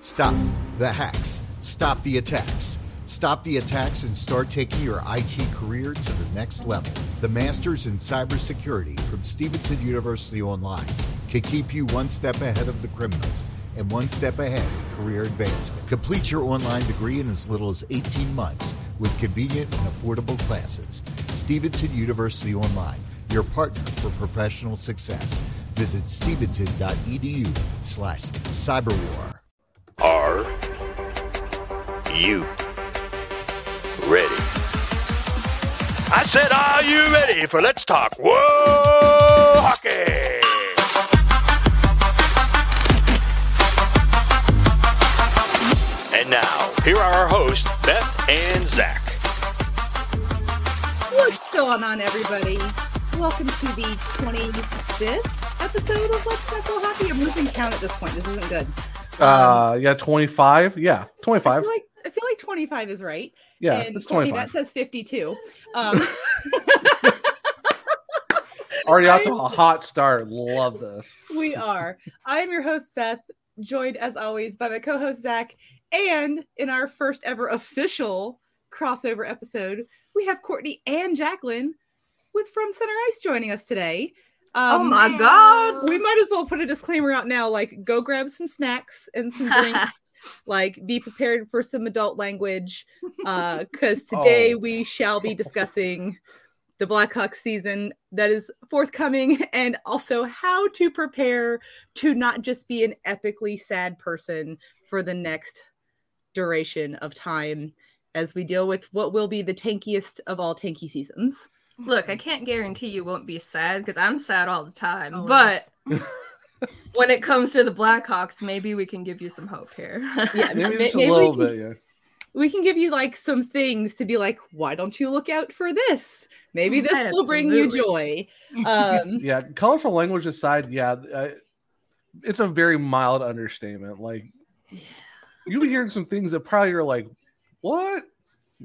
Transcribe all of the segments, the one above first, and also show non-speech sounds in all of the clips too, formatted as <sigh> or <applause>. Stop the hacks. Stop the attacks. Stop the attacks and start taking your IT career to the next level. The Masters in Cybersecurity from Stevenson University Online can keep you one step ahead of the criminals and one step ahead of career advancement. Complete your online degree in as little as 18 months with convenient and affordable classes. Stevenson University Online, your partner for professional success. Visit stevenson.edu slash cyberwar. Are you ready? I said, are you ready for Let's Talk World Hockey? And now, here are our hosts, Beth and Zach. What's going on, everybody? Welcome to the 25th episode of Let's Talk Go Hockey. I'm losing count at this point. This isn't good. Uh, yeah, 25. Yeah, Um, I 25. feel like I feel like 25 is right. Yeah, and it's Courtney, 25. That says 52. Um, <laughs> Already <laughs> off to a hot start. Love this. we are. I am your host Beth, joined as always by my co-host Zach, and in our first ever official crossover episode, we have Courtney and Jacqueline with From Center Ice joining us today. Oh Um, my god. we might as well put a disclaimer out now like go grab some snacks and <laughs> some drinks like be prepared for some adult language uh because today Oh. we shall be discussing the blackhawks season that is forthcoming and also how to prepare to not just be an epically sad person for the next duration of time as we deal with what will be the tankiest of all tanky seasons Look, I can't guarantee you won't be sad because I'm sad all the time. Always. But <laughs> when it comes to the Blackhawks, maybe we can give you some hope here. yeah <laughs> Maybe <laughs> ma- just a maybe we little can- bit. Yeah. we can give you like some things to be like, why don't you look out for this? Maybe this will bring you joy. <laughs> Um, Yeah. Colorful language aside, yeah, uh, it's a very mild understatement. Like, you'll be hearing some things that probably are like, what?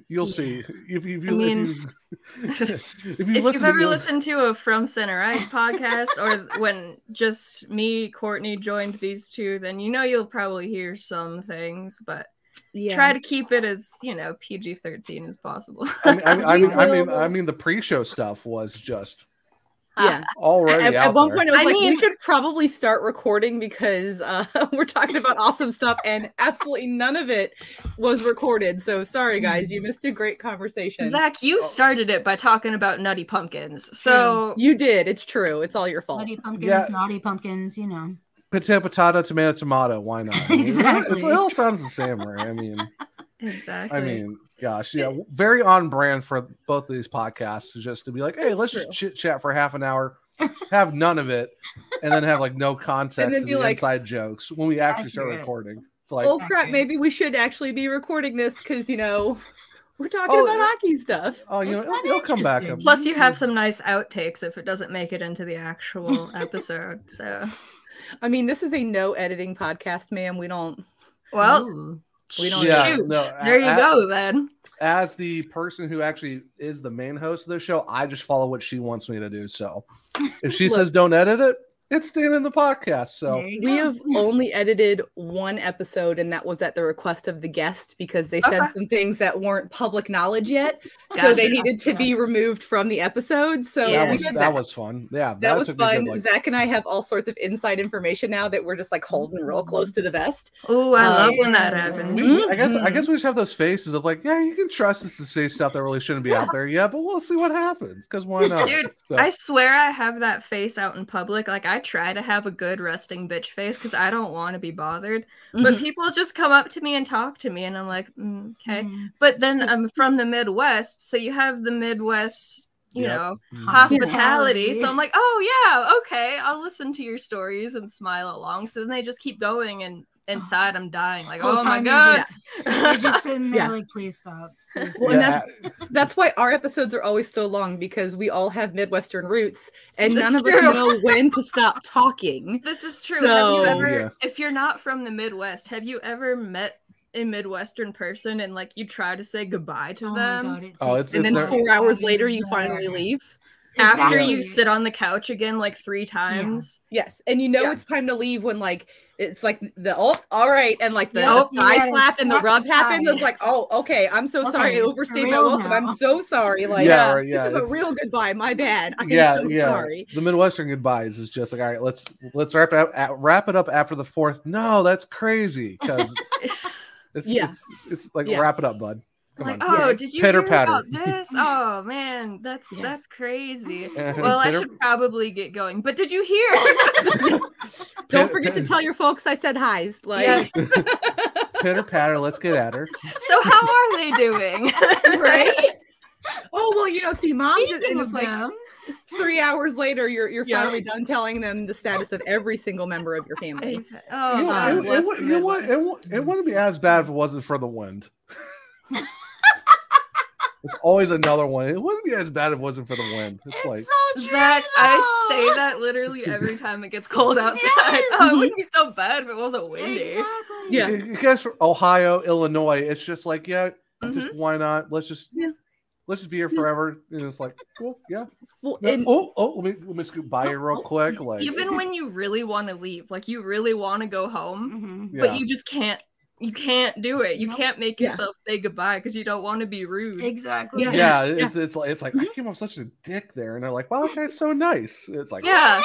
You'll Yeah. see if you if you, I mean- <laughs> if you, if you If listen you've to ever the- listened to a From Center Ice podcast or <laughs> when just me, Courtney joined these two, then you know you'll probably hear some things, but yeah. try to keep it as, you know, PG 13 as possible. I <laughs> mean, I mean, I we mean, I mean, will- I mean, the pre-show stuff was just <laughs> yeah. already Uh, At, at out one there. point, I was I like, we mean- should probably start recording because uh, <laughs> we're talking about awesome stuff, and absolutely none of it was recorded. So sorry, guys, you missed a great conversation. Zach, you Oh. started it by talking about Nutty Pumpkins. So Hmm. You did. It's true. It's all your fault. Bloody pumpkins, Yeah. naughty pumpkins, you know. potato, potato, tomato, tomato. Why not? I <laughs> mean, Exactly. it's- it all sounds the same, right? I mean, exactly. I mean, gosh, yeah, very on brand for both of these podcasts. is Just to be like, hey, It's let's true. just chit chat for half an hour, have none of it, and then have like no context <laughs> And and, then be the like- inside jokes when we actually start Accurate. recording. It's like, oh oh, crap! Maybe we should actually be recording this because you know we're talking Oh, about yeah. Oh, hockey stuff. you know, It's it'll, it'll come back up. Mm. uninteresting. Plus, you have some nice outtakes if it doesn't make it into the actual episode. <laughs> So, I mean, this is a no editing podcast, ma'am. We don't. well, Ooh. We don't Yeah, shoot. no, there you I- I- go, then. As the person who actually is the main host of the show, I just follow what she wants me to do. <laughs> So if she Look. says don't edit it, it's staying in the podcast. There So you We go. have only edited one episode, and that was at the request of the guest because they said Okay. some things that weren't public knowledge yet. So Gotcha. they needed to be removed from the episode. So Yeah. that, we was, did that. that. That was, was fun. Yeah, took me a good, fun. like, Zach and I have all sorts of inside information now that we're just like holding real close to the vest. mm-hmm. Oh, I Uh, love when that yeah. happens. We, I guess I Mm-hmm. guess we just have those faces of like, yeah, you can trust us to say stuff that really shouldn't be out there. Yeah, but we'll see what happens because why not? Dude, Oh, So- I swear I have that face out in public. Like, I try to have a good resting bitch face because I don't want to be bothered. But Mm-hmm. people just come up to me and talk to me, and I'm like, mm, okay. Mhm. But then I'm from the Midwest. So you have the Midwest, you Yep. Mm-hmm. know, Mm-hmm. hospitality. Hospitality. So I'm like, oh yeah, okay, I'll listen to your stories and smile along. So then they just keep going, and inside I'm dying. Like, Whole oh my time you're god. just- You're just <laughs> sitting there Yeah. like, please stop. Please stop. Well, <laughs> and Yeah, that's- That's why our episodes are always so long because we all have Midwestern roots and That's none of true. us know when to stop talking. <laughs> This is true. have you So- ever, Yeah. if you're not from the Midwest, have you ever met a Midwestern person and like you try to say goodbye to Oh my them? God, it Oh, takes it's- And me then there- so four hours long later, to you do finally that. leave. after you Exactly. sit on the couch again like three times. Yes, and you know Yeah. it's time to leave when like it's like the oh all right, and like the Yeah. oh, thigh Yes, slap and the slap rub the happens. thigh. It's like oh okay, I'm so Okay, sorry, I for overstayed my real welcome. now. I'm so sorry. Like yeah, right, yeah. this is it's- a real goodbye. My bad. I'm yeah, so yeah. sorry. The Midwestern goodbyes is just like, all right, let's let's wrap it up at, wrap it up after the fourth. No, that's crazy <laughs> because it's, Yeah. it's it's like Yeah. wrap it up, bud. Come Like, on. oh, Yeah. did you Pitter hear patter. about <laughs> this? Oh man, that's Yeah. <laughs> that's crazy. Uh, Well, I pitter- should probably get going. But did you hear? <laughs> <laughs> Don't forget to tell your folks I said hi's. Like Yes. pitter patter. Let's get at her. so how are they doing? <laughs> right. Oh well, you know, see, mom just Speaking and of it's like them, three hours later, you're you're Yeah. finally done telling them the status of every single member of your family. Exa- Oh, You know, God, it, bless it, it, it, the wouldn't- Midwest. it, wouldn't- it wouldn't be as bad if it wasn't for the wind. <laughs> it's always another one. It wouldn't be as bad if it wasn't for the wind. It's, it's like so true, Zach, I though. say that literally every time it gets cold outside. Yes. <laughs> Oh, it wouldn't be so bad if it wasn't windy. Exactly. Yeah. you, you guys from Ohio, Illinois, it's just like, yeah, just why not? Let's just Yeah. let's just be here forever. And it's like, cool, yeah. Well, No- and oh, oh, let me let me scoot by you real quick. Like Even when you really want to leave, like you really want to go home, Mhm. but you just can't. You can't do it. You Nope. can't make Yeah. yourself say goodbye because you don't want to be rude. Exactly. Yeah. yeah, it's it's like it's like I came off such a dick there, and they're like, "Wow, that guy's so nice." It's like, Yeah.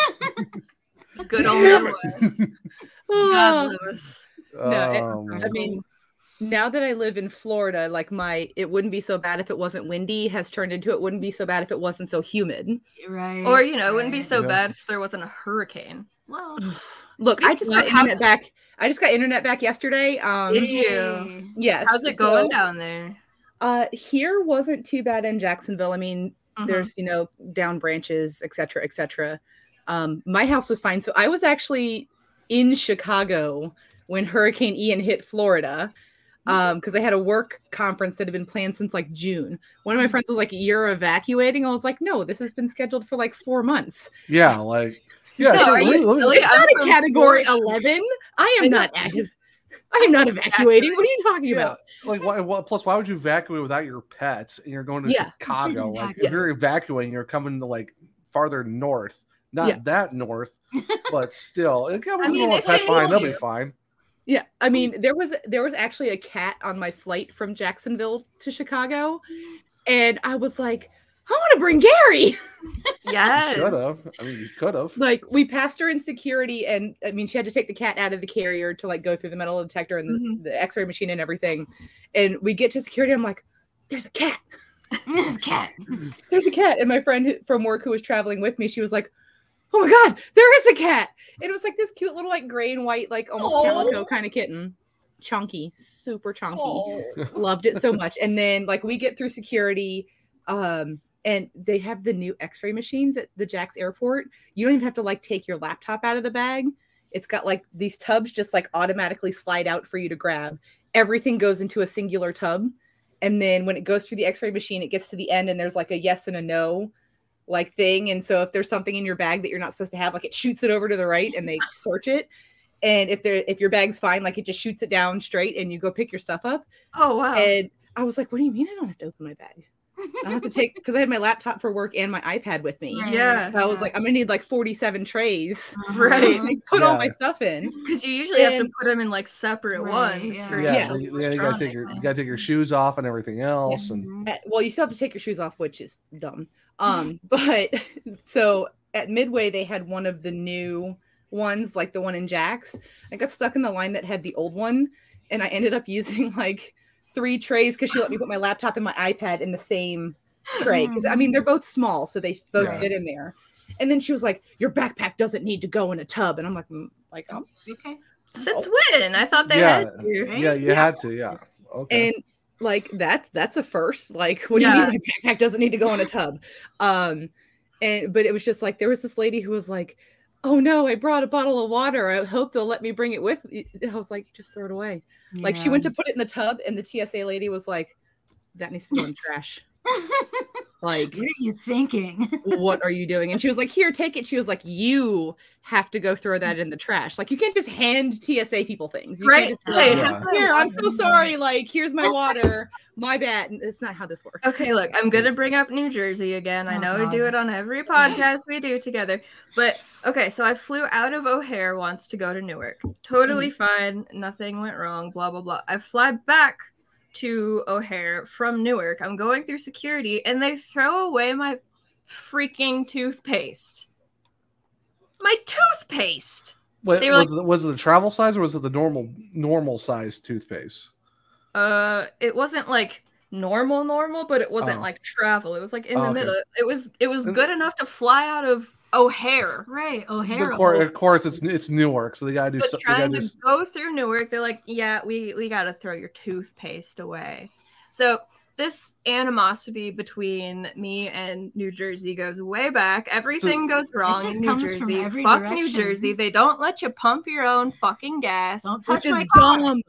Good old Damn Lewis. Ah. God Lewis. No, it- Oh, um, I mean, now that I live in Florida, like my it wouldn't be so bad if it wasn't windy has turned into it wouldn't be so bad if it wasn't so humid. Right. Or you know, it wouldn't be so Yeah. bad if there wasn't a hurricane. Well, Look, I just got Well, how's- internet back. I just got internet back yesterday. Um Did you? yay. yes. How's it so, going down there? Uh here wasn't too bad in Jacksonville. I mean, Mhm. there's you know down branches et cetera et cetera um, my house was fine so i was actually in chicago when hurricane ian hit florida because i had a work conference that had been planned since like june one Mm-hmm. of my friends was like you're evacuating i was like no this has been scheduled for like four months yeah, like yeah, No, sure, are you let me- let me- silly? it's not I'm a from category Florida. 11 i I am not ac- i am not evacuating what are you talking Yeah. about like why, why, plus why would you evacuate without your pets and you're going to Yeah, chicago like exactly. if you're evacuating you're coming to like farther north not Yeah. that north but still it, yeah, I I mean, mean, if pet they behind, need they'll be to. fine yeah i mean there was there was actually a cat on my flight from jacksonville to chicago and i was like i want to <laughs> bring gary you should Yes. have i mean you could have like we passed her in security and i mean she had to take the cat out of the carrier to like go through the metal detector and the, Mm-hmm. Mhm. the x-ray machine and everything and we get to security i'm like there's a cat <laughs> There's cat. <laughs> there's a cat and my friend who- from work who was traveling with me she was like oh my god there is a cat and it was like this cute little like gray and white like almost Oh. Aw. calico kind of kitten chunky super chunky loved it so much and then like we get through security um and they have the new x-ray machines at the jack's airport you don't even have to like take your laptop out of the bag it's got like these tubs just like automatically slide out for you to grab everything goes into a singular tub and then when it goes through the x-ray machine it gets to the end and there's like a yes and a no like thing and so if there's something in your bag that you're not supposed to have like it shoots it over to the right and they search it and if they're if your bag's fine like it just shoots it down straight and you go pick your stuff up Oh wow. and I was like, what do you mean I don't have to open my bag? I don't <laughs> have to take because I had my laptop for work and my iPad with me. Right. Yeah. So I was like, I'm gonna need like 47 <laughs> trays. Right. to <laughs> like, put all my Yeah. <laughs> stuff in. Because you usually have to And- put them in like separate Right, ones. yeah. For yeah, each so you, yeah, you gotta take electronic your you thing. gotta take your shoes off and everything else and Mhm. Uh, Well, you still have to take your shoes off, which is dumb. <laughs> Um, but <laughs> so at Midway they had one of the new ones, like the one in Jack's. I got stuck in the line that had the old one, and I ended up <laughs> using like three trays because she let me put my laptop and my iPad in the same tray. Because I mean they're both small, so they both Right. fit in there. And then she was like, "Your backpack doesn't need to go in a tub," and I'm like, "Mm, "Like, um, Okay. Since when? I thought they Yeah. had to. Right? yeah you had to yeah okay and like that's that's a first like what do Yeah. you mean my backpack doesn't need to go in a tub um and but it was just like there was this lady who was like oh no i brought a bottle of water i hope they'll let me bring it with me." i was like just throw it away like she Yeah. <laughs> went to put it in the tub and the tsa lady was like that needs to go in the trash Like, What are you thinking? what are you doing? And she was like, Here, take it. She was like, You have to go throw that in the trash. Like, you can't just hand TSA people things. You right? can't just be Hey, like, how about- Here, I'm so sorry. Like, here's my water. My bad. And It's not how this works. Okay, look, I'm gonna bring up New Jersey again. I Oh, know we do God. it on <laughs> every podcast we do together. But okay, so I flew out of O'Hare once to go to Newark. Mm. Totally fine, nothing went wrong, blah blah blah. I fly back to O'Hare from Newark. I'm going through security and they throw away my freaking toothpaste. My toothpaste. Wait, They were was, it, was it the travel size or was it the normal normal size toothpaste? Uh, it wasn't like normal, normal, but it wasn't Oh. like travel. It was like in Oh, the okay. middle. It was it was Is- good enough to fly out of O'Hare, right, Of O'Hara. course, of course, it's it's Newark, so they gotta do. but so- they gotta trying do to s- go through Newark. They're like, yeah, we we gotta throw your toothpaste away. So this animosity between me and New Jersey goes way back. Everything goes wrong just in New comes from Jersey. every Fuck New direction. Jersey. They don't let you pump your own fucking gas. Don't touch Which is my car. dumb.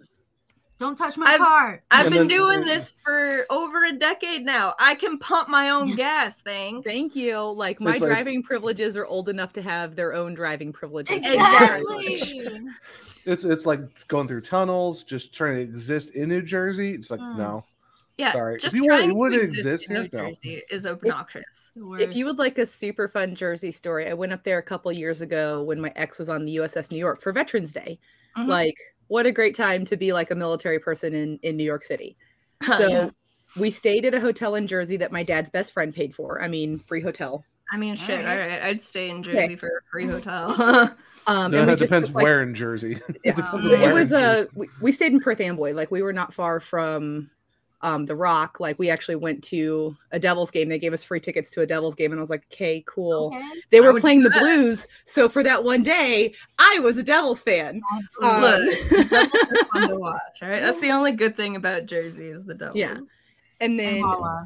Don't touch my I've- car. I've And been then- doing this for over a decade now. I can pump my own Yeah. gas. Thanks. Thank you. Like, my It's like- driving privileges are old enough to have their own driving privileges. Thank you very much. Exactly. It's it's like going through tunnels, just trying to exist in New Jersey. It's like Mm. no, Hmm. Yeah. Sorry. If Just you want- trying it wouldn't to exist, exist in here? New No. Jersey is obnoxious. If you would like a super fun Jersey story, I went up there a couple years ago when my ex was on the USS New York for Veterans Day. Mhm. Like, what a great time to be like a military person in, in New York <laughs> City. Huh, so yeah. we stayed at a hotel in Jersey that my dad's best friend paid for. I mean, free hotel. I mean, shit. All Alright. right, I'd stay in Jersey for a <laughs> free hotel. Um, It and we just depends took, like- where in Jersey. <laughs> Yeah. Depends Um, on it where was in Jersey. a we, we stayed in Perth Amboy. Like we were not far from um the Rock. Like we actually went to a Devils game. They gave us free tickets to a Devils game, and I was like, okay, cool. They I were would playing the bet. Blues, so for that one day, I was a Devils fan. Um, Look, Devils are fun to watch. Right. That's the only good thing about Jersey is the Devils. Um, <laughs> Yeah. and then Wawa,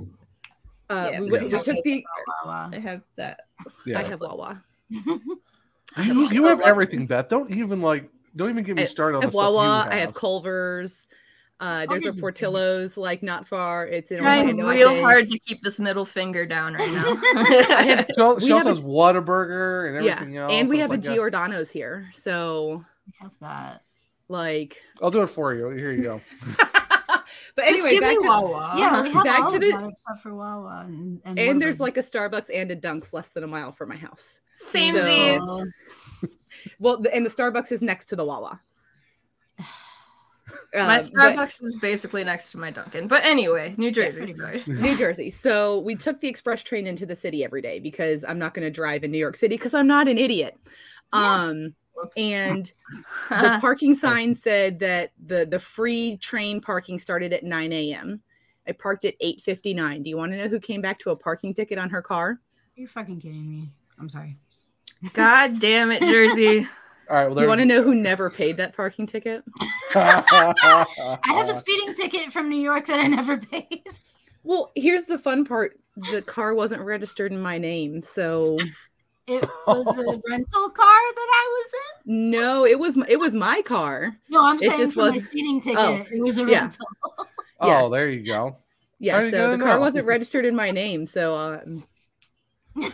uh, Yeah, we, went, we yes. took the. Wawa. They have that. yeah. I have Wawa. You- you, have everything, Beth. Don't even like. Don't even get me started on I the have stuff you Wawa. I have have. Culver's. Uh, there's Culver's a is good. Portillo's, like not far. It's in Orlando, Trying I real think. hard to keep this middle finger down right <laughs> <laughs> <laughs> now. She al- we she have also a- has Whataburger and Yeah, everything else. and we so have a it's like, yeah, Giordano's here, so We have that. like. I'll do it for you. Here you go. but <laughs> anyway, Just give back me to Wawa. Yeah, we have Back all to of the- that except for Wawa and and, and there's Whataburger. like a Starbucks and a Dunks less than a mile from my house. Samesies. So- <laughs> Well, the, and the Starbucks is next to the Wawa. My Um, but- Starbucks is basically next to my Dunkin'. But anyway, New Jersey, pretty sorry. New Jersey. So we took the express train into the city every day because I'm not going to drive in New York City because I'm not an idiot. Um, <laughs> and the parking sign said that the the free train parking started at 9 a.m. I parked at 8:59. Do you want to know who came back to a parking ticket on her car? You're fucking kidding me. I'm sorry. God damn it, <laughs> Jersey. <laughs> All right. Well, you want to there's- know who never paid that parking ticket? <laughs> <laughs> I have a speeding ticket from New York that I never <laughs> paid. Well, here's the fun part: the car wasn't registered in my name, so <laughs> It Oh. was a rental car that I was in. no, it was it was my car. No, I'm It saying just for my was- speeding ticket. oh, it was a yeah. rental. yeah. Oh, there you go. How Yeah, you so the gonna car know? wasn't registered in my name, so um, <laughs>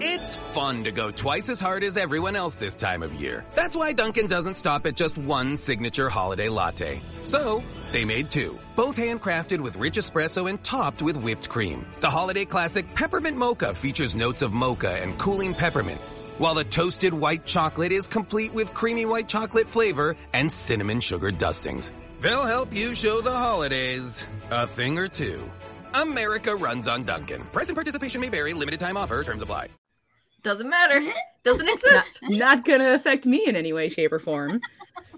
It's fun to go twice as hard as everyone else this time of year. That's why Dunkin' doesn't stop at just one signature holiday latte. So, they made two, both handcrafted with rich espresso and topped with whipped cream. The holiday classic Peppermint Mocha features notes of mocha and cooling peppermint, while the toasted white chocolate is complete with creamy white chocolate flavor and cinnamon sugar dustings. They'll help you show the holidays a thing or two. America runs on Dunkin'. Present participation may vary, limited time offer, terms apply. Doesn't matter. <laughs> Doesn't not, exist. not gonna affect me in any way, shape, <laughs> or form.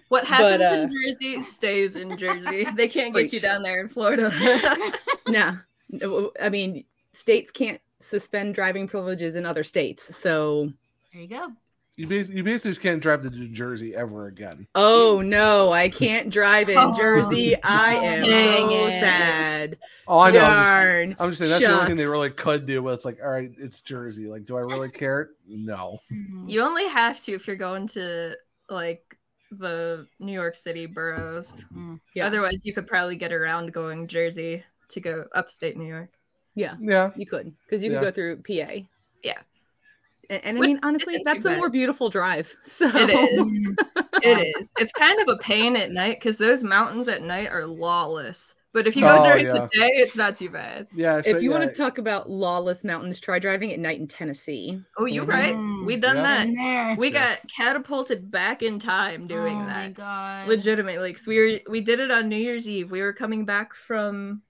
What happens But, uh, <laughs> in Jersey stays in Jersey. They can't get you Preach. down there in Florida. Nah. I mean, states can't suspend driving privileges in other states. So There you go. You basically, you basically just can't drive to New Jersey ever again. Oh no, I can't drive in Oh, Jersey. I am dang so it. sad. Oh, I know. I'm, Darn. just, I'm just saying that's the only thing they Shucks. really could do. But it's like, all right, it's Jersey. Like, do I <laughs> really care? No. Mm-hmm. Mhm. You only have to if you're going to like the New York City boroughs. Mm. Yeah. Otherwise, you could probably get around going Jersey to go upstate New York. yeah, Yeah. you could because you Yeah. could go through PA. Yeah. And, and I Which mean, honestly, isn't that's too a bad. more beautiful drive. <laughs> So It is. <laughs> It is. It's kind of a pain at night because those mountains at night are lawless. But if you go Oh, during yeah. the day, it's not too bad. Yeah. If you want yeah. to talk about lawless mountains, try driving at night in Tennessee. Oh, you Mhm. right. We done Yeah. that. In there. We Yeah. got catapulted back in time doing oh that. my god. Legitimately, because we were we did it on New Year's Eve. We were coming back from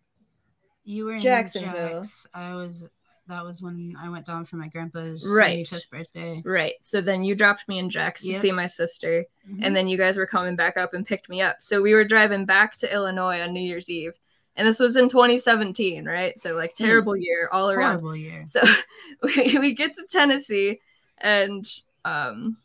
You were in Jacksonville. Jax. I was. That was when I went down for my grandpa's Right. 75th birthday. right. So then you dropped me in Jax to Yep. see my sister, Mhm. Mm-hmm. and then you guys were coming back up and picked me up. So we were driving back to Illinois on New Year's Eve, and this was in 2017, right? So Hmm. like terrible year all around. <laughs> horrible year. So we, we get to Tennessee and um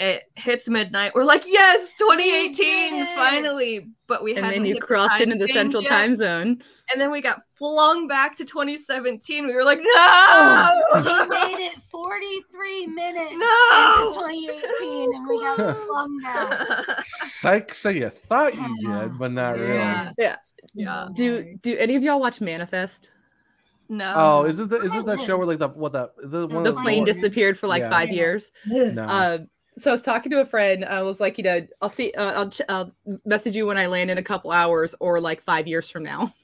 it hits midnight. We're like, yes, 2018, did it!" finally. But we And hadn't then you hit the crossed time into the change central yet. time zone. And then we got flung back to 2017. We were like, no, <laughs> Oh. <laughs> We made it 43 minutes No! into 2018 and we <laughs> got flung down. <laughs> Psych, so you thought you did, but not really. Yeah. Oh, Yeah. Yeah. Do do any of y'all watch Manifest? no. Oh, is it the, is I it that show was- where like the what the the, one The of plane Lord- just- disappeared for like Yeah. five Yeah. years. No. Uh, so I was talking to a friend. I was like, you know, I'll see, uh, I'll, ch- I'll message you when I land in a couple hours or like five years <laughs> from now.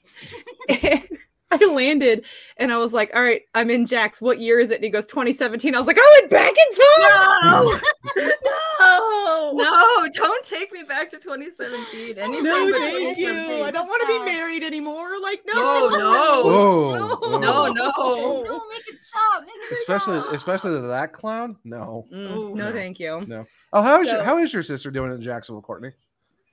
and I landed and I was like, all right, I'm in Jack's. What year is it? And he goes, 2017. I was like, I went back in no, time. No. no, <laughs> don't take me back to 2017. Anything No, but thank you. 2017. I don't want to be Uh, married anymore. Like, No, no. no, oh, No. no, oh. no. No, make it stop. Make it Especially stop. especially to that clown? No. Mm, no, No. thank you. Oh, how is your, So- how is your sister doing in Jacksonville, Courtney?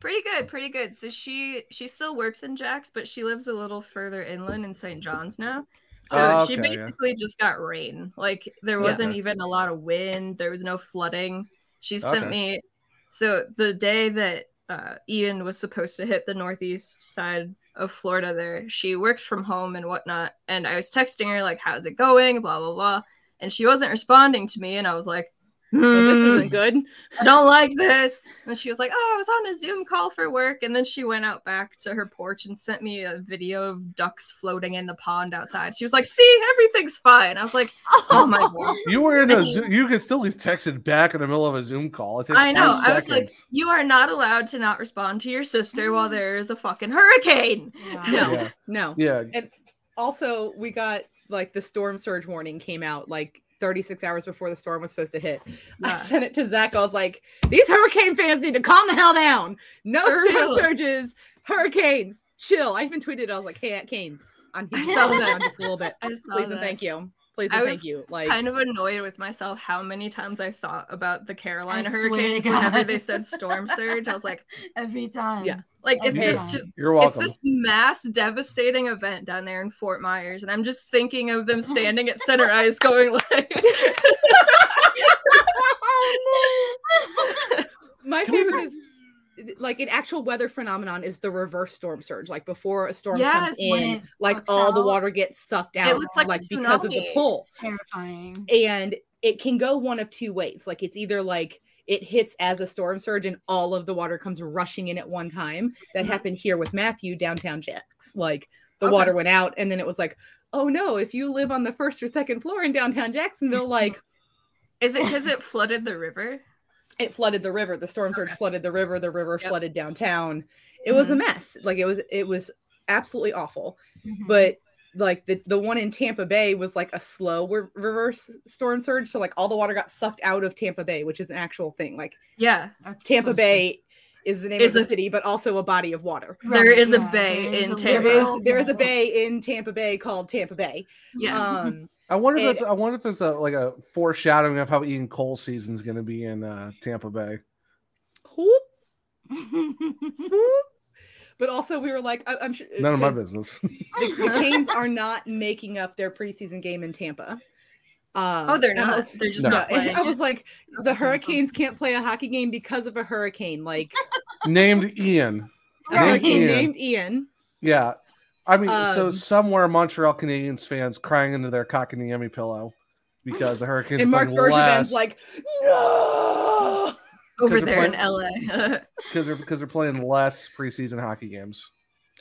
Pretty good, pretty good. So she she still works in Jack's, but she lives a little further inland in St. John's now. So Oh, she okay, yeah. basically just got rain. Like there Yeah. wasn't even a lot of wind. There was no flooding. She sent Okay. me so the day that uh, Ian was supposed to hit the northeast side of Florida there, she worked from home and whatnot. And I was texting her like, "How's it going?" Blah blah blah. And she wasn't responding to me, and I was like, Well, this "Hmm." isn't good. I don't like this. And she was like, Oh, I was on a Zoom call for work. And then she went out back to her porch and sent me a video of ducks floating in the pond outside. She was like, See, everything's fine. I was like, Oh <laughs> my God. You were in a I Zo- you could still at least text it back in the middle of a Zoom call. It takes I know. five I was like, seconds. You are not allowed to not respond to your sister <laughs> while there is a fucking hurricane. Yeah. No, Yeah. <laughs> no. Yeah. also we got like the storm surge warning came out like 36 hours before the storm was supposed to hit. I Yeah. sent it to Zach. I was like, these hurricane fans need to calm the hell down. No For storm real. surges, hurricanes, chill. I even tweeted, I was like, hey, at Canes, <laughs> on I here, saw calm that. down just a little bit. I saw Please and that. thank you. Please I and was thank you. Like, Kind of annoyed with myself how many times I thought about the Carolina I <laughs> swear to hurricanes God. whenever they said storm surge. I was like, <laughs> Every time. Yeah. like it's Okay. this just You're welcome. It's this mass devastating event down there in Fort Myers, and I'm just thinking of them standing at center ice going like <laughs> my Can we favorite is like an actual weather phenomenon is the reverse storm surge. Like before a storm Yes, comes when in, it like sucks all the out. water gets sucked out. it looks like, like a because of the tsunami. pull. It's terrifying. and it can go one of two ways like it's either like it hits as a storm surge and all of the water comes rushing in at one time that happened here with matthew downtown jacks like the Okay. water went out and then it was like oh no if you live on the first or second floor in downtown jacksonville like Is it because it flooded the river? it flooded the river the storm surge flooded the river the river Yep. Mm-hmm. flooded downtown it was a mess like it was it was absolutely awful Mhm. but like the, the one in Tampa Bay was like a slow re- reverse storm surge. So like all the water got sucked out of Tampa Bay, which is an actual thing. Like Yeah, That's Tampa so Bay is the name Is of the a- city, but also a body of water. scary. there is a yeah, bay there is in a Tampa. There literal is there is a bay in Tampa Bay called Tampa Bay. yes. <laughs> Um, I wonder if And- that's I wonder if it's a, like a foreshadowing of how Ian Cole's season's going to be in uh, Tampa Bay. whoop, bay. whoop. But also, we were like, I, am sure None of my 'cause business. <laughs> <laughs> The, the Canes are not making up their preseason game in Tampa. Um, Oh, they're and I not. was- They're <laughs> just No. not playing. I was like, That's the awesome. Hurricanes can't play a hockey game because of a hurricane. Like, Named <laughs> Ian. a hurricane Ian. named Ian. Yeah. I mean, so Um, somewhere Montreal Canadiens fans crying into their cock and the Emmy pillow because the Hurricanes And Mark Bergevin's <laughs> Bergevin's like, no. over they're there in playing- LA. <laughs> because they're because they're playing less preseason hocky games.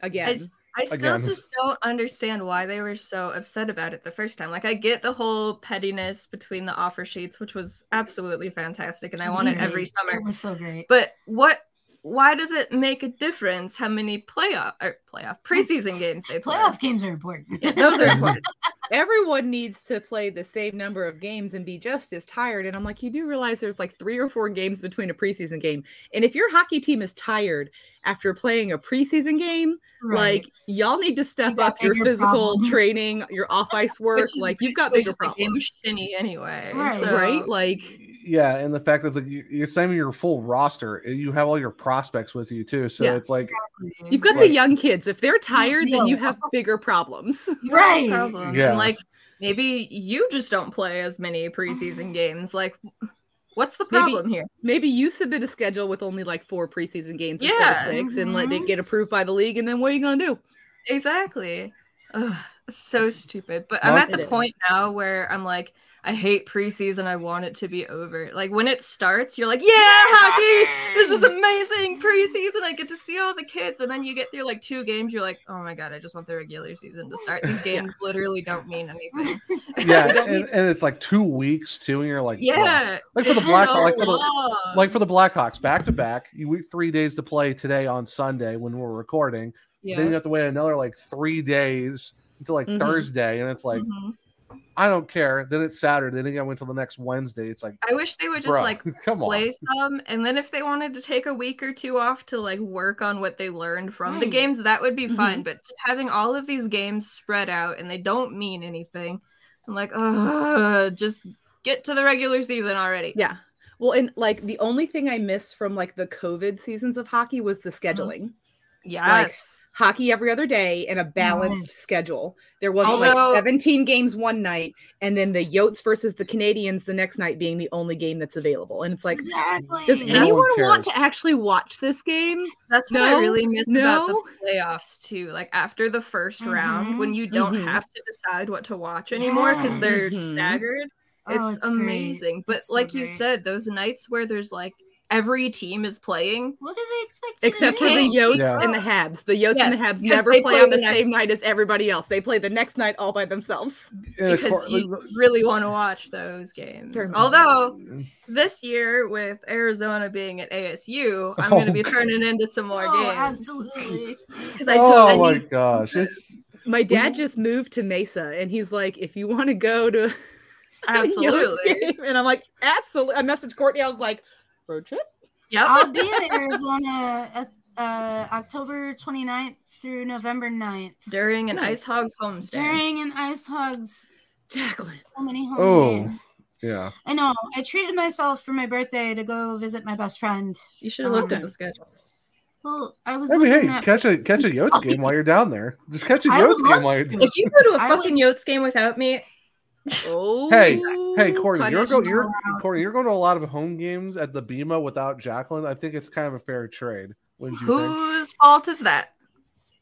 Again, I still Again. just don't understand why they were so upset about it the first time. Like I get the whole pettiness between the offer sheets, which was absolutely fantastic, and I want it Mm-hmm. every summer. It was <laughs> so great. But what? Why does it make a difference how many playoff or playoff preseason games they play? Playoff games are important. Yeah, those are important. everyone needs to play the same number of games and be just as tired. And I'm like, you do realize there's like three or four games between a preseason game. And if your hockey team is tired after playing a preseason game, Right. like y'all need to step got up your bigger physical problems. training, your off ice work. Which is Like you've got basically just bigger a Game of problems, shinny anyway, Right. so- right? Like Yeah, and the fact that it's like you- it's not even your full roster; you have all your prospects with you too. So Yeah. it's <laughs> like, you've got Right. the young kids. If they're tired, then you Yeah. have bigger problems. You have a Right. problem. Yeah. And like maybe you just don't play as many <sighs> preseason games. Like what's the Maybe- problem here? Maybe you submit a schedule with only like four preseason games Yeah. mm-hmm. instead of 6 and let it get approved by the league. And then what are you going to do? Exactly. Ugh, so stupid. But I'm Well, at the it is. point now where I'm like, I hate preseason. I want it to be over. Like when it starts, you're like, yeah, hockey. This is amazing. Preseason. I get to see all the kids. And then you get through like two games. You're like, oh my God, I just want the regular season to start. These <laughs> Yeah. games literally don't mean anything. yeah, They don't and, mean- and it's like two weeks too, and you're like, "Ugh." yeah. like for the it's Black, so like for the, long. like for the Blackhawks, back to back, you week three days to play today on Sunday when we're recording. Then you have to wait another like three days until like Mm-hmm. Mhm. Thursday, and it's like Mhm. I don't care. Then it's Saturday. Then again, wait until the next Wednesday. It's like, I wish they would just bro, like <laughs> come on. play some, and then if they wanted to take a week or two off to like work on what they learned from the Right. games, that would Mm-hmm. be fine. But just having all of these games spread out and they don't mean anything, I'm like, oh, just get to the regular season already. Yeah. Well, and like the only thing I missed from like the COVID seasons of hockey was Uh-huh. the scheduling. Like, Yes. Hockey every other day and a balanced schedule. There wasn't Although- like 17 games one night and then the Yotes versus the Canadians the next night being the only game that's available. And it's like, exactly. does No one anyone want cares. to actually watch this game? That's what I No, really miss about no. the playoffs too. Like after the 1st round, Mhm, when you don't mhm. have to decide what to watch anymore because they're Yes. Mhm. staggered, it's, Oh, it's great. amazing. But It's so like you great. said, those nights where there's like every team is playing. What do they expect? you to Except for do? the can't Yotes Yeah. and the Habs. The Yotes and the Yes, Habs because never they play, play on the the next- same night as everybody else. They play the next night all by themselves. And of Because course- you really want to watch those games. They're amazing. Although this year with Arizona being at ASU, I'm going to Oh, be turning into some more oh, games absolutely. because I just oh I my need gosh, it's My dad you- just moved to Mesa and he's like, if you want to go to <laughs> Yotes absolutely. game. And I'm like, absolutely. I messaged Courtney. I was like, road trip? Yep. I'll be <laughs> in Arizona at, uh, October 29th through November 9th During an Ice Hogs homestead. during an Ice Hogs Jacqueline. so many home Oh. games. yeah. I know. I treated myself for my birthday to go visit my best friend. you should have looked at Um, the schedule. Well, I was. I mean, hey, looking at- catch a catch a Yotes game while you're down there. Just catch a I would Yotes game love while you're down If you go to a I fucking Yotes game without me, Oh, Hey, Hey, Corey, you're, punished. go, you're Corey, you're going to a lot of home games at the BEMA without Jacqueline. I think it's kind of a fair trade. Wouldn't you think? whose fault is that?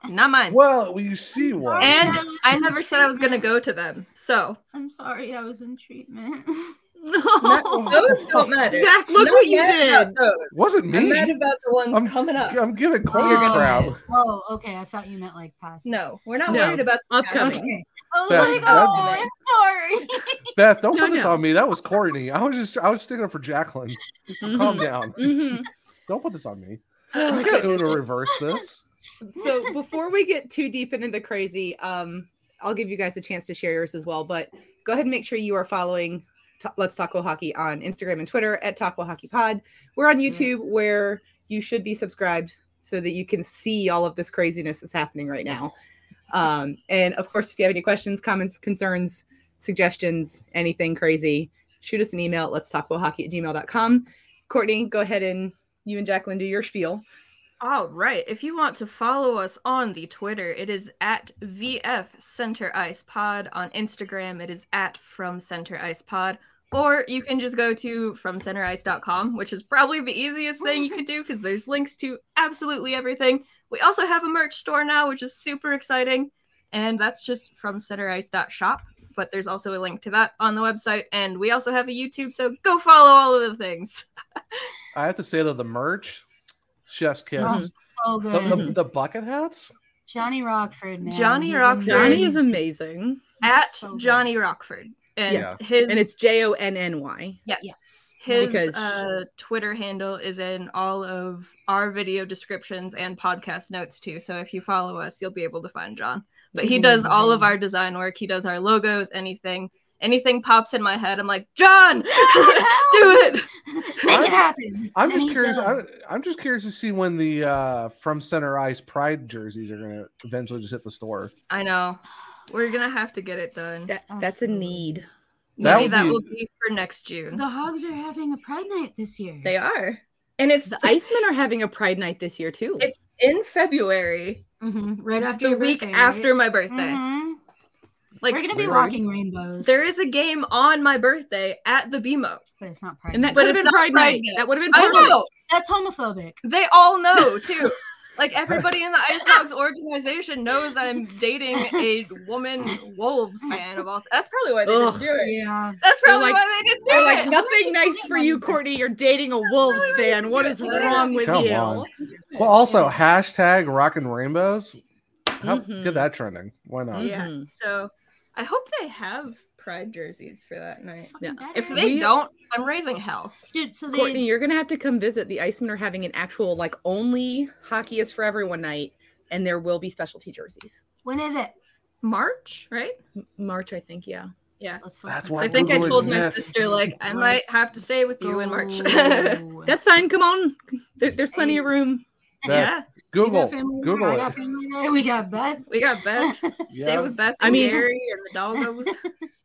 Not mine. Well, you see one. And I was I in never said I was going to treatment. go to them. So I'm sorry, I was in treatment. <laughs> <laughs> not, No. those don't matter. Zach, look Not what you mad did. about those. Wasn't I'm me. mad about the ones I'm- coming up. I'm giving Corey a Um, Oh. crowd. oh, okay. I thought you meant like past. No, we're not No. worried about the Upcoming. past. Okay. I was That's like, bad. oh, I'm sorry. <laughs> <laughs> Beth, don't No, put this no. on me. That was Courtney. I was just I was sticking up for Jacqueline. So calm down. Mhm. <laughs> Don't put this on me. Oh, We can't goodness. to reverse this. so before we get too deep into the crazy, um, I'll give you guys a chance to share yours as well. But go ahead and make sure you are following T- Let's Talk Well Hockey on Instagram and Twitter at Talk Well Hockey Pod. We're on YouTube where you should be subscribed so that you can see all of this craziness that's happening right now. Um, and of course, if you have any questions, comments, concerns, suggestions, anything crazy, shoot us an email at let's talk hockey at gmail.com. Courtney, go ahead and you and Jacqueline do your spiel. All right. If you want to follow us on the Twitter, it is at VF Center Ice Pod. On Instagram, it is at From Center Ice Pod. Or you can just go to FromCenterIce.com, which is probably the easiest thing you could do because there's links to absolutely everything. We also have a merch store now, which is super exciting. And that's just from centerice.shop. But there's also a link to that on the website. And we also have a YouTube, so go follow all of the things. I have to say though, the merch, chef's kiss. Oh, so The, good. the, the bucket hats. Johnny Rockford, man. Johnny He's Rockford. Johnny is amazing. amazing. At So good. Johnny Rockford. And Yeah. his And it's J O N N Y. Yes. Yes. His Because- uh, Twitter handle is in all of our video descriptions and podcast notes too. So if you follow us, you'll be able to find John. But he He's does all of amazing. our design work. He does our logos. Anything, anything pops in my head, I'm like, <laughs> <laughs> John, do Help! it. Make it happen. I'm And just he curious. I'm, does. I'm just curious to see when the uh, from center ice pride jerseys are gonna eventually just hit the store. I know. We're gonna have to get it done. That, that's a Absolutely. need. That Maybe would that be- will be for next June. The Hogs are having a Pride Night this year. They are, and it's The Icemen are having a Pride night this year too. It's in February, Mhm. Right after the your week birthday, right? after my birthday. Mhm. Like We're gonna be We're- walking rainbows. There is a game on my birthday at the BMO. but it's not Pride. and that But could have it's been not Pride Pride night. yet. That would have been I Pride night. know. That's homophobic. They all <laughs> know too. Like everybody in the Ice Dogs organization knows I'm dating a woman wolves fan of all. That's probably why they Ugh. didn't do it. Yeah. That's They're probably like- why they didn't do They're like it. nothing nice for you, Courtney. You're dating a Wolves fan. What is wrong with Come you? on. Well, also hashtag rockin' rainbows. Help Mhm. get that trending. Why not? yeah. Mhm. So I hope they have pride jerseys for that night. Yeah. Fucking If better. they We- don't, I'm raising hell. dude, so they Courtney, you're gonna have to come visit. The Icemen are having an actual like only hockey is for everyone night, and there will be specialty jerseys. when is it? March, right? M- March, I think. Yeah. Yeah. Let's That's So why I think I Google told my exists. sister like I might have to stay with you in March. yeah. That's fine. Come on. There, there's plenty of room. Beth, Google, family Google there. I it. got family there. We got Beth. We got <laughs> Beth. Stay Yeah. with Beth. I I mean, mean- Gary and the doggos.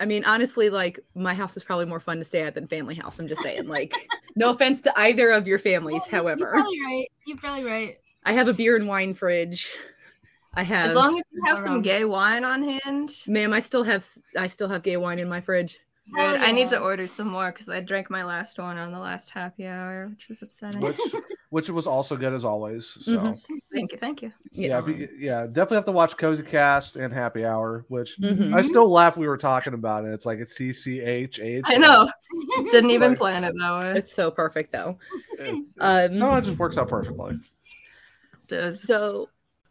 I mean, honestly, like my house is probably more fun to stay at than family house. I'm just saying, like, <laughs> no offense to either of your families. Well, you- However, you're probably right. You're probably right. I have a beer and wine fridge. I <laughs> have. As long as you have some Around. gay wine on hand. ma'am, I still have s- I still have gay wine in my fridge. Dude, Hell I need to yeah. <laughs> order some more because I drank my last one on the last happy hour, which is upsetting. <laughs> which which was also good as always. So Mm-hmm. Mhm. Thank you, thank you. yeah, Yes. if you- yeah, definitely have to watch Cozy Cast and Happy Hour, which Mhm. I still laugh. We were talking about it. It's like it's C C H H. I <laughs> know. Didn't even Sorry. plan it that way. It's so perfect though. It's- Um, No, it just works out perfectly. It does. So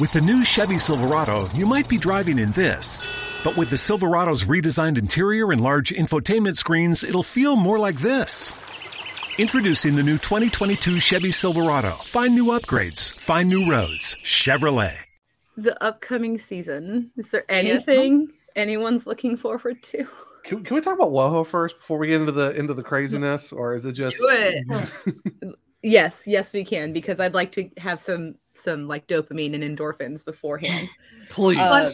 With the new Chevy Silverado, you might be driving in this. But with the Silverado's redesigned interior and large infotainment screens, it'll feel more like this. Introducing the new 2022 Chevy Silverado. Find new upgrades, find new roads. Chevrolet. the upcoming season, is there anything anyone's looking forward to? Can, can we talk about WoHo first before we get into the into the craziness, or is it just? Do it. <laughs> Yes, yes, we can because I'd like to have some some like dopamine and <laughs> endorphins beforehand. Please, Uh,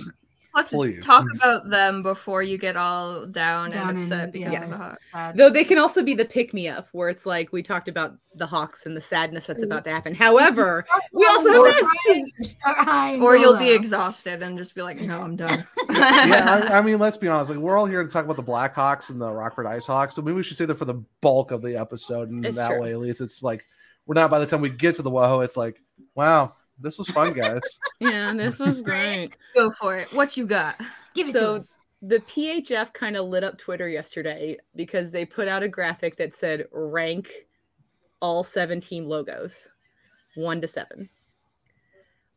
Let's Please. talk about them before you get all down, Down and and- upset because yes. of the hot. Bad. Though they can also be the pick me up, where it's like we talked about the Hawks and the sadness that's Mm-hmm. about to happen. However, we also have Or this. high, Oh, or start Oh, high and Or go you'll be low. exhausted and just be like, no, I'm <laughs> done. <laughs> yeah, <laughs> I, I mean, let's be honest. Like, we're all here to talk about the Blackhawks and the Rockford Icehawks, so maybe we should say that for the bulk of the episode, and It's that true. way, at least it's like we're not. By the time we get to the WoHo, it's like, wow, this was fun, guys. Yeah, <laughs> this was great. Go for it. What you got? Give it so- to us. the PHF kind of lit up Twitter yesterday because they put out a graphic that said rank all seven team logos, one to seven.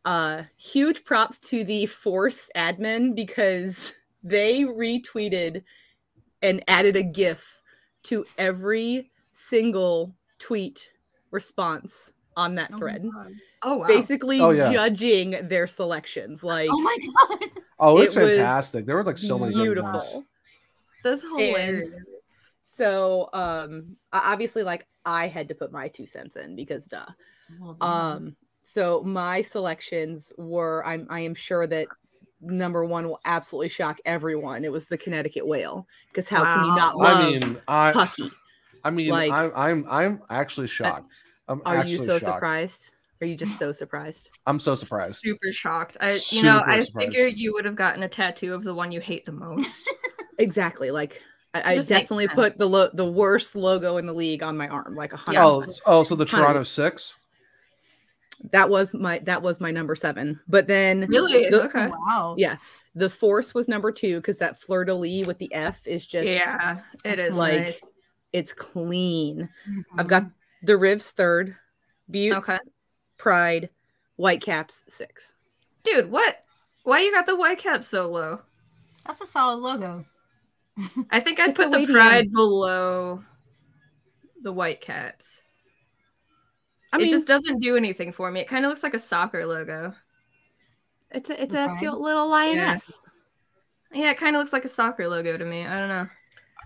Uh, huge props to the Force admin because <laughs> they retweeted and added a GIF to every single tweet response on that thread. Oh, wow. Basically Oh, yeah. judging their selections. Like, Oh my god. Oh, it's It was fantastic. There were like so many good ones. beautiful. That's And hilarious. So, um, I- obviously, like I had to put my two cents in because, duh. Um, so my selections were. I'm. I am sure that number one will absolutely shock everyone. It was the Connecticut Whale because how can you not Wow. love I mean, I Pucky? I mean, Like- Uh, I'm I'm I'm actually shocked. I'm Are actually you so shocked. surprised? Are you just so surprised? I'm so surprised. Super shocked. I, you know, Super I surprised. figure you would have gotten a tattoo of the one you hate the <laughs> most. Exactly. Like I, I Just makes definitely sense. put the lo- the worst logo in the league on my arm. Like a hundred. Oh, percent. oh, so the Hundred. Toronto Six. That was my that was my number seven. But then really? The- okay. Wow. Yeah. The force was number two because that fleur de lis with the F is just yeah, it is like nice. it's clean. I've Mhm. got the Rivs third, Buttes, Okay. Pride, Whitecaps six. Dude, what? Why you got the white cap so low? That's a solid logo. I think I It's a put the lady pride below the white caps. I mean, it just doesn't do anything for me. It kind of looks like a soccer logo. it's a it's a a Pride. cute cute little lioness. Yeah, it kind of looks like a soccer logo to me. I don't know.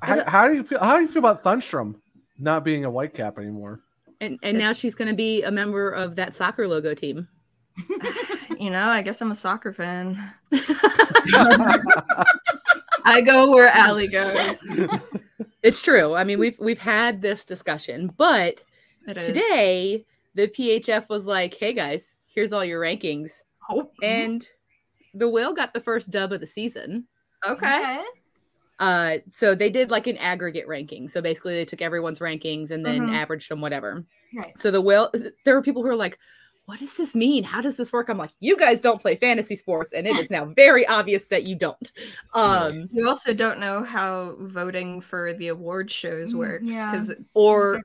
How, how do you feel? How do you feel about Thunstrom not being a Whitecap anymore? And and now she's gonna be a member of that soccer logo team. <laughs> You know, I guess I'm a soccer fan. I go where Allie goes. <laughs> It's true. I mean, we've we've had this discussion, but It is. today the PHF was like, "Hey guys, here's all your rankings," Oh, and the Whale got the first dub of the season. okay. Uh, so they did like an aggregate ranking. So basically, they took everyone's rankings and then Mhm. averaged them, whatever. Right. So the whale, there were people who were like, "What does this mean? How does this work?" I'm like, "You guys don't play fantasy sports, and it is now very obvious that you don't." Um, You also don't know how voting for the award shows Mm, works yeah. because or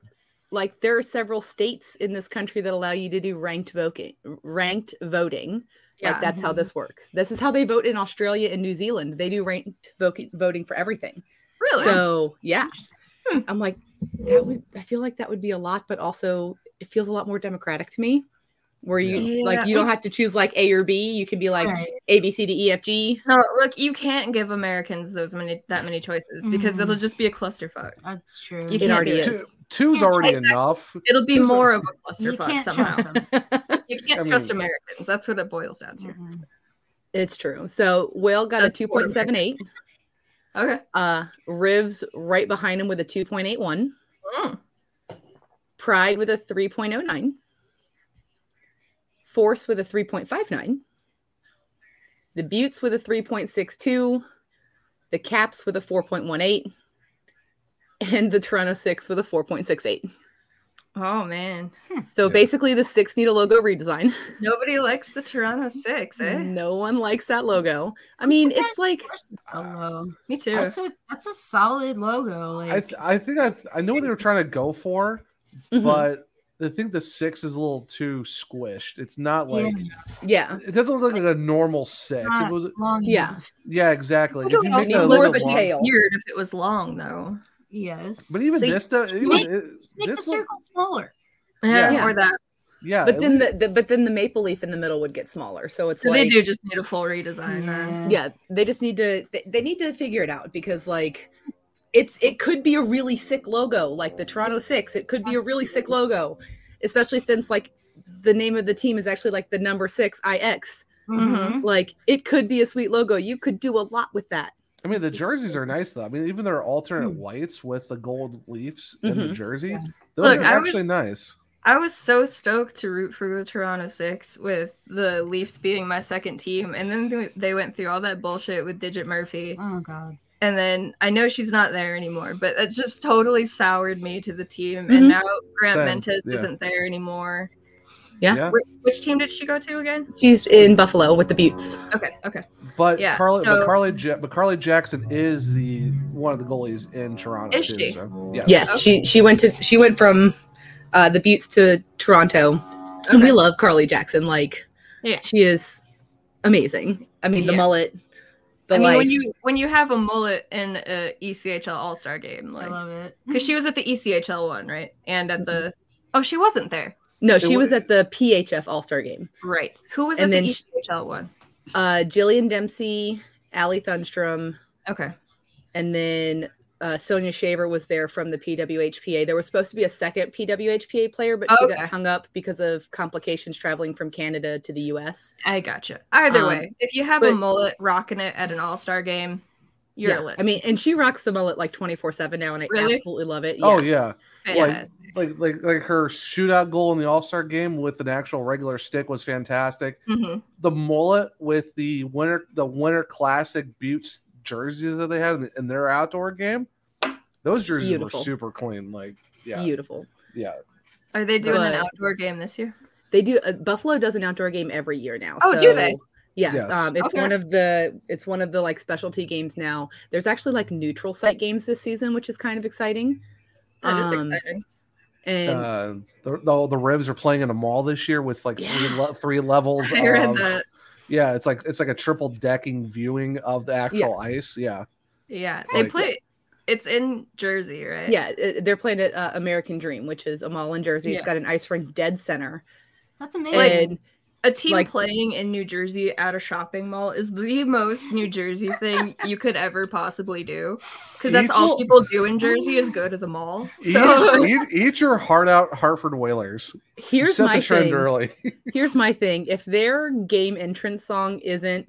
like there are several states in this country that allow you to do ranked voting. Ranked voting. yeah, Like that's how this works. This is how they vote in Australia and New Zealand. They do ranked vo- voting for everything. really. So yeah, Hmm. I'm like that would. I feel like that would be a lot, but also it feels a lot more democratic to me. Where you Yeah. like you don't have to choose like A or B. You can be like Right. A B C D E F G. no, look, you can't give Americans those many that many choices because Mhm. it'll just be a clusterfuck. That's true. You It can't already do it. Two, is. two's Yeah, already exactly. enough. It'll be There's a- more of a You clusterfuck can't somehow. trust them. <laughs> You can't I mean- trust Americans. That's what it boils down to. Mhm. It's true. So Will got That's a 2.78. Okay. Uh, Rivs right behind him with a 2.81. Mm. Pride with a 3.09. Force with a 3.59. The Buttes with a 3.62. The Caps with a 4.18. And the Toronto Six with a 4.68. Oh man, Hmm. So Yeah. basically, the Six need a logo redesign. nobody likes the Toronto Six, eh? <laughs> No one likes that Mm, logo. I mean, it's like, So low. Me too. That's a that's a solid logo. Like I th- I think I I know what they were trying to go for, Mhm. but I think the six is a little too squished. It's not like yeah, it doesn't look like a normal six. It Not was long yeah. enough. yeah, exactly. If It you would make also that a It's look more little of a long- tail. Weird if it was long though. Yes. But even So you- this, though, even make- it- Just make the this look- circle smaller. Yeah, Yeah. or that. yeah, but it then look- the, the but then the maple leaf in the middle would get smaller. So it's So like they do just need a full redesign. then. yeah they just need to they, they need to figure it out because like it's it could be a really sick logo like the toronto six it could be a really sick logo especially since like the name of the team is actually like the number six ix Mhm. like it could be a sweet logo you could do a lot with that I mean, the jerseys are nice though. I mean, even their Mm-hmm. alternate whites with the gold leafs in the Mhm. jersey, Yeah. those Look, are I was- actually nice. I was so stoked to root for the Toronto Six with the Leafs being my second team, and then th- they went through all that bullshit with Digit Murphy, Oh god. and then I know she's not there anymore, but it just totally soured me to the team, Mhm. and now Grant Same, Mentis yeah. isn't there anymore. Yeah. Yeah. Wh- Which team did she go to again? she's in buffalo with the buttes Okay, okay. But Yeah, Carly, but so- Carly, Ja- but Carly Jackson is the one of the goalies in Toronto. Is too, she? so, yeah. yes she she went to she went from uh the buttes to toronto and we Okay. love carly jackson like Yeah. she is amazing i mean the Yeah. mullet the I mean, life. when you when you have a mullet in a E ECHL All Star game, I like love it. E Mm-hmm. because she was at the ECHL one, right? And at the oh, she wasn't there. No, she was at the PHF All Star game. Right. Who was at the E ECHL one? Uh, Jillian Dempsey, Allie Thunstrom. Okay. And then uh, Sonia Shaver was there from the PWHPA. There was supposed to be a second PWHPA player, but she Okay. got hung up because of complications traveling from Canada to the U.S. I gotcha. Either Um, way, if you have a but- mullet rocking it at an all star game, you're yeah. lit. <laughs> I mean, and she rocks the mullet like 24 7 now, and I Really? absolutely love it. Oh yeah, like, Fantastic. like like like her shootout goal in the All Star game with an actual regular stick was fantastic. Mhm. The mullet with the winter the winter classic Buttes jerseys that they had in, in their outdoor game, those jerseys Beautiful. were super clean. Like yeah, Beautiful. yeah. Are they doing an But- outdoor game this year? They do. Uh, Buffalo does an outdoor game every year now. Oh, do they? so- Yeah, Yes. um, it's Okay. one of the it's one of the like specialty games now. There's actually like neutral site games this season, which is kind of exciting. That is Um, exciting. And Uh, the, the the Revs are playing in a mall this year with like three le- three levels. <laughs> I read of- that. Yeah, it's like it's like a triple decking viewing of the actual ice. Yeah, Yeah. They Like- play. It's in Jersey, right? yeah, uh, they're playing at uh, American Dream, which is a mall in Jersey. Yeah. It's got an ice rink dead center, That's Like- amazing. and A team Like- playing in New Jersey at a shopping mall is the most New Jersey thing you could ever possibly do. Because that's all people do in Jersey is go to the mall. eat, So eat, eat your heart out, Hartford Whalers. You here's set my the trend <laughs> thing. early. Here's my thing. If their game entrance song isn't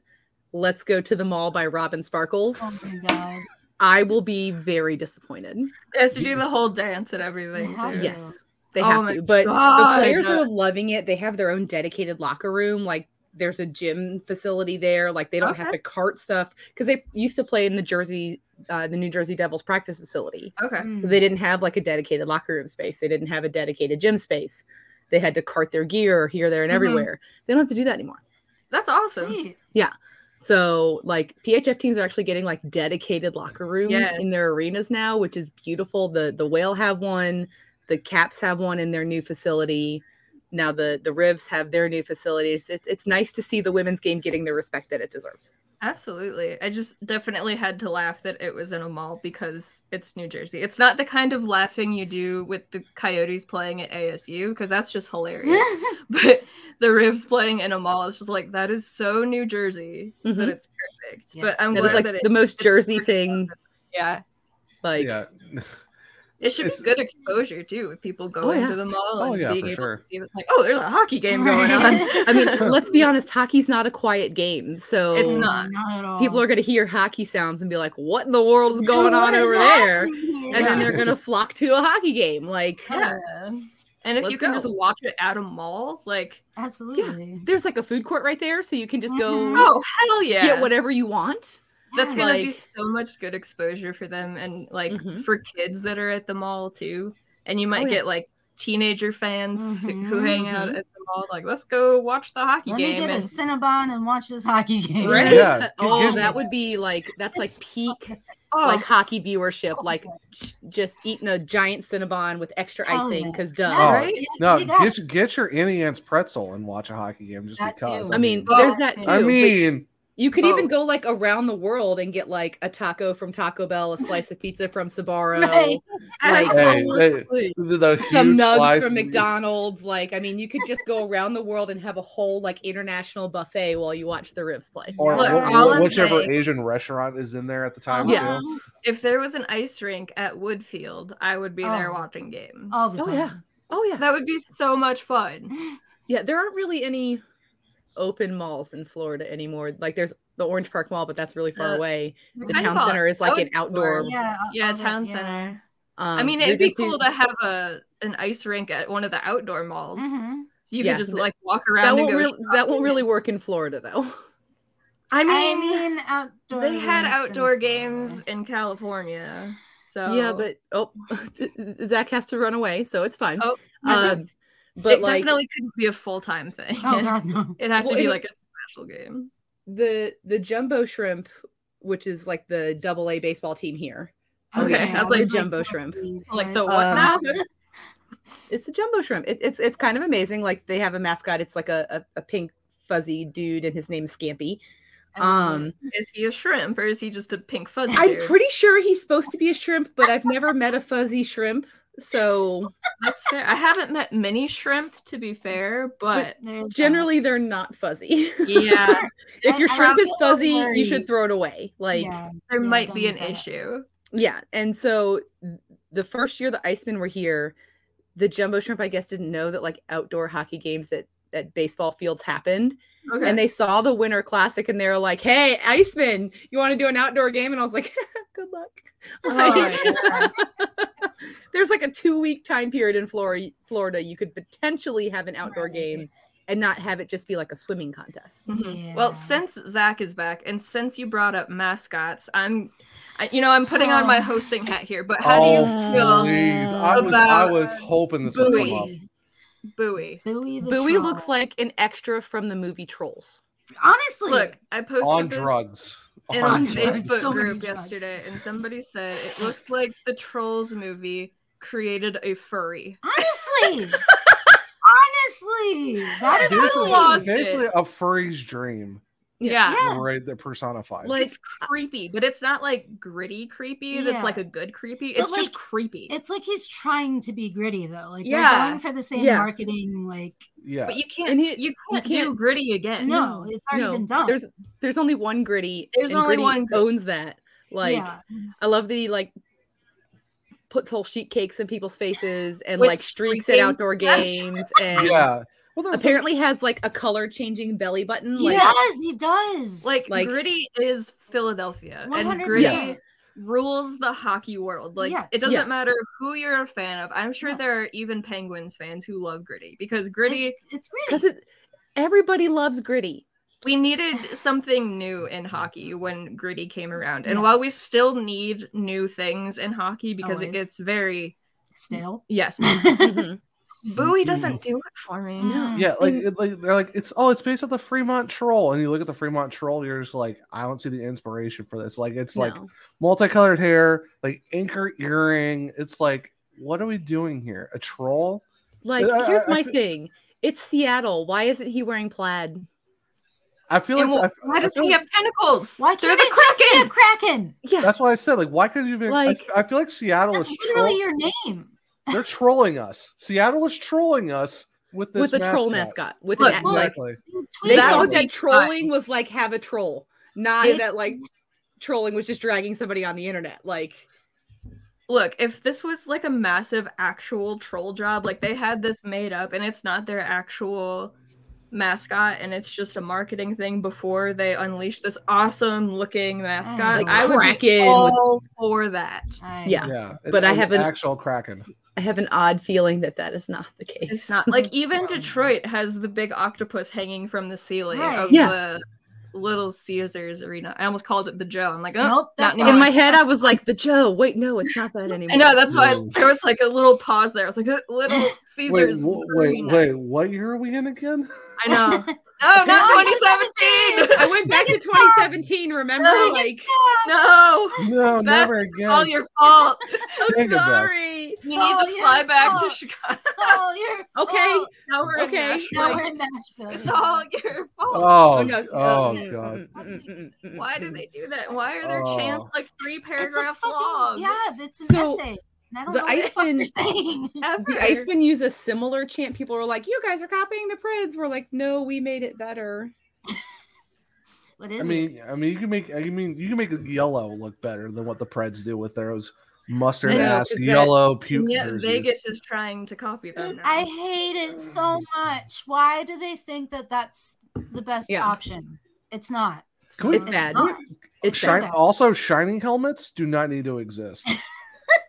"Let's Go to the Mall" by Robin Sparkles, oh my god. I will be very disappointed. they have to do the whole dance and everything. Have Too. Yeah. Yes, they Oh have my to. But God. the players are loving it. They have their own dedicated locker room. Like there's a gym facility there. Like they don't have Okay. to cart stuff because they used to play in the Jersey, uh, the New Jersey Devils practice facility. Okay. So Mm. they didn't have like a dedicated locker room space. They didn't have a dedicated gym space. They had to cart their gear here, there, and Mhm. everywhere. They don't have to do that anymore. That's awesome. Sweet. So like PHF teams are actually getting like dedicated locker rooms Yes. in their arenas now, which is beautiful. The the whale have one, the caps have one in their new facility. Now the the rivs have their new facilities. It's, it's nice to see the women's game getting the respect that it deserves. Absolutely. I just definitely had to laugh that it was in a mall because it's New Jersey. It's not the kind of laughing you do with the Coyotes playing at ASU because that's just <laughs> hilarious. but the Rivs playing in a mall is just like that is so New Jersey that Mhm. it's perfect. But Yes. I'm That glad is like that it, the most it's Jersey pretty thing. fun. Yeah, Like yeah, it should It's- be good exposure too with people going yeah. to the mall Oh, and yeah, being for able sure. to see that like oh there's a hockey <laughs> game going on. <laughs> I mean, let's be honest, hockey's not a quiet game. So It's not. at all. people are gonna hear hockey sounds and be like, What in the world is going on over there? And then they're gonna flock to a hockey game. Like Yeah. And if Let's you can <laughs> go. just watch it at a mall, like absolutely. there's like a food court right there, so you can just go Mhm. oh hell yeah. get whatever you want. That's gonna be Like- so much good exposure for them and like Mhm. for kids that are at the mall too. And you might yeah. get like teenager fans who Mhm. hang out at the mall, like, let's go watch the hockey Let me game. get a And Cinnabon and watch this <laughs> hockey game. Right? Yeah, oh, give- that would be like that's like peak oh, like hockey viewership, like j- just eating a giant cinnabon with extra Hell icing yeah. because Yeah, duh. Oh, right? no, You got- get your- get your any ants pretzel and watch a hockey game just That because. too. I mean, Well, there's that too. I but mean, you could even both. go like around the world and get like a taco from Taco Bell, a slice of pizza <laughs> from Sbarro, Right. hey, like hey, Absolutely. the, the some huge nugs slice- from McDonald's. Like, I mean, you could just go around the world and have a whole like international buffet while you watch the Rivs play. or Look, wh- all I'm whichever saying- Asian restaurant is in there at the time. Yeah. too. If there was an ice rink at Woodfield, I would be there Oh. watching games. All the Oh, time. yeah. Oh yeah, That would be so much fun. Yeah, there aren't really any open malls in Florida anymore. Like there's the Orange Park Mall, but that's really far Uh, away. The Kind of town all- center is like an outdoor. outdoor. Yeah. all- Yeah, all the- town yeah. center. I um, mean, it'd be Regency- cool to have a an ice rink at one of the outdoor malls. Mhm. So you Yeah, could just th- like walk around That and won't, go. really, that won't shopping. really work in Florida though. I I mean, mean, outdoor. they had rinks in outdoor Florida. games in California. So Yeah, but oh, <laughs> Zach has to run away, so it's fine. Oh, <laughs> um, but it like definitely couldn't be a full time thing. <laughs> <laughs> Oh god, no. It'd have Well, to be it- like a special game. the the jumbo shrimp, which is like the Double A baseball team here. Oh, Okay, Okay, sounds sounds like- the jumbo shrimp. <laughs> Like the Uh, what <laughs> now? it's a jumbo shrimp. It, it's it's kind of amazing. Like they have a mascot. It's like a, a, a pink fuzzy dude, and his name is Scampy. Um, Is he a shrimp or is he just a pink fuzz? I'm dude? pretty sure he's supposed to be a shrimp, but I've never met a fuzzy shrimp. So that's fair. I haven't met many shrimp to be fair, but generally they're not fuzzy. Yeah. <laughs> if your I- I shrimp was is fuzzy, you worried. should throw it away. Like there might be an issue. Yeah. And so th- the first year the Icemen were here, the jumbo shrimp, I guess, didn't know that like outdoor hockey games at, at baseball fields happened. Okay. And they saw the winter classic and they were like, Hey, Iceman, you want to do an outdoor game? And I was like, <laughs> Good luck. Like, <laughs> There's like a two week time period in Florida Florida you could potentially have an outdoor game and not have it just be like a swimming contest. Mhm. Well, since Zach is back, and since you brought up mascots, I'm, I, you know, I'm putting on my hosting hat here. But how do Oh, you feel please. I was I about was hoping this would come up. Bowie? Bowie. Bowie, the Bowie troll. looks like an extra from the movie Trolls. Honestly, look, uh, I posted on this drugs. in On our drugs. Facebook group yesterday, and somebody said it looks like the Trolls movie created a furry. <laughs> Honestly. Honestly, that is Basically- really- basically a furry's dream. Yeah. Yeah. right. They're personified. Like, it's creepy, but it's not like gritty creepy. Yeah. That's like a good creepy. But, It's just like, creepy. It's like he's trying to be gritty though. Like Yeah. they're going for the same Yeah. marketing. Like yeah. But you can't, you can't do gritty again. No, it's already been done. There's there's only one gritty. There's and only Gritty one Gritty. owns that. Like Yeah. I love that he like puts whole sheet cakes in people's faces and With like streaks at streaking. outdoor Yes. games and Yeah. apparently has like a color changing belly button. he like, does. He does. Like, Like- gritty is Philadelphia, and 100%. gritty Yeah. rules the hockey world. Like Yes. it doesn't Yeah. matter who you're a fan of. I'm sure there are even Penguins fans who love gritty because gritty. it's Because it, everybody loves gritty. We needed something new in hockey when gritty came around, and while we still need new things in hockey because it Always. gets very stale. <laughs> Yes. Mm-hmm. Mm-hmm. Bowie doesn't do it for me. No. Yeah, like, it, like they're like it's oh it's based on the Fremont Troll, and you look at the Fremont Troll, you're just like I don't see the inspiration for this. Like it's like No. multicolored hair, like anchor earring. It's like what are we doing here? A troll? Like Uh, I- I- here's I my feel- thing. It's Seattle. Why isn't he wearing plaid? I feel like I, Why I does feel he like- have tentacles? Why They're can't the it just be a Kraken. Kraken? Yeah, that's why I said like why couldn't you be? Like- I, I feel like Seattle is troll- Literally your name. they're trolling us. Seattle is trolling us with this With a troll mascot, with an act- like- exactly. They That thought would that be trolling was like have a troll, not It- that like trolling was just dragging somebody on the internet. Like Look, if this was like a massive actual troll job, like they had this made up and it's not their actual mascot and it's just a marketing thing before they unleash this awesome looking mascot, Oh, Like I would be Kraken with- all for that. Yeah. yeah. But it's I an haven't- actual kraken. I have an odd feeling that that is not the case. It's not like even Detroit has the big octopus hanging from the ceiling Right. of Yeah. the Little Caesars arena. I almost called it the Joe. I'm like, oh, <laughs> Nope, not that's anymore. in my head. I was like the Joe. Wait, no, it's not that <laughs> anymore. I know that's why there was like a little pause there. I was like, "That <laughs> Little Wait, Caesars. wh- wait, arena." wait, what year are we in again? I <laughs> know. No, not 2017. I went back to 2017. Remember, No. like No, No, Beth, never it's again. all your fault. I'm Think of that. sorry. You need to fly back to Chicago. <laughs> Oh, you're Okay, Now we're in okay. Nashville. now we're in Nashville. It's all your fault. Oh, Oh, no. oh Mm, god. Mm, Why do they do that? Why are their Oh. chants like three It's a paragraphs fucking- long? Yeah, that's an So, essay. And I don't the know what the fuck Iceman- you're <laughs> saying. Ever. The Icemen use a similar chant. People were like, "You guys are copying the Prids." We're like, "No, we made it better." <laughs> What I is it? mean, I mean, you can make, I mean, you can make yellow look better than what the Preds do with those mustard I know, ass 'cause that- yellow puke And yet jerseys. Vegas is trying to copy them now. I hate it so much. Why do they think that that's the best Yeah. option? It's not. Can we- It's bad. not. It's Shine- bad. also, shiny helmets do not need to exist.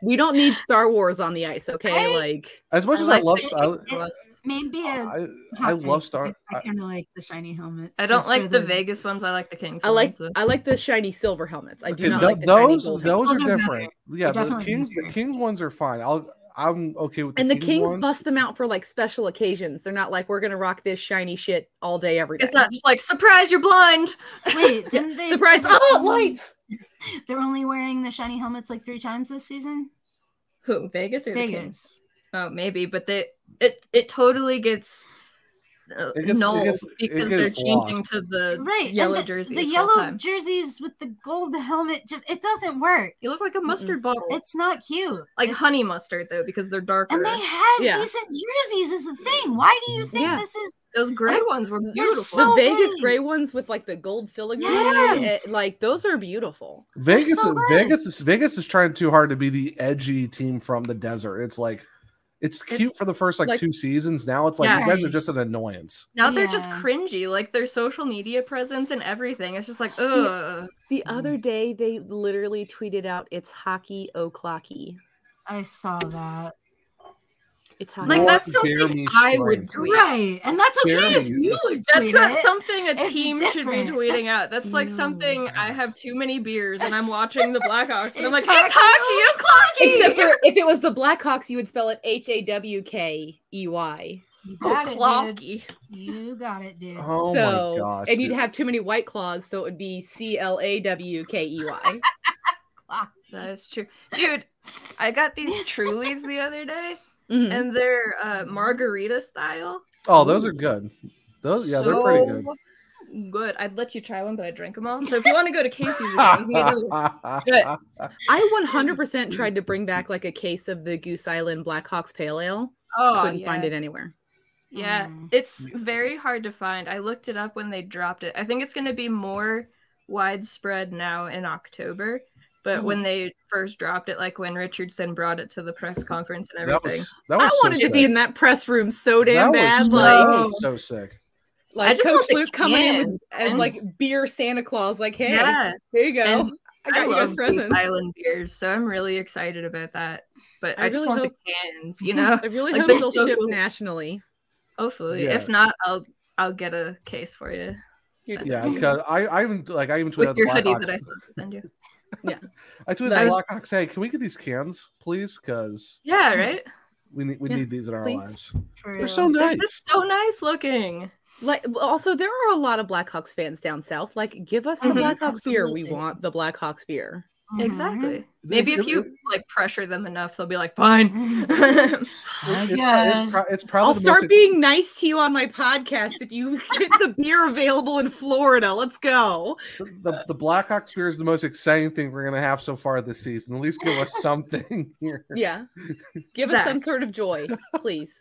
We don't need Star Wars on the ice, okay? Like, As much I as like I love, the- Star, Maybe a I, I hot love take. Star. I, I, kind of like the shiny helmets. I just don't for like the Vegas ones. I like the Kings. I like ones. I like the shiny silver helmets. I do okay, not tho- like the shiny those, gold helmets. those Those are are better. different. Yeah, the definitely Kings, the better. Kings ones are fine. I'll, I'm okay with. And the Kings ones. bust them out for like special occasions. They're not like we're gonna rock this shiny shit all day every day. It's not just like surprise, you're blind. <laughs> Wait, didn't they? Surprise! say Oh, it they're only- lights. <laughs> They're only wearing the shiny helmets like three times this season. Who Vegas or the Kings? Vegas. Oh, maybe, but they it it totally gets uh, It gets- it null gets- it because they're gets changing lost. to the Right, and yellow the, jerseys. The full yellow time. jerseys with the gold helmet just it doesn't work. You look like a mustard bottle. It's not cute. like It's- honey mustard though, because they're darker. And they have Yeah. decent jerseys is the thing. Why do you think Yeah. this is Those gray I- ones were they're beautiful. so- the Vegas pretty. gray ones with like the gold filigree, Yes. eh, like those are beautiful. Vegas, so is, good. Vegas is Vegas is trying too hard to be the edgy team from the desert. It's like it's cute It's for the first like, like- two seasons. Now it's like you Yeah. guys are just an annoyance. now they're just Yeah. cringy, like their social media presence and everything. It's just like, ugh. The other day they literally tweeted out it's hockey o'clocky. I saw that. It's hockey. Like Lord, that's bear something me I would strength. tweet. Right. And that's okay Jeremy, if you would <laughs> That's tweet not it. something a It's team should different. be tweeting out. That's like No. something I have too many beers and I'm watching the Blackhawks and I'm like, It's it's hockey, it's Except hockey. for if it was the Blackhawks, you would spell it H A W K E Y. You got Oh, it, dude. clocky. You got it, dude. Oh so, my gosh! and you'd dude. have too many white claws, so it would be C L A W K E <laughs> Y. That is true. Dude, I got these Trulies the other day and they're uh, margarita style. oh, those are good. Those Oh, yeah, they're pretty good. good. Good. I'd let you try one, but I drank them all. So if you want to go to Casey's again, you can either- <laughs> Good. I 100% tried to bring back like a case of the Goose Island Blackhawks Pale Ale. oh, Couldn't yeah. find it anywhere. Yeah, Mm. it's very hard to find. I looked it up when they dropped it. I think it's going to be more widespread now in October. But when they first dropped it, like when Richardson brought it to the press conference and That everything, was that was I so wanted to sick. be in that press room so That damn was bad. so- Like, that was so sick. like I just want Coach the Luke coming in with, cans, as man. like beer Santa Claus. Like, hey, yeah, here you go. And I got you love guys Goose presents. Island beers, so I'm really excited about that. But I, I just really want hope- the cans, you know. <laughs> I really Like, hope they're they'll so ship cool. nationally. Hopefully, Yeah. if not, I'll I'll get a case for you Yeah, because I, I even like I even tweeted with out the your hoodie that I Blackhawks. supposed to send you. <laughs> <laughs> I, tweeted that the was- Blackhawks, hey, can we get these cans, please? Because Yeah, right. we need we Yeah, need these in our please. lives. For They're real. so They're nice. just so nice looking. Like, also, there are a lot of Blackhawks fans down south. Like, give us the Mhm. Blackhawks beer. We Absolutely. want the Blackhawks beer. Mhm. <laughs> Mm-hmm. Mm-hmm. Exactly. They- Maybe it- if you it- like pressure them enough, they'll be <laughs> like, <laughs> fine. Mhm. It's, it's, Yes. pro- it's probably I'll the start most- being nice to you on my podcast if you <laughs> get the beer available in Florida. Let's go. the, the Blackhawks beer is the most exciting thing we're gonna have so far this season. At least give <laughs> us something here. Yeah. Give us some sort <laughs> of joy, please.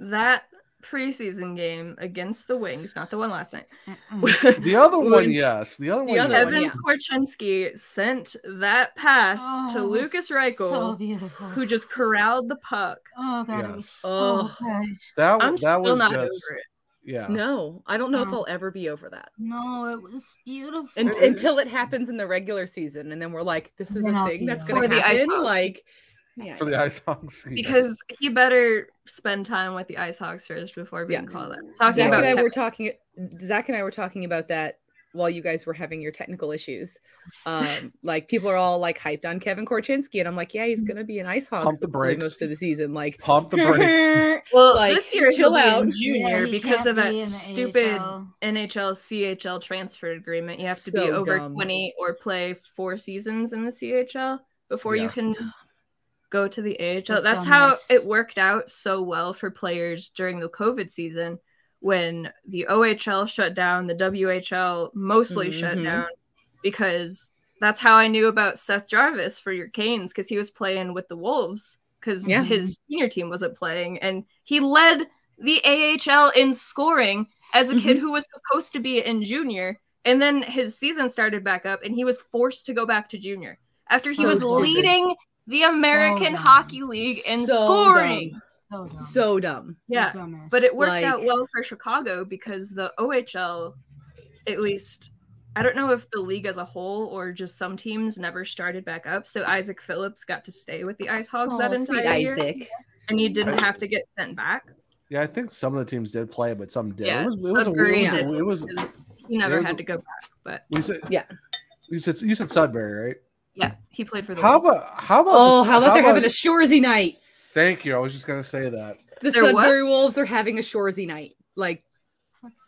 that preseason game against the Wings, not the one last night. Mm-mm. The <laughs> other When one, yes. The other one, other yes. one, Evan yeah. Korchinski sent that pass Oh, to it was Lucas So Reichel, beautiful. who just corralled the puck. Oh god, it was Yes. so Ugh. good. That I'm was still that was not just over it. yeah. No, I don't know if No. I'll ever be over that. No, it was beautiful. Un- until it happens in the regular season, and then we're like, "This is Then a I'll thing be that's on. going For to the ice happen." hockey. Like, yeah, for the Ice Hawks. yeah. Because he better spend time with the Ice Hawks first before being Yeah. called up. Talking Zach about and I Kevin. were talking. Zach and I were talking about that while you guys were having your technical issues. <laughs> Um, like people are all like hyped on Kevin Korchinski, and I'm like, yeah, he's Mm-hmm. gonna be an ice hawk Pump the hopefully brakes. most of the season. Like, pump the brakes. <laughs> well, like, this year chill he'll be out. a Yeah, junior he because can't of be in that the stupid AHL. NHL CHL transfer agreement. You have to be So over dumb. 20 or play four seasons in the CHL before Yeah. you can go to the AHL. The That's dumbest. how it worked out so well for players during the COVID season when the OHL shut down, the WHL mostly shut Mm-hmm. Mhm. down because that's how I knew about Seth Jarvis for your Canes because he was playing with the Wolves because Yeah. his junior team wasn't playing and he led the AHL in scoring as a kid Mm-hmm. who was supposed to be in junior and then his season started back up and he was forced to go back to junior after he So was stupid. leading the So American dumb. Hockey League in So scoring. dumb. So dumb. so dumb. The Yeah. dumbest. But it worked out Like- well for Chicago because the OHL, at least, I don't know if the league as a whole or just some teams never started back up. So Isaac Phillips got to stay with the Ice Hogs Oh, that sweet entire year, Isaac. and he didn't have to get sent back. Yeah, I think some of the teams did play, but some did. Yeah, it was, it was a Sudbury weird. It was, it was did. He never was a- had to go back. But we said, Yeah. You said you said Sudbury, right? yeah, he played for the. How Wolves. about how about Oh, the- how about they're having a Shoresy night? Thank you. I was just gonna say that. The They're what? Sudbury Wolves are having a Shoresy night, like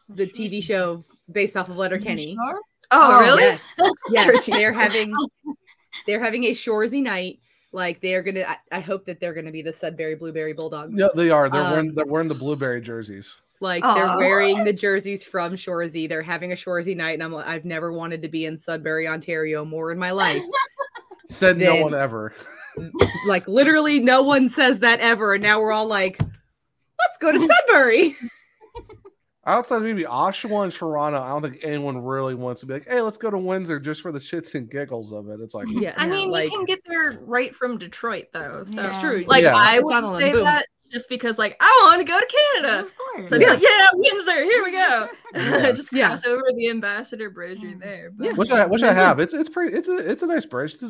the TV show based off of Letterkenny. Sure? Oh, Oh, really? <laughs> Yes, yes. Jersey they're having they're having a Shoresy night. Like they're gonna. I, I hope that they're gonna be the Sudbury Blueberry Bulldogs. Yeah, they are. They're Um, wearing they're wearing the blueberry jerseys. Like Aw. they're wearing the jerseys from Shoresy. They're having a Shoresy night, and I'm like, I've never wanted to be in Sudbury, Ontario, more in my <laughs> life. Said no Then- one ever. like literally, no one says that ever, and now we're all like, let's <laughs> go to Sudbury. Outside of maybe Oshawa and Toronto, I don't think anyone really wants to be like, hey, let's go to Windsor just for the shits and giggles of it. It's like, Yeah, I no, mean, you like- can get there right from Detroit, though. So It's true. Like Yeah. I It's would Donald, say boom. that just because, like, I want to go to Canada. Of course. So yeah. Like, yeah, Windsor, here we <laughs> go. <laughs> Yeah. just Yeah. cross over the Ambassador Bridge. Mm. You're there. But which I which I have. It's it's pretty. It's a it's a nice bridge. It's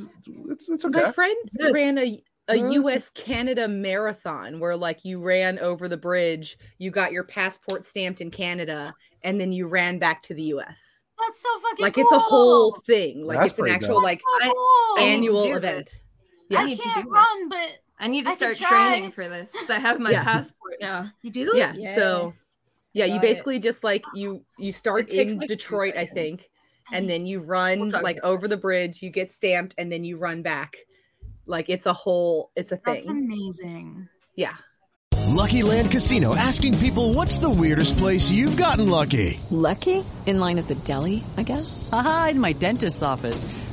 it's, it's okay. My friend ran a a Huh? US Canada marathon where like you ran over the bridge, you got your passport stamped in Canada, and then you ran back to the US. That's so fucking Like it's a whole thing. Like That's it's an pretty actual dope. like I- cool. need to annual do event. this. Yeah. I I need to do can't this. run, but I need to I can start try. training for this because I have my Yeah. passport now. you do. Yeah. Yeah. So yeah, you Got it. basically just like you you start It takes, in like, two Detroit, I seconds. think, and then you run talk like about over the bridge, you get stamped, and then you run back. Like it's a whole it's a That's thing. amazing. yeah. Lucky Land Casino asking people what's the weirdest place you've gotten lucky? Lucky? In line at the deli, I guess? Aha, in my dentist's office.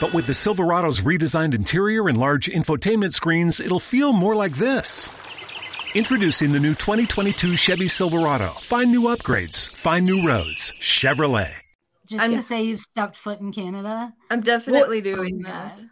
but with the Silverado's redesigned interior and large infotainment screens, it'll feel more like this. Introducing the new 2022 Chevy Silverado. Find new upgrades, find new roads. Chevrolet. Just I'm- to say you've stepped foot in Canada. I'm definitely doing Oh my this.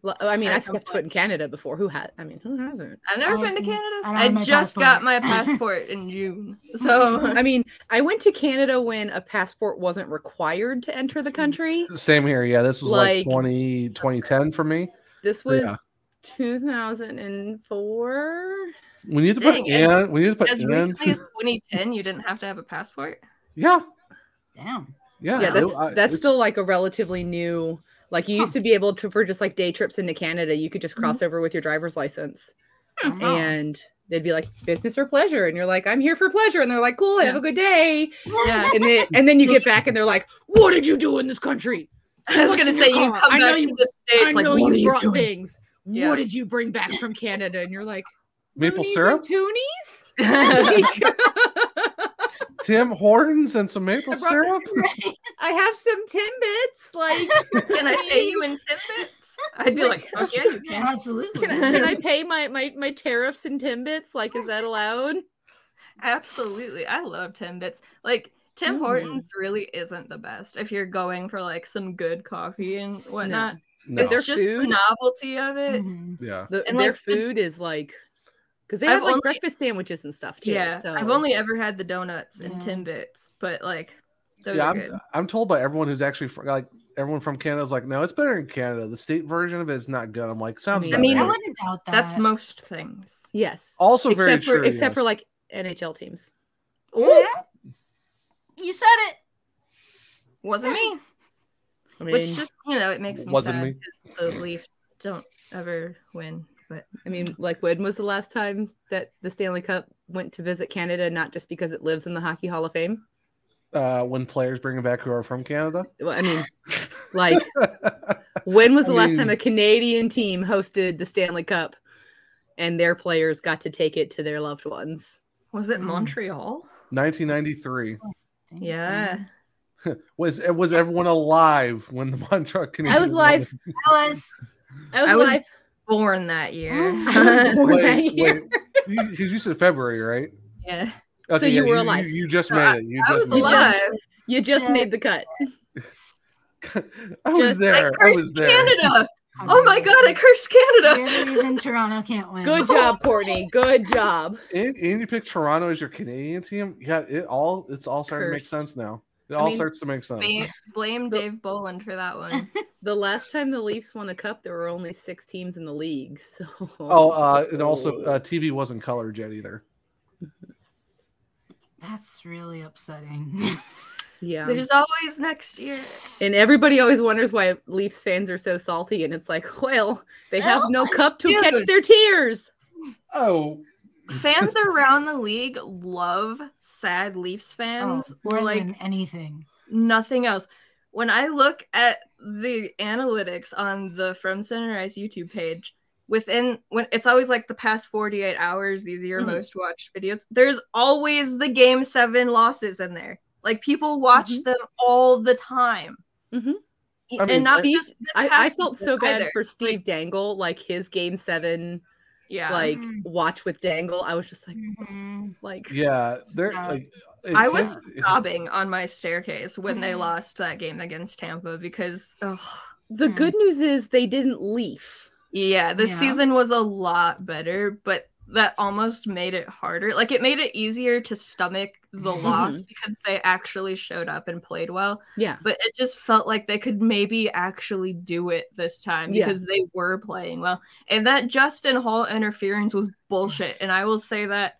Well, I mean, At I've some stepped foot in Canada before. Who has? I mean, who hasn't? I've never I been to Um, don't- Canada. I don't I, have my just passport. got <laughs> my passport in June. So <laughs> I mean, I went to Canada when a passport wasn't required to enter the country. <laughs> Same here. Yeah, this was like, Like- 20, 2010 for me. This was Oh, Yeah. 2004. We need to put Dang, as- and we need to put as and. recently as 2010, you didn't have to have a passport. Yeah, Damn. yeah, Yeah, it- that's I- that's it's- still like a relatively new. Like you used to be able to for just like day trips into Canada, you could just Mm-hmm. cross over with your driver's license, Wow. and they'd be like business or pleasure, and you're like, I'm here for pleasure, and they're like, cool, have a Yeah. good day, Yeah. and then and then you get back, and they're like, what did you do in this country? I was What's gonna in say your you car? come I know back to you- the states I like know what are you you brought doing? things. Yeah. What did you bring back from Canada? And you're like, maple "Loonies syrup, and toonies. <laughs> <laughs> <laughs> Tim Hortons, and some maple brought- syrup. <laughs> I have some Timbits. Like, Can I pay you in tidbits? I'd be like, fuck yeah, you can. Absolutely. <laughs> can I, can I pay my, my my tariffs in Timbits? Like, is that allowed? Absolutely. I love tidbits. Like Tim Mm. Hortons really isn't the best if you're going for like some good coffee and whatnot. No. It's Their just the food? novelty of it. Mhm. Yeah, The, And, their like, the- food is like, because they I've have like only- breakfast sandwiches and stuff too. Yeah, so I've only ever had the donuts and Yeah. Timbits, but like those yeah. are good. I'm, I'm told by everyone who's actually fr- like everyone from Canada is like, no, it's better in Canada. The state version of it is not good. I'm like, sounds. I about mean, I right. wouldn't doubt that. That's most things. yes, also very except for true, except for yes. like NHL teams. you said it. Wasn't me. I mean, Which just you know, it makes me Wasn't sad me. 'cause <laughs> the Leafs don't ever win. But I mean, like, when was the last time that the Stanley Cup went to visit Canada? Not just because it lives in the Hockey Hall of Fame. uh, when players bring it back who are from Canada. Well, I mean, like, when was the I last mean- time a Canadian team hosted the Stanley Cup and their players got to take it to their loved ones? was it Hmm. Mm. Montreal? 1993 Dang. Yeah. <laughs> was was everyone alive when the Montreal Canadiens <laughs> I was won it? live. I was I was, I was live. Born that <laughs> year. I <laughs> was born that Wait, year. because you said February, right? yeah. So you were alive. You, just No, made it. You I just was made it. alive. You just Yeah. made the cut. I was Just- there. I cursed was there. <laughs> Canada. Oh my god, I cursed You're the Canada. Oh. reason Toronto can't win. <laughs> Good job, Courtney. Good job. And, and you pick Toronto as your Canadian team. Yeah, it all it's all starting to make Cursed. sense now. It I all mean, starts to make sense. Blame, blame Dave Boland for that one. <laughs> The last time the Leafs won a cup, there were only six teams in the league. <laughs> So Oh, uh, and also uh, TV wasn't colored yet either. That's really upsetting. Yeah. There's always next year. And everybody always wonders why Leafs fans are so salty. And it's like, well, they have no cup to catch their tears. Oh. <laughs> Fans around the league love sad Leafs fans. Oh, more like than anything. nothing else. When I look at the analytics on the From Center Ice YouTube page, within when it's always like the past 48 hours, these are your Mhm. most watched videos. There's always the game seven losses in there. Like people watch them all the time. Mm-hmm. I mean, like- Steve- just this I, I past felt season so bad either. for Steve Dangle, like his game seven, Yeah. Mm. like Mhm. watch with Dangle. I was just like, like Mm. Yeah, they're Yeah. like. Mm-hmm. I it's- was sobbing on my staircase when they lost that game against Tampa because ugh. the good news is they didn't leaf. Yeah, this Yeah. season was a lot better, but that almost made it harder. Like it made it easier to stomach <laughs> the loss Mhm. because they actually showed up and played well. Yeah. But it just felt like they could maybe actually do it this time Yeah. because they were playing well. And that Justin Hall interference was bullshit. And I will say that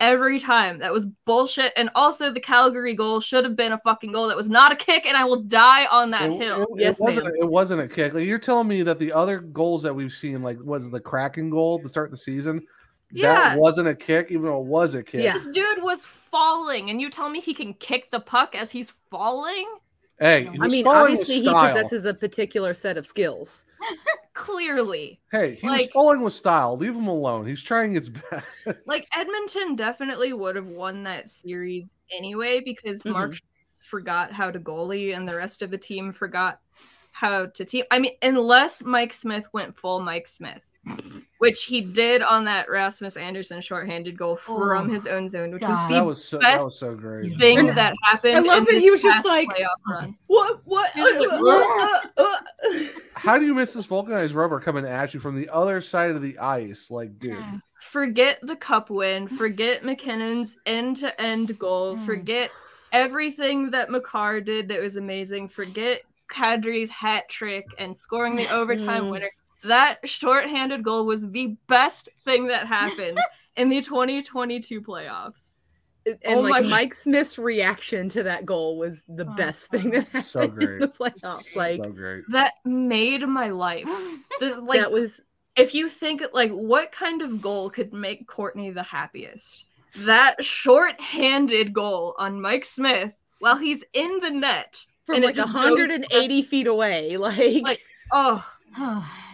every time. That was bullshit. And also the Calgary goal should have been a fucking goal. That was not a kick, and I will die on that it- hill. it- it wasn't, it wasn't a kick. Like, you're telling me that the other goals that we've seen, like was the Kraken goal to start the season, Yeah. that wasn't a kick, even though it was a kick. This dude was falling, and you tell me he can kick the puck as he's falling? Hey, he I was mean, falling obviously with he style. possesses a particular set of skills. Clearly. Hey, he was like- falling with style. Leave him alone. He's trying his <laughs> best. Like Edmonton definitely would have won that series anyway because Mm-hmm. Mark Mhm. Schwartz forgot how to goalie and the rest of the team forgot how to team. I mean, unless Mike Smith went full Mike Smith, which he did on that Rasmus Anderson shorthanded goal from Oh, his own zone, which God. was the That was so- that best was so great. thing Yeah. that happened. I love in that he was this just past like, playoff run. What? What? uh, How do you miss this vulcanized rubber coming at you from the other side of the ice? Like, dude. forget the cup win, forget McKinnon's end to end goal, forget everything that McCarr did that was amazing, forget Kadri's hat trick and scoring the overtime Mm. winner. That shorthanded goal was the best thing that happened in the 2022 playoffs. And oh like my- Oh. Mike Smith's reaction to that goal was the best thing that happened So in great. the playoffs. Like so great. that made my <laughs> life. This, like That was- if you think like what kind of goal could make Courtney the happiest? That short-handed goal on Mike Smith while he's in the net From, and it like, just goes 180 feet away. <laughs> Like, oh.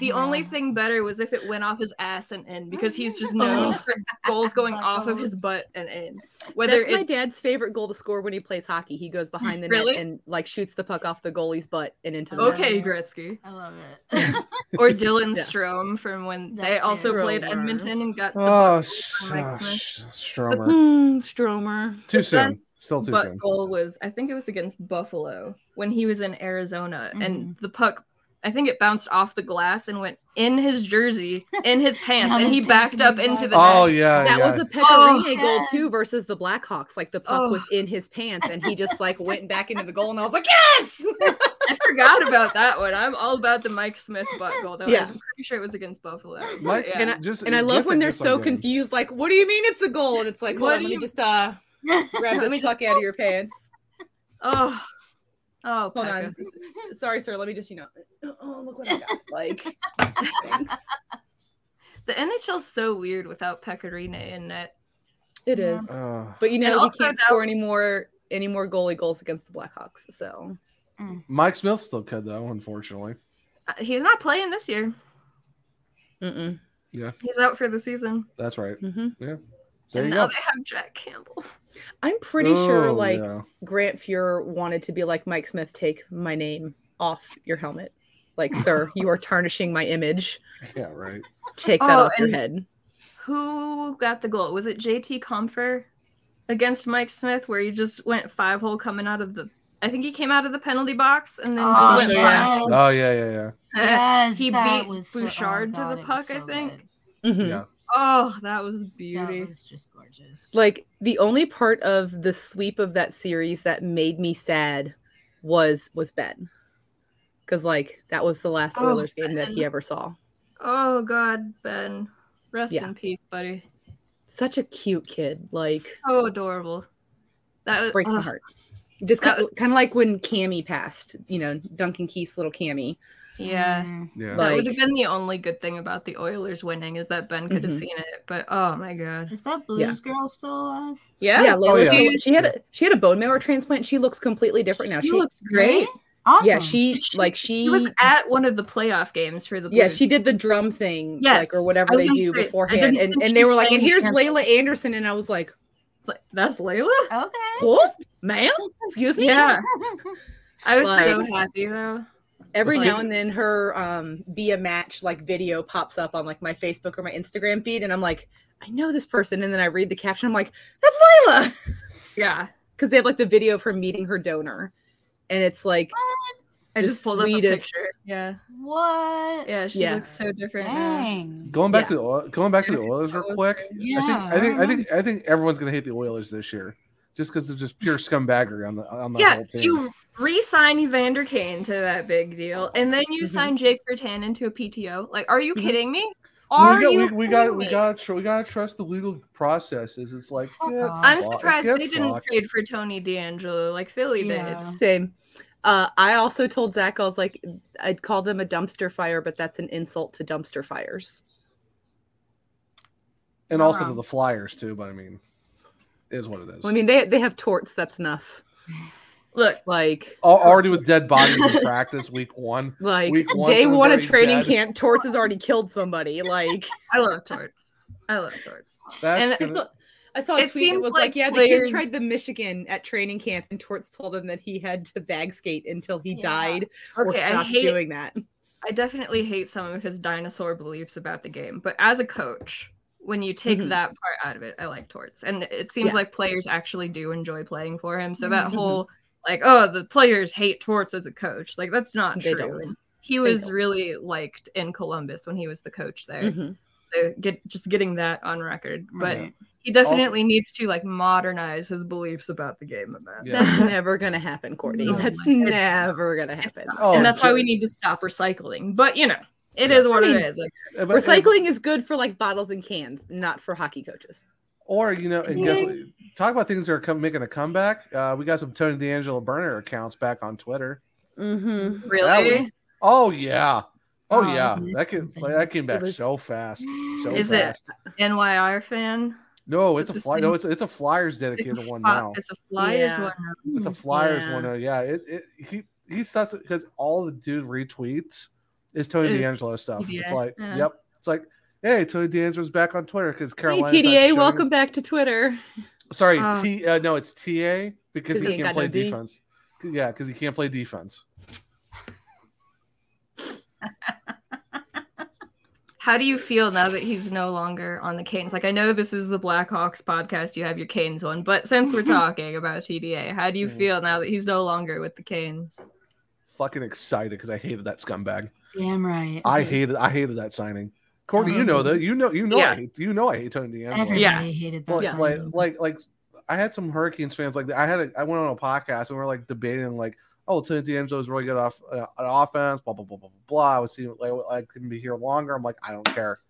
The only thing better was if it went off his ass and in because he's just known for goals going off of his butt and in. Whether that's my it's dad's favorite goal to score when he plays hockey. He goes behind the Really? net and like shoots the puck off the goalie's butt and into the okay, net. Gretzky. I love it. <laughs> or Dylan Yeah. Strom from when That they too. also played Stromer. Edmonton and got the Oh, butt sh- from Mike oh, Smith. Mm-hmm. sh- Stromer. Mm, Stromer. Too The soon. best Still too butt soon. goal was I think it was against Buffalo when he was in Arizona and Mm. the puck I think it bounced off the glass and went in his jersey, in <laughs> his pants, Down and his he backed up into the Oh, net. yeah, That yeah. was a Pecorino Oh, goal yes. too versus the Blackhawks. Like the puck Oh. was in his pants and he <laughs> just like went back into the goal and I was like, yes. <laughs> I forgot about that one. I'm all about the Mike Smith butt goal. Though. Yeah. I'm pretty sure it was against Buffalo. Mike But, and I, and I love when they're so confused. Like, what do you mean it's a goal? And it's like, hold What on, do let me you- just uh <laughs> grab this puck out of your pants. Oh, oh, hold on. Sorry, sir. Let me just, you know. <laughs> Oh, look what I got. Like, <laughs> The NHL's so weird without Pecorine in it. It is. Oh. But you And know, he also can't now- score any more any more goalie goals against the Blackhawks. So Mike Smith still could though, unfortunately. Uh, He's not playing this year. Mm-mm. Yeah, He's out for the season. that's right. Yeah. So there Mm-hmm. And you now go. they have Jack Campbell. I'm pretty sure Oh, like yeah. Grant Fuhrer wanted to be like Mike Smith, take my name off your helmet. Like, sir, you are tarnishing my image. <laughs> Yeah, right. Take that Oh, off your and- head. Who got the goal? Was it JT Comfer against Mike Smith where he just went five hole coming out of the I think he came out of the penalty box and then Oh, just went yeah. five. Oh yeah, yeah, yeah. <laughs> <laughs> Yes, he that beat was so- oh, Bouchard God, to it the was puck, I so think. Mm-hmm. Yeah. Oh, that was beauty. That was just gorgeous. Like the only part of the sweep of that series that made me sad was was Ben. Cause like that was the last Oh, Oilers game that he Ben. ever saw. Oh God, Ben, rest Yeah. in peace, buddy. Such a cute kid. Like So adorable. That was, breaks my ugh. heart. Just kind of, like when Cammy passed, you know, Duncan Keith's little Cammy. Mm-hmm. Yeah. Yeah. That would Like- have been the only good thing about the Oilers winning is that Ben could have Mhm. seen it. But oh my god. Is that Blues girl still alive? Yeah. yeah, Layla, Oh, yeah. She, she had a, she had a bone marrow transplant. She looks completely different now. She looks great. Yeah, Awesome. she like she, She was at one of the playoff games for the Blues. yeah she did the drum thing Yes, like or I whatever was they gonna do say, I beforehand, didn't and, think and she they were like, sang and here's dance. Layla Anderson, and I was like, that's Layla. Okay. What, ma'am? Excuse me. Yeah. I was so Like- happy though. Every Like- now and then, her um, be a match like video pops up on like my Facebook or my Instagram feed, and I'm like, I know this person, and then I read the caption, I'm like, that's Layla. <laughs> Yeah, because they have like the video of her meeting her donor, and it's like, I the just pulled up a sweetest- picture. Yeah. What? Yeah, she Yeah. looks so different. now. Going back to the Oil- going back to the Oilers real quick. Yeah, I think I think I think I think everyone's gonna hate the Oilers this year, just because of just pure scumbaggery on the on the Yeah, whole team. you re-sign Evander Kane to that big deal, and then Mm-hmm. you sign Jake Vertanen to a PTO. Like, are you Mhm. kidding me? We Are got- you? we, we got kidding we me? got tr- we got to trust the legal processes. It's like get I'm fucked, surprised get they didn't fucked. trade for Tony D'Angelo like Philly did. Same. Uh, I also told Zach I was like, I'd call them a dumpster fire, but that's an insult to dumpster fires. and also to Wrong. the Flyers too. But I mean, it is what it is. Well, I mean, they they have torts. That's enough. Look, like Al- already with dead bodies in practice week one. like week day they're one of already training dead. camp, torts has already <laughs> killed somebody. Like I love torts. I love torts. That's And- I gonna- saw, I saw a It tweet. It seems was like, like yeah, the players- kid tried the Michigan at training camp, and Torts told him that he had to bag skate until he died or Okay, I stopped hate- doing that. I definitely hate some of his dinosaur beliefs about the game, but as a coach, when you take Mhm. that part out of it, I like Torts, and it seems Yeah. like players actually do enjoy playing for him. So that Mhm. whole like, oh, the players hate Torts as a coach, like that's not They true. don't. And He They was don't. really liked in Columbus when he was the coach there. Mhm. So get just getting that on record, but. Right. He Also- definitely needs to like modernize his beliefs about the game. About That's never gonna happen, Courtney. No. That's never gonna happen. Oh, and that's why we need to stop recycling. But you know, it is what I mean, it is. Like, Recycling is good for like bottles and cans, not for hockey coaches. Or you know, and guess what? Talk about things that are come, making a comeback. Uh, we got some Tony D'Angelo burner accounts back on Twitter. Mm-hmm. That was- oh yeah. Oh yeah. That came that came back It was- so fast. So is fast. it NYR fan? No, it's a fly. No, thing? it's it's a Flyers dedicated one Fly- now. it's a Flyers Yeah. one now. It's a Flyers Yeah. one now. Yeah. It, it he he sucks because all the dude retweets is Tony Is D'Angelo stuff. It's TDA, like, yeah. yep. It's like, hey, Tony D'Angelo's back on Twitter because Hey, Carolina. TDA, welcome back to Twitter. Sorry, Oh. T. Uh, no, it's TA because 'Cause he he's can't got play no D. defense. Yeah, because he can't play defense. How do you feel now that he's no longer on the Canes? Like, I know this is the Blackhawks podcast. You have your Canes one, but since <laughs> we're talking about TDA, how Mm. do you feel now that he's no longer with the Canes? Fucking excited because I hated that scumbag. Damn right. I Mm-hmm. hated I hated that signing. Courtney, you know that you know you know Yeah. I hate you know I hate Tony D'Angelo. Everybody Yeah. hated that Like, signing. like like like I had some Hurricanes fans like I had a, I went on a podcast and we were like debating like oh Tony D'Angelo is really good off uh, on offense blah blah blah blah blah, blah. I would see like I can be here longer. I'm like I don't care.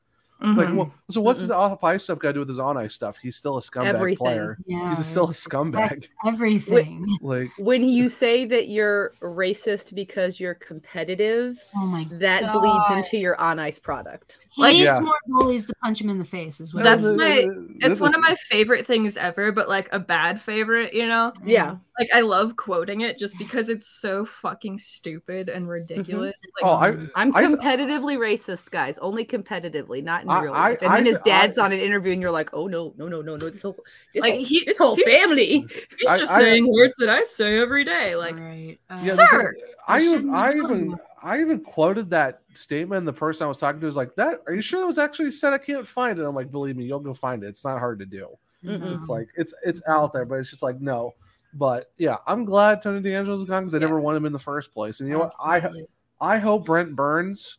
Like Mhm. well, so what's his off ice stuff got to do with his on ice stuff? He's still a scumbag Everything. player. Yeah. He's still a scumbag. Everything. like When you say that you're racist because you're competitive, oh my that God. bleeds into your on ice product. He needs more goalies to punch him in the face. Is what That's it is. my. It's one of my favorite things ever, but like a bad favorite, you know? Yeah. Like I love quoting it just because it's so fucking stupid Mm-hmm. and ridiculous. Like, Oh, am competitively racist, guys. Only competitively, not in I- real I- life. And I- then his I- dad's on an interview, and you're like, "Oh no, no, no, no, no!" This whole, this Like, whole, he- this whole he- family. <laughs> He's I- just I- saying words that I say every day. Like, Uh, Yeah, the sir, thing- I even, I even, I even quoted that statement. And the person I was talking to was like, "That are you sure that was actually said? I can't find it." I'm like, "Believe me, you'll go find it. It's not hard to do. Mhm. It's like it's it's out there, but it's just like no." But yeah, I'm glad Tony D'Angelo's gone because I never wanted him in the first place. And you know what? I ho- I hope Brent Burns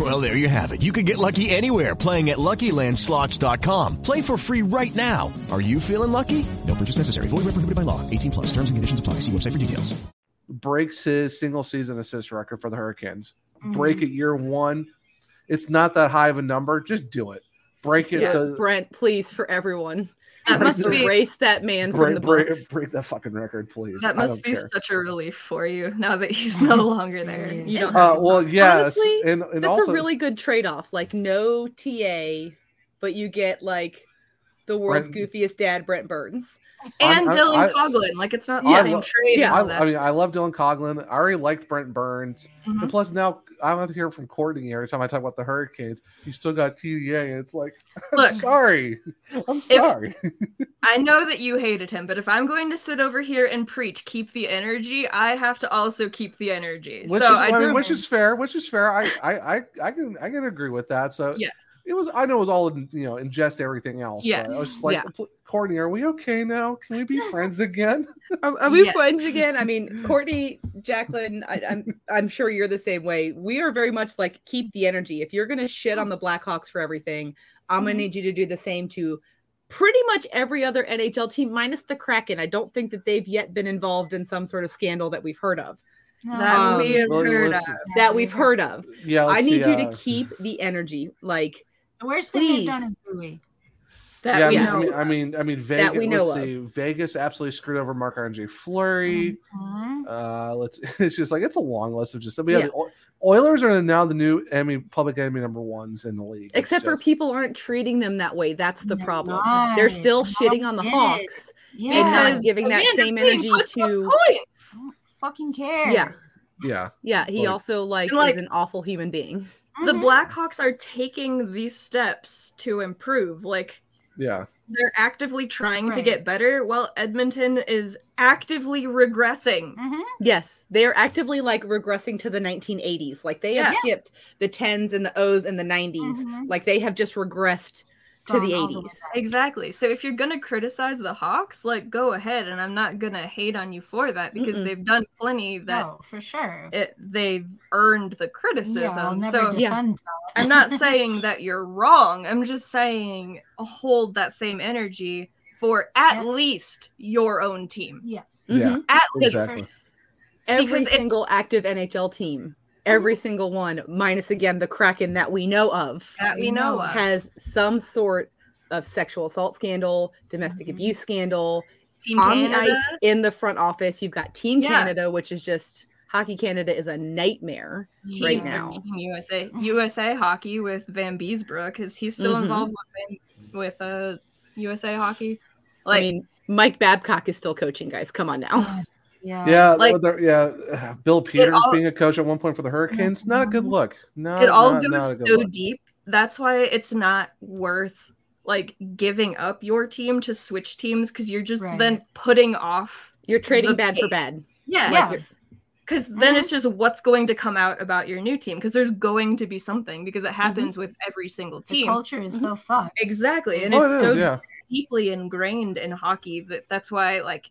Well, there you have it. You can get lucky anywhere playing at LuckyLandSlots.com. Play for free right now. Are you feeling lucky? No purchase necessary. Void where prohibited by law. 18 plus. Terms and conditions apply. See website for details. breaks his single season assist record for the Hurricanes. Mhm. Break it year one. It's not that high of a number. Just do it. Break it. Yeah, So Brent, please, for everyone. That must be- erase that man from break, the break, books. break that fucking record, please. That I must don't be care. such a relief for you now that he's <laughs> no longer there. You don't have Uh, to well, talk. yes, Honestly, and, and that's also a really good trade-off. Like no TA, but you get like the world's Brent- goofiest dad, Brent Burns, And I'm- Dylan I- Coughlin. Like it's not the I same lo- I, trade. Yeah. I mean, I love Dylan Coughlin. I already liked Brent Burns, and Mhm. plus now I don't have to hear from Courtney every time I talk about the Hurricanes. You still got TDA, and it's like, <laughs> I'm Look, sorry, I'm if- sorry. I know that you hated him, but if I'm going to sit over here and preach, keep the energy, I have to also keep the energy. which so is, I, I mean, do- which is fair, which is fair. I, I, I, I can, I can agree with that. So Yes. it was. I know it was all in, you know, ingest everything else. but Yes, I was just like, yeah. "Pl- Courtney, are we okay now? Can we <laughs> be friends again? Are, are we Yes. friends again? I <laughs> mean, Courtney, Jacqueline, I, I'm I'm sure you're the same way. We are very much like keep the energy. If you're gonna shit on the Blackhawks for everything, I'm gonna Mhm. need you to do the same to pretty much every other NHL team, minus the Kraken. I don't think that they've yet been involved in some sort of scandal that we've heard of. that Um, we have Well, heard of. listen. That we've heard of. <laughs> Yeah, I let's need see, you uh, to keep the energy. Like The worst thing they've please. done is Bowie. That yeah, we I know. mean, I mean, I mean, I mean, Vegas. we know let's see, Vegas absolutely screwed over Mark Andre Fleury. Uh, let's. <laughs> It's just like it's a long list of just. We have Mm-hmm. Yeah. the Oil- Oilers are now the new enemy, public enemy number ones in the league. It's Except for just- people aren't treating them that way. That's the They're problem. not. They're still Not shitting on the it. Hawks and Yeah. not giving that Again, same they're playing energy football to points. Fucking care. yeah, yeah, yeah. He Like- also like, And, like- is an awful human being. The Mhm. Blackhawks are taking these steps to improve. Like yeah. they're actively trying to Right. get better while Edmonton is actively regressing. Mhm. Yes, they are actively like regressing to the 1980s. Like they have Yeah. skipped the tens and the O's and the 90s. Mhm. Like they have just regressed to Gone the all the way 80s. back. Exactly. So if you're gonna criticize the Hawks, like go ahead, and I'm not gonna hate on you for that because Mm-mm. they've done plenty that No, for sure. it, they've earned the yeah, I'll criticism. never um, so Yeah. defend I'm <laughs> not saying that you're wrong. I'm just saying hold that same energy for at Yeah. least your own team. Yes. Yeah, Mhm. Mm-hmm. At least. Exactly. Every Because it- Oh. single active NHL team, every single one, minus again the Kraken that we know of. That we know of. has some sort of sexual assault scandal, domestic Mhm. abuse scandal. Mm-hmm. Team On the Canada, ice, in the front office, you've got Team Yeah. Canada, which is just Hockey Canada is a nightmare team, right now. Team USA, USA hockey with Van Beesbrook because he's still Mhm. involved with Van- with uh, USA hockey. Like Oh, I mean, Mike Babcock is still coaching, guys. Come on now. Yeah. Yeah, Um, like- there- yeah. <sighs> Bill Peters all- Mm-hmm. being a coach at one point for the Hurricanes, not a good look. No, it all not- not a goes good so look. deep. That's why it's not worth like giving up your team to switch teams because you're just Right. then putting off. You're trading The bad for pace. bad. Mm-hmm. Yeah, Yeah. because then Mhm. it's just what's going to come out about your new team because there's going to be something because it Mm-hmm. happens with every single The team. Mm-hmm. culture is so fucked. Exactly, and Oh, it's it is, so yeah. deeply ingrained in hockey that that's why like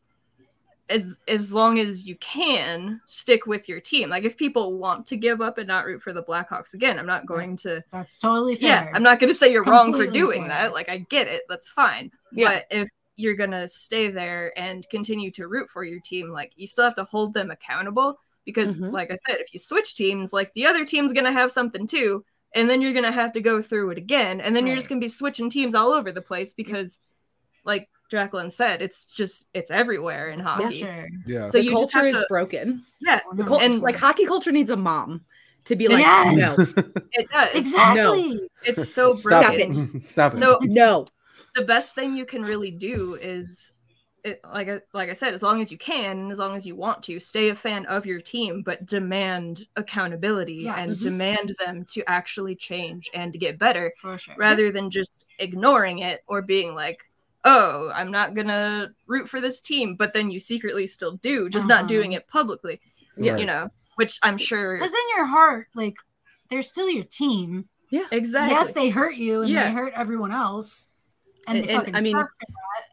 as as long as you can stick with your team. Like if people want to give up and not root for the Blackhawks again, I'm not going to That's totally fair. yeah, I'm not gonna say you're wrong for Completely doing fair. that. Like I get it, that's fine. Yeah. But if you're gonna stay there and continue to root for your team, like you still have to hold them accountable because Mhm. like I said, if you switch teams, like the other team's gonna have something too, and then you're gonna have to go through it again, and then you're just Right. gonna be switching teams all over the place because like Jacqueline said, it's just it's everywhere in hockey. Culture. Yeah. So The you just culture have is to- broken. Yeah, The cul- and like hockey culture needs a mom to be like, Yes. no, <laughs> it does Exactly. No. It's so Stop broken. it. <laughs> Stop it. So <laughs> no, the best thing you can really do is, it, like I, like I said, as long as you can and as long as you want to, stay a fan of your team, but demand accountability Yes. and demand them to actually change and to get better, For sure. rather than just ignoring it or being like. Oh, I'm not gonna root for this team, but then you secretly still do, just Uh-huh. not doing it publicly. Yeah. You know, which I'm sure Because in your heart, like they're still your team. Yeah, exactly. Yes, they hurt you and Yeah. they hurt everyone else. And, they And- and, fucking I mean, suck for that.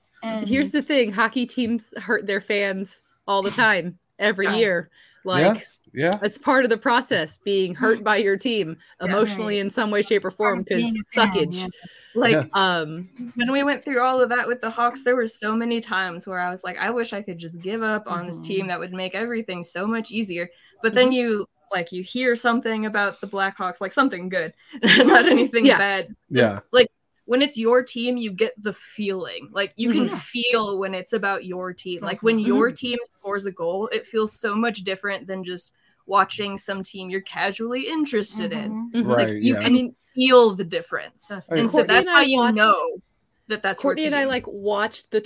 And Here's the thing: hockey teams hurt their fans all the time, every Yes. year. Like, yeah. it's part of the process being hurt by your team Yeah. emotionally in some way, shape, or form because being a fan, suckage. yeah. Like, Yeah. um, when we went through all of that with the Hawks, there were so many times where I was like, I wish I could just give up on this Mm-hmm. team that would make everything so much easier. But then Mhm. you like you hear something about the Blackhawks, like something good, <laughs> not anything Yeah. bad. Yeah. <laughs> Like when it's your team, you get the feeling. Like you can Mhm. feel when it's about your team. Like when your Mhm. team scores a goal, it feels so much different than just watching some team you're casually interested in. Mhm. Like Right, you yeah. can I mean- feel the difference. Definitely. And so Courtney that's and I how you watched- know that that's Courtney her and I team. like watched the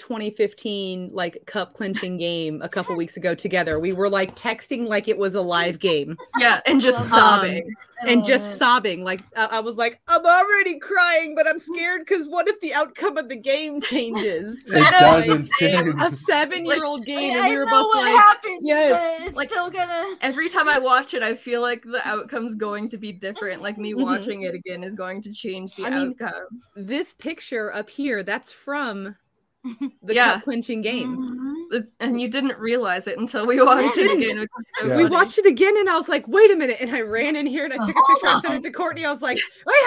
2015 like cup clinching game a couple weeks ago together. We were like texting like it was a live game. Yeah, and just Um, sobbing. Oh, and just sobbing. Like I, I was like, I'm already crying, but I'm scared because what if the outcome of the game changes? <laughs> It doesn't change. A seven-year-old game, and we were both like, "Yes, it's still gonna. Every time I watch it, I feel like the outcome's going to be different. Like me <laughs> Mhm. watching it again is going to change the I mean, outcome. this picture up here, that's <laughs> from the Yeah. cup clinching game." And you didn't realize it until we <laughs> watched it again. which was so Yeah. Oh, We funny. watched it again, and I was like, "Wait a minute!" And I ran in here and I took a picture and sent it to Courtney. I was like, "I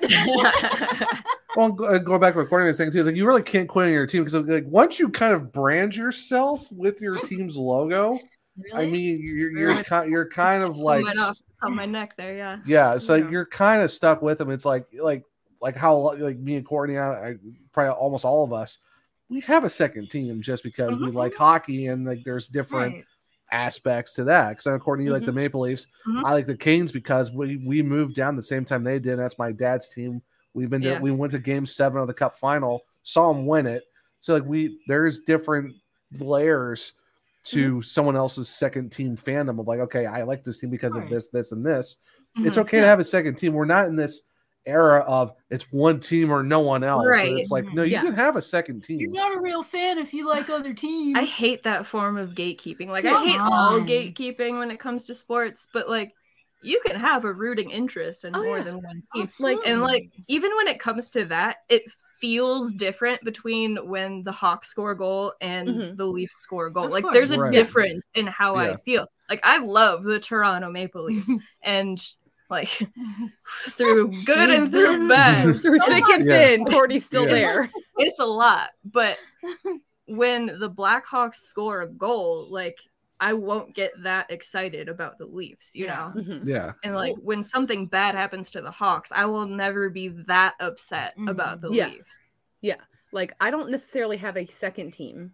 have that." Well, go- uh, going back to recording this thing too, is like you really can't quit on your team because like once you kind of brand yourself with <laughs> your team's logo, I Really? mean you're you're, ki- you're kind <laughs> of It like went off on my neck there, yeah. yeah, so you're kind of stuck with them. It's like like like how like me and Courtney, I, I probably almost all of us, we have a second team just because we like hockey and like there's different Mm-hmm. Right. aspects to that. Because Courtney, you like the Maple Leafs, Mhm. I like the Canes because we we moved down the same time they did. and that's my dad's team. We've been to, Yeah. we went to Game Seven of the Cup final, saw him win it. So like we there's different layers to Mm-hmm. someone else's second team fandom of like, okay, I like this team because of Right. this, this, and this. It's Mm-hmm. Mhm. okay to have a second team. We're not in this era of it's one team or no one else. And Right. It's like, no, you Yeah. can have a second team. You're not a real fan if you like other teams. I hate that form of gatekeeping. Like I Come hate all on. gatekeeping when it comes to sports, but like you can have a rooting interest in more than one team. Like and like even when it comes to that, it feels different between when the Hawks score a goal and Mhm. the Leafs score a goal. Of like course. there's a Right. difference in how Yeah. I feel. Like I love the Toronto Maple Leafs and like through <laughs> good and through We've bad, <laughs> been through thick and Yeah. thin, Courtney's still Yeah. there. <laughs> It's a lot, <laughs> but when the Blackhawks score a goal, like I won't get that excited about the Leafs, you know. Mm-hmm. Yeah. And like when something bad happens to the Hawks, I will never be that upset about the Yeah. Leafs. Yeah. Like I don't necessarily have a second team.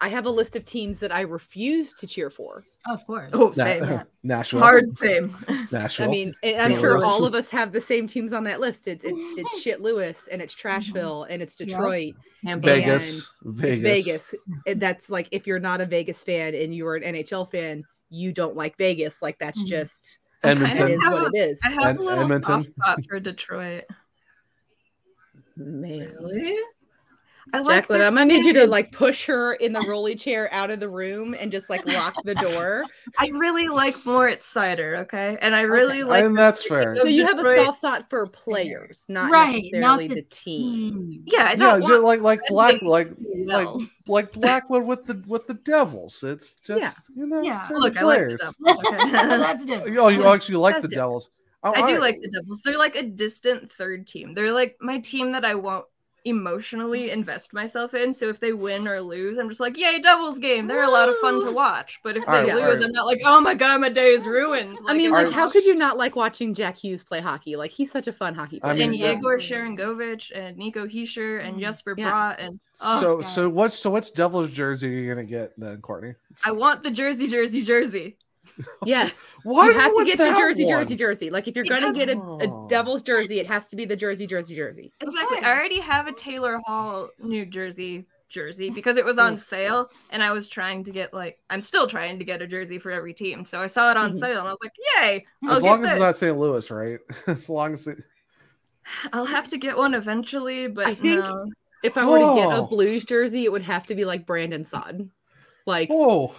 I have a list of teams that I refuse to cheer for. Of course. Oh, Na- same. <laughs> Nashville. Hard same. Nashville. I mean, and I'm sure Dallas. all of us have the same teams on that list. It's it's it's shit Lewis and it's Trashville and it's Detroit. Tampa. Vegas. and Vegas. It's Vegas. And that's like if you're not a Vegas fan and you're an NHL fan, you don't like Vegas. Like that's just Edmonton. it is what it is. I have And a little Edmonton. soft spot for Detroit. Oh, Man. I like Jacqueline, their I'm gonna need you to kids. like push her in the rolly chair out of the room and just like lock the door. <laughs> I really like Moritz cider, okay? And I really Okay. like And Oh, that's fair. So you have a Detroit- soft spot for players, not Right, necessarily not the the, team. Yeah, I yeah, don't just want like like I black think so, like like well. like Blackwood with the with the Devils. It's just <laughs> Yeah. <laughs> you know Yeah. certain Look, I like the players. Devils, <laughs> okay? That's different. Oh, you actually like That's the different. Devils. I do Oh, alright. like the Devils. They're like a distant third team. They're like my team that I won't emotionally invest myself in. So if they win or lose, I'm just like, yay, Devils game. They're a lot of fun to watch. But if they All right, all lose, right. I'm not like, oh my god, my day is ruined. I mean, it like, was- how could you not like watching Jack Hughes play hockey? Like, he's such a fun hockey player. I mean- and Yegor Sharangovich and Nico Heischer and Jesper Yeah. Bratt and oh, so so what's so what's Devil's jersey are you gonna get then, Courtney? I want the jersey, jersey, jersey. Yes. Why you do have you to want get the that jersey, one? jersey, jersey. Like if you're Because- gonna get a, a Devils jersey, it has to be the jersey, jersey, jersey. Exactly. I already have a Taylor Hall New Jersey jersey because it was on Oof. sale and I was trying to get like I'm still trying to get a jersey for every team. So I saw it on Mm-hmm. Mhm. sale and I was like, yay! I'll As long get as it's this. not St. Louis, right? <laughs> as long as it, I'll have to get one eventually, but I think no. If I were to get a Oh. blues jersey, it would have to be like Brandon Sod. Like oh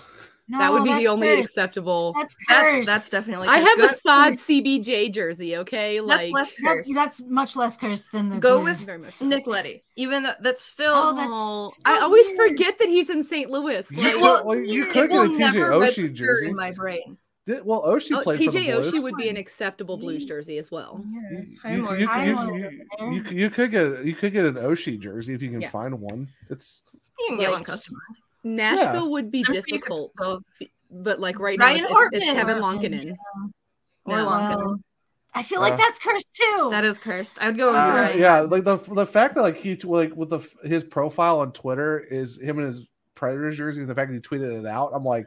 that would No, be the that's only cursed. acceptable. That's that's, cursed. that's definitely I have a cursed. Go- Sod CBJ jersey, okay? Like less That- cursed. that's much less cursed than the Go Blues. with Nick Letty, even though that's still. Oh, that's I always forget that he's in St. Louis. You Like, could- well, you it could get will a TJ never Oshie register jersey. in my brain. Did, well, Oshie oh, played for the TJ Blues. Oshie would be an acceptable blues jersey as well. Hi, you, Morris. you- Hi, you- Morris. you- you- you could get you could get an Oshie jersey if you can Mm. Yeah. find one. It's You can get Like, one customized. Nashville would be I'm sure you could difficult, still- but like right Ryan now it's- it's, Hartman. it's Kevin Lonkinen. Or No. Longo. I feel like Uh, that's cursed too. That is cursed. I would go with Uh, Ryan. yeah, like the the fact that like he t- like with the his profile on Twitter is him in his Predators jersey, and the fact that he tweeted it out, I'm <laughs> like,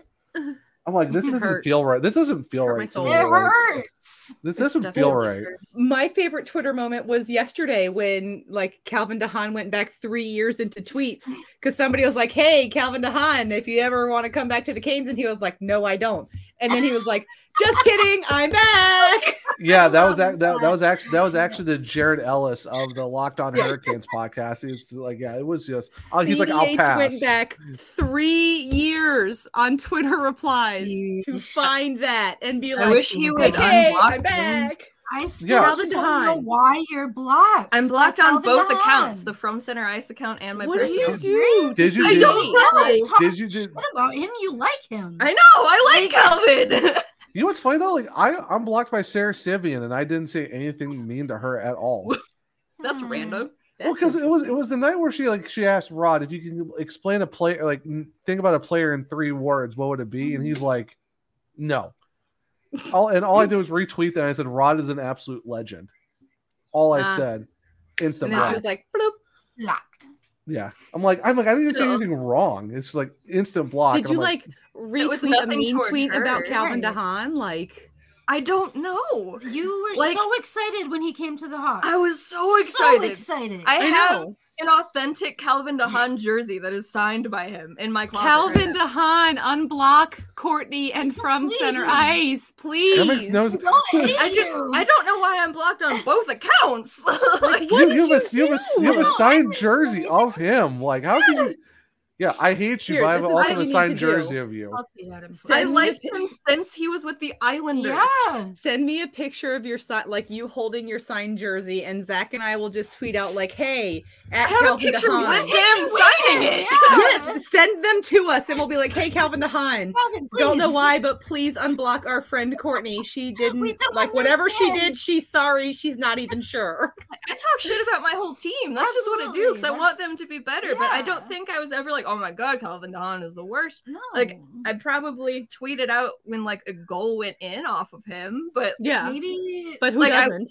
I'm like, this It doesn't hurt. feel right. This doesn't feel Hurt my right. To soul. me. it like, hurts. this doesn't feel definitely right. hurt. my favorite Twitter moment was yesterday when like Calvin DeHaan went back three years into tweets because somebody was like, "Hey, Calvin DeHaan, if you ever want to come back to the Canes," and he was like, "No, I don't." And then he <laughs> was like, "Just kidding, I'm back." Yeah, that was ac- that, that was actually that was actually the Jared Ellis of the Locked <laughs> On Hurricanes podcast. It's like, yeah, it was just. Oh, he's like, I'll CDH pass. went back three years on Twitter replies to find that and be I like, wish he would "Hey, unblock I'm him." back." I still Calvin just want to know DeHaan. why you're blocked. I'm blocked by on Calvin both DeHaan. accounts, the From Center Ice account and my What did personal. you do? Did you? I did, don't Really? know. Talk Did you did, shit about him? You like him? I know. I like Calvin. <laughs> <laughs> you know what's funny though? Like I I'm blocked by Sarah Sivian, and I didn't say anything mean to her at <laughs> all. That's random. Well, because it was it was the night where she like she asked Rod if you can explain a player like n- think about a player in three words, what would it be? And he's like, no. All and all I did was retweet that. And I said Rod is an absolute legend. All I Ah. said, And instant then she block. was like, "Bloop." Locked. yeah, I'm like I'm like I didn't say Yeah. anything wrong. It's just like instant block. Did And you I'm like was retweet a nothing mean toward tweet about her. Calvin Right. DeHaan? Like, I don't know. You were Like- so excited when he came to the Hawks. I was so excited. excited. I, I have know. an authentic Calvin DeHaan jersey that is signed by him in my closet. Calvin right DeHaan, unblock Courtney and from center ice, please. that makes no. don't now. I hate just you. I don't know why I'm blocked on both accounts. like, You, you, have a, you, have a, you have do? a signed jersey of him. Like how can you? Yeah, I hate you, Here, but I this have is what you also a need to signed do. jersey of you. I'll tweet at him. I Send me liked a him since he was with the Islanders. Yeah. Send me a picture of your sign, like you holding your signed jersey, and Zach and I will just tweet out like, "Hey, I at have Calvin a picture with DeHaan." him signing it. Yeah. Yes, send them to us, and we'll be like, "Hey, Calvin DeHaan." Calvin, Don't know please. why, but please unblock our friend Courtney. She didn't don't like whatever she understand. did. She's sorry. She's not even sure. I talk shit about my whole team. That's just what I do because I want Absolutely, that's- them to be better. But I yeah. don't think I was ever like, oh my god, Calvin DeHaan is the worst. No. Like, I probably tweeted out when like a goal went in off of him, but Yeah, maybe but who Like, I- doesn't?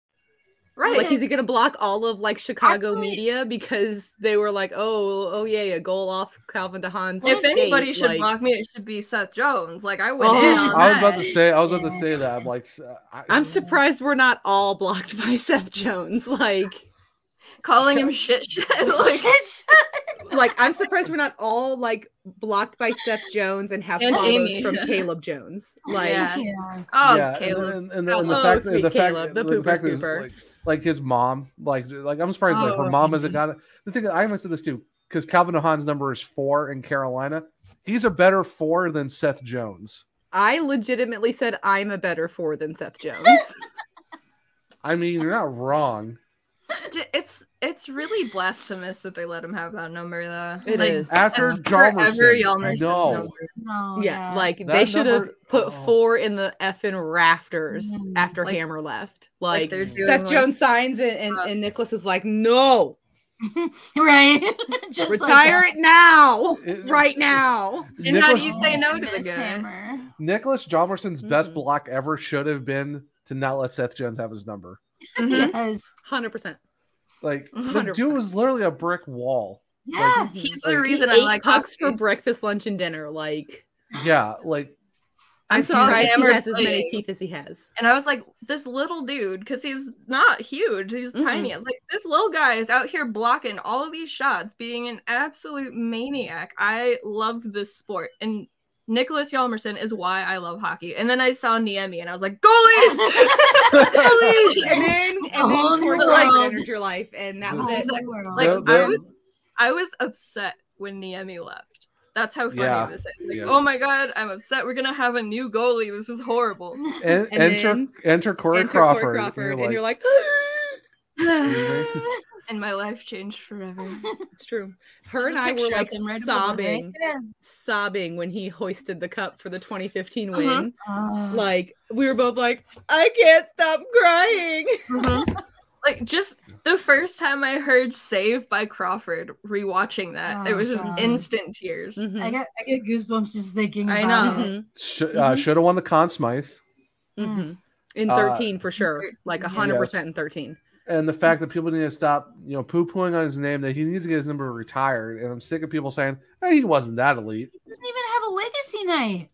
Right. Like, is he gonna block all of like Chicago media because they were like, oh, oh yeah, yeah, goal off Calvin DeHaan's. if anybody skate, should like- Oh. block me, it should be Seth Jones. Like I went in on I was about that. to say. I was about to say that. I'm like, s- I, I'm surprised we're not all blocked by <laughs> Seth Jones. Like <laughs> calling him shit shit. Like, like I'm surprised we're not all like blocked by Seth Jones and have And follows Amy. <laughs> from Caleb Jones. Like Yeah. Oh, yeah, and- Caleb. And, and, and the Oh, fact, that sweet the fact, Caleb, the that- the pooper fact that his, scooper. like, like his mom, like, like I'm surprised, like her Oh. mom hasn't got it. The thing I almost said this too, because Calvin O'Hahn's number is four in Carolina. He's a better four than Seth Jones. I legitimately said I'm a better four than <laughs> Seth Jones. I mean, you're not wrong. <laughs> J- It's it's really blasphemous that they let him have that number though. It like, is. After that's forever Hjalmarsson. Hjalmarsson's No. number. No, Oh, yeah, Oh, yeah. like That they should have number- oh. put four in the effing rafters Mhm. after Like- Hammer left. like Like, they're doing, Seth like- uh, <laughs> Jones signs and, and, and Nicholas is like, no, right. <laughs> Just like retire that. it now, It- right now. And how do Nicholas- you say no to the Miss guy? Hammer. Nicholas Jalmerson's Hmm. best block ever should have been to not let Seth Jones have his number. Mhm. Yes. Mm-hmm. Hundred percent. Like the 100%. dude was literally a brick wall. Yeah. He's Like, the reason I Eight like pucks for hockey. breakfast, lunch, and dinner. Like Yeah, like I I'm saw surprised he Hammer has as many playing. teeth as he has. And I was like, this little dude, because he's not huge, he's tiny. I was like, this little guy is out here blocking all of these shots, being an absolute maniac. I love this sport. And Nicholas Yalmerson is why I love hockey. And then I saw Niemi and I was like, goalies! Please, <laughs> "Oh, and then It's a and whole then new Corey world. Grant entered your life, and that was Whole it. new Exactly. <laughs> world. like, They're- I they're- was, I was upset when Niemi left. That's how funny Yeah. this is. Like, Yeah. oh my God, I'm upset. We're going to have a new goalie. This is <laughs> horrible. en- And enter then- enter Corey Enter Crawford. Corey and "Mm-hmm." Crawford, and you're like, <gasps> <laughs> "Excuse me?" <laughs> and my life changed forever. it's true. Her There's and a I were picture of like him right above it, sobbing, Yeah. sobbing when he hoisted the cup for the 2015 Uh-huh. win. Uh, Like we were both like, I can't stop crying. <laughs> Mhm. like just the first time I heard "Save" by Crawford, rewatching that, it Oh, was just God. instant tears. I Mm-hmm. get I get goosebumps just thinking. I about know. it. Mm-hmm. Sh- Mm-hmm. uh, should have won the Conn Smythe. Mm-hmm. Mhm. In Uh, 13 for sure, like 100 Yes. percent in 13. And the Mm-hmm. fact that people need to stop, you know, poo pooing on his name, that he needs to get his number retired. And I'm sick of people saying, hey, he wasn't that elite. He doesn't even have a legacy night.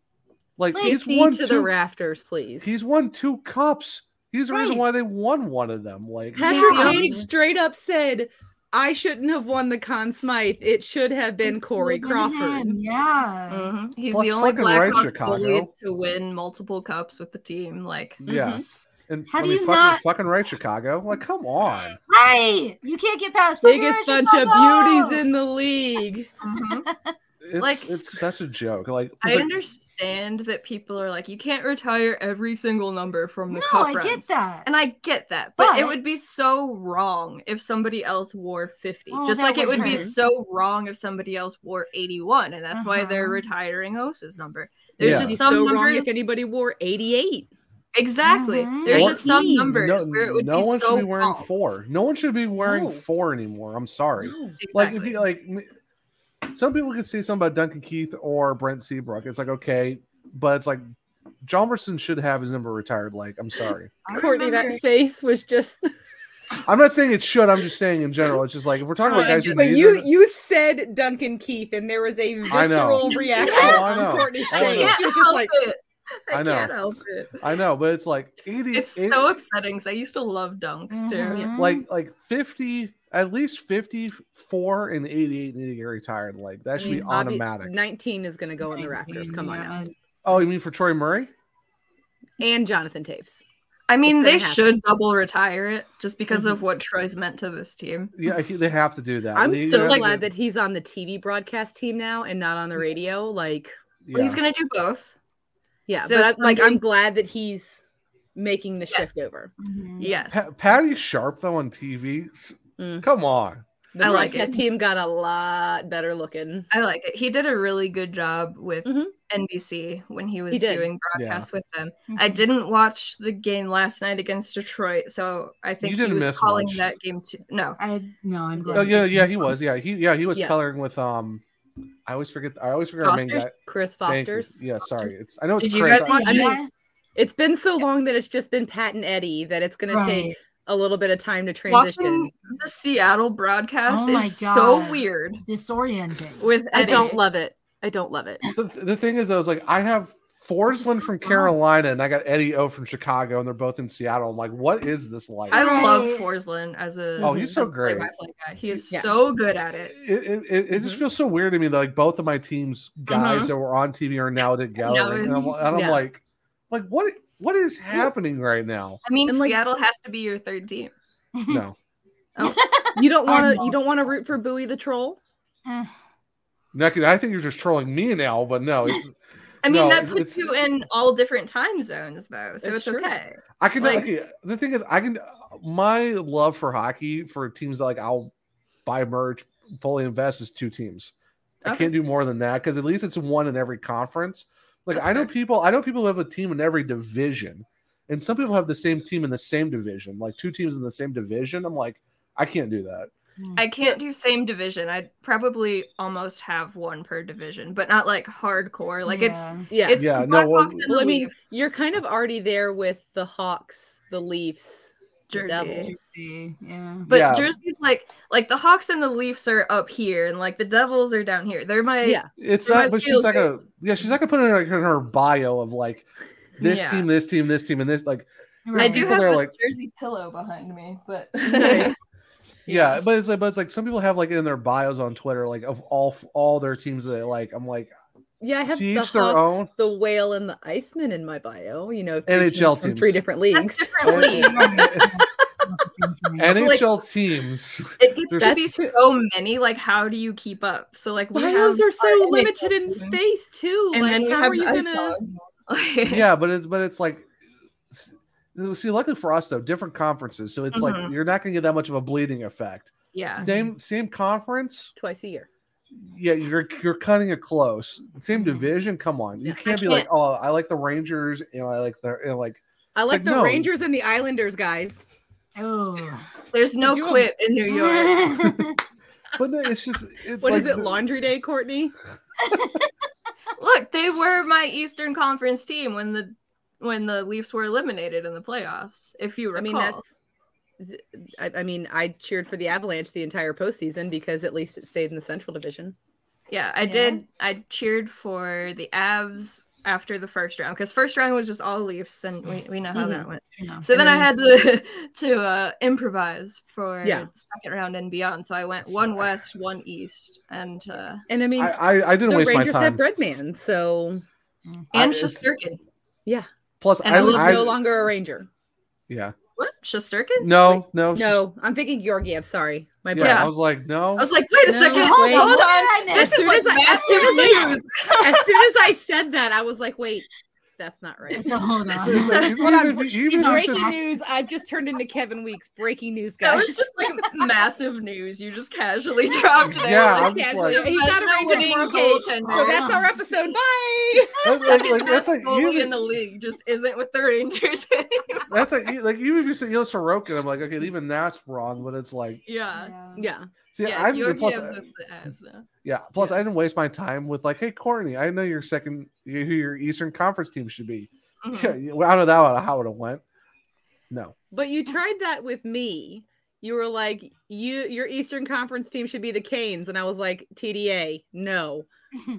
Like, he's 50 won to two, the rafters, please. he's won two cups. He's the reason Right. why they won one of them. Like, Patrick Yeah. Kane straight up said, "I shouldn't have won the Conn Smythe. It should have been Corey Crawford." Man, yeah. Mhm. He's Plus the only fucking right, Blackhawks Chicago. goalie to win multiple cups with the team. Like, mm-hmm. yeah. Mm-hmm. And How I do mean, you fucking, not- fucking right, Chicago. Like, come on. Right. You can't get past <gasps> Biggest bunch of Chicago. beauties in <laughs> the league. mhm. It's, Like- it's such a joke. Like, I like, understand that people are like, you can't retire every single number from the No, cup Oh, I runs. get that. And I get that, but, it But- would be so wrong if somebody else wore 50. Oh, Just that like it would would be hurt. so wrong if somebody else wore 81, and that's why they're Uh-huh. retiring Osa's number. There's Yeah. just It's some so wrong numbers if anybody wore 88. exactly. Mhm. There's Or- E. just some numbers no, where it would no be one so should be wearing wrong. four. No one should be wearing No. four anymore. I'm sorry. Like Exactly. if you like, m- some people could say something about Duncan Keith or Brent Seabrook. It's like okay, but it's like Johnson should have his number retired. Like I'm sorry, I Courtney, remember- that face <laughs> was just. I'm not saying it should. I'm just saying in general. It's just like if we're talking about Well, guys who But need you it- you said Duncan Keith, and there was a I know. visceral reaction <laughs> Oh, I know. on Courtney's I know. face. She was just help like, it. I, I know. can't help it. I know, but it's like 80, It's it- Mm-hmm. so upsetting because I used to love dunks too. Mhm. like like 50, at least 54 and 88 need to get retired. Like that should I be mean, obvi- automatic. 19 is going to go in the rafters. Come on now. Yeah. oh, you mean for Troy Murray? And Jonathan Taves. I mean, gonna they happen. should double retire it just because of what Troy's meant to this team. Mm-hmm. Yeah, he- they have to do that. I'm They- so they- like- glad that he's on the TV broadcast team now and not on the radio. Like, Well, He's yeah. gonna do both. yeah, So but I, like, I'm somebody's- glad that he's making the Yes. shift over. Mhm. Yes. Pa- Patty Sharp though on TV. S- Mm. Come on. The I like broadcast it. team got a lot better looking. I like it. He did a really good job with Mhm. NBC when Mm-hmm. he Mm-hmm. was did. doing Yeah. broadcasts with them. I didn't watch the game last night against Detroit, so I think didn't he was miss calling much. that game too. No, I no, I'm glad. Oh yeah, yeah, he was. Yeah, he yeah, he was Yeah. coloring with um I always forget I always forget our main guy. Foster's? Chris Thank you. Foster's. Yeah, sorry. It's I know it's Did you Chris. guys I- watch- I I mean, It's been so long that it's just been Pat and Eddie that it's going to take a little bit of time to transition. Watching the Seattle broadcast Oh my is so God. weird. Disorienting. With I don't Eddie. love it. I don't love it. The, the thing is, though, is like I have Forsland from Carolina and I got Eddie O from Chicago, and they're both in Seattle. I'm like, what is this like? I love Forsland as a Oh, he's so as a great. play-by-play guy. He is so good at it. It, it, it, it just Mm-hmm. feels so weird to me that like both of my team's guys Mhm. that were on TV are now together, Now and I'm, and I'm yeah. like, like what what is happening right now? I mean, And, like- Seattle has to be your third team. Oh. No, <laughs> <laughs> You don't want to. You don't want to root for Bowie the troll. Nucky, I think you're just trolling me now, but no, it's, <sighs> I mean, no, that it's- it's- puts you in all different time zones, though, so It's it's, true. okay. I can like- okay, the thing is I can my love for hockey for teams that like I'll buy merch, fully invest is two teams. I Okay. can't do more than that because at least it's one in every conference. Like That's I know fair. people I know people who have a team in every division and some people have the same team in the same division, like two teams in the same division. I'm like, I can't do that. I can't do same division. I'd probably almost have one per division, but not like hardcore. Like it's yeah. it's Yeah, the no, Blackhawks well- and the Well, I mean, Leafs. you're kind of already there with the Hawks, the Leafs, Jersey. the Devils. Yeah. but Yeah. Jersey's like like the Hawks and the Leafs are up here, and like the Devils are down here. They're my Yeah. It's they're my not, but she's field not gonna. Yeah, she's not gonna put in her, in her bio of like this Yeah. team, this team, this team, and this. Like, goals. I there's do people have that a are like, Jersey pillow behind me, but <laughs> yeah. but it's like, but it's like some people have like in their bios on Twitter, like of all all their teams that they like. I'm <laughs> like, Yeah, I have To the each their own. Hawks, the Whale, and the Iceman in my bio. You know, three NHL teams from teams. three different leagues. <laughs> NHL <laughs> teams. it gets to There's- be so many. Like, how do you keep up? So like we Bios have are our so NHL limited in team, space too. and like, then you how have are the you Ice gonna? Dogs. yeah, but it's but it's like, s- see, luckily for us though, different conferences, so it's like Mhm. you're not gonna get that much of a bleeding effect. Yeah. Mm-hmm. Same same conference. Twice a year. yeah, you're you're cutting it close. Same division. Come on, you can't be like, Mm-hmm. can't. oh, I like the Rangers, and I like the and like. I It's like the no, Rangers and the Islanders, guys. Oh, There's no Do 'em. quit in New York. But no, it's just it's What is like it? the- Laundry day, Courtney. Look, they were my Eastern Conference team when the when the Leafs were eliminated in the playoffs. If you recall, I mean, that's. th- I, I mean, I cheered for the Avalanche the entire postseason because at least it stayed in the Central Division. yeah. I Yeah. did. I cheered for the Avs after the first round because first round was just all Leafs, and we, we know how that Mhm. went. Yeah. So then I And had to to <laughs> uh, improvise for Yeah. the second round and beyond. So I went one West, one East, and uh, And I mean, I- I- I didn't the waste my Rangers time. had Breadman, so I- and it's- Shosturkin. yeah. Plus, and I- I was I- no longer a Ranger. yeah, What Shosturkin? no, no, it's just- No, I'm thinking Georgiev. Sorry, my yeah. bad. I was like, no, I was like, wait a No, second, wait. hold What on. did I miss? This is Soon like as I- as massive soon as I- news. <laughs> as soon as I said that, I was like, wait, that's not right. So hold on. It's like, even Hold on. if you- even if He's it's breaking just- news. I've just turned into Kevin Weeks. Breaking news, That guys. was just like massive news you <laughs> just casually dropped there. Yeah, like, I'm just Casually, like- he's not a Best Ranger winning for a cage. goaltender. So that's our episode. Bye. That's like- Second like- best that's like goalie you- in the league just isn't with the Rangers. <laughs> anymore. that's like e- like even if you say Yo Sorokin, I'm like, okay, even that's wrong. But it's like, yeah. Yeah. see, yeah, I'm Georgiev's plus. with the Avs now. yeah, plus I didn't waste my time with like, hey Courtney, I know your second, who your Eastern Conference team should be. Mhm. well, I don't know that one, how it went. No, But you tried that with me. You were like, you your Eastern Conference team should be the Canes, and I was like, TDA, <laughs> no.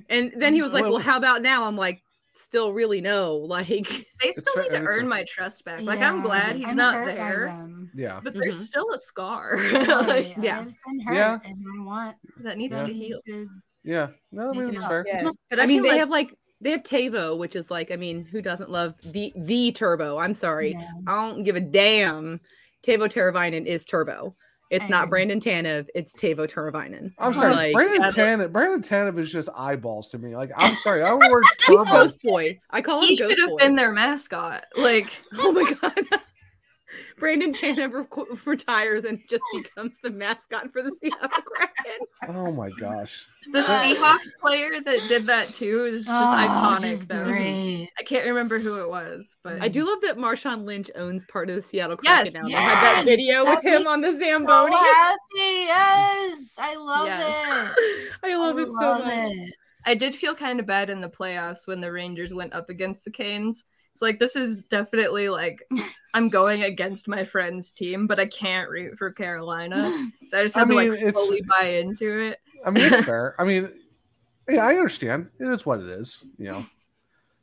And then he was like, Well- well, how about now? I'm like, still really no. <laughs> Like, They still fair- need to it's earn fair. my trust back. Like I'm Yeah, glad he's I'm not hurt by there, them. yeah. but there's Mhm. still a scar. <laughs> Really, like, yeah. I've been hurt, Mm-hmm. Yeah. and I want that needs Yeah. to heal. to Yeah. No, I Make mean, it it's up. fair. Yeah. But I, feel mean, they like- have like they have Tavo, which is like, I mean, who doesn't love the the Turbo? I'm sorry, Yeah. I don't give a damn. Tavo Teravainen is Turbo. It's I not agree. Brandon Tanev. It's Tavo Teravainen. I'm sorry. Like, Brandon that's- Tanev, Brandon Tanev is just eyeballs to me. Like, I'm sorry. I word he's turbo. Ghost Boy. I call he him should Ghost have Boy. been their mascot. Like <laughs> Oh my god. <laughs> Brandon Tanev re- retires and just becomes the mascot for the Seattle Kraken. Oh my gosh. <laughs> the Seahawks player that did that too is just Oh, iconic she's though. Mm-hmm. great. I can't remember who it was, but I do love that Marshawn Lynch owns part of the Seattle Kraken Yes, now. They had that yes. video with That him makes on the So Zamboni. happy, yes, I love Yes. it. <laughs> I love I it so love much. it. I did feel kind of bad in the playoffs when the Rangers went up against the Canes It's like this is <laughs> definitely like I'm going against my friend's team, but I can't root <laughs> for Carolina, so I just I have mean, to like it's- fully buy into it. I mean, it's fair. I mean, yeah, I understand. It's what it is, you know.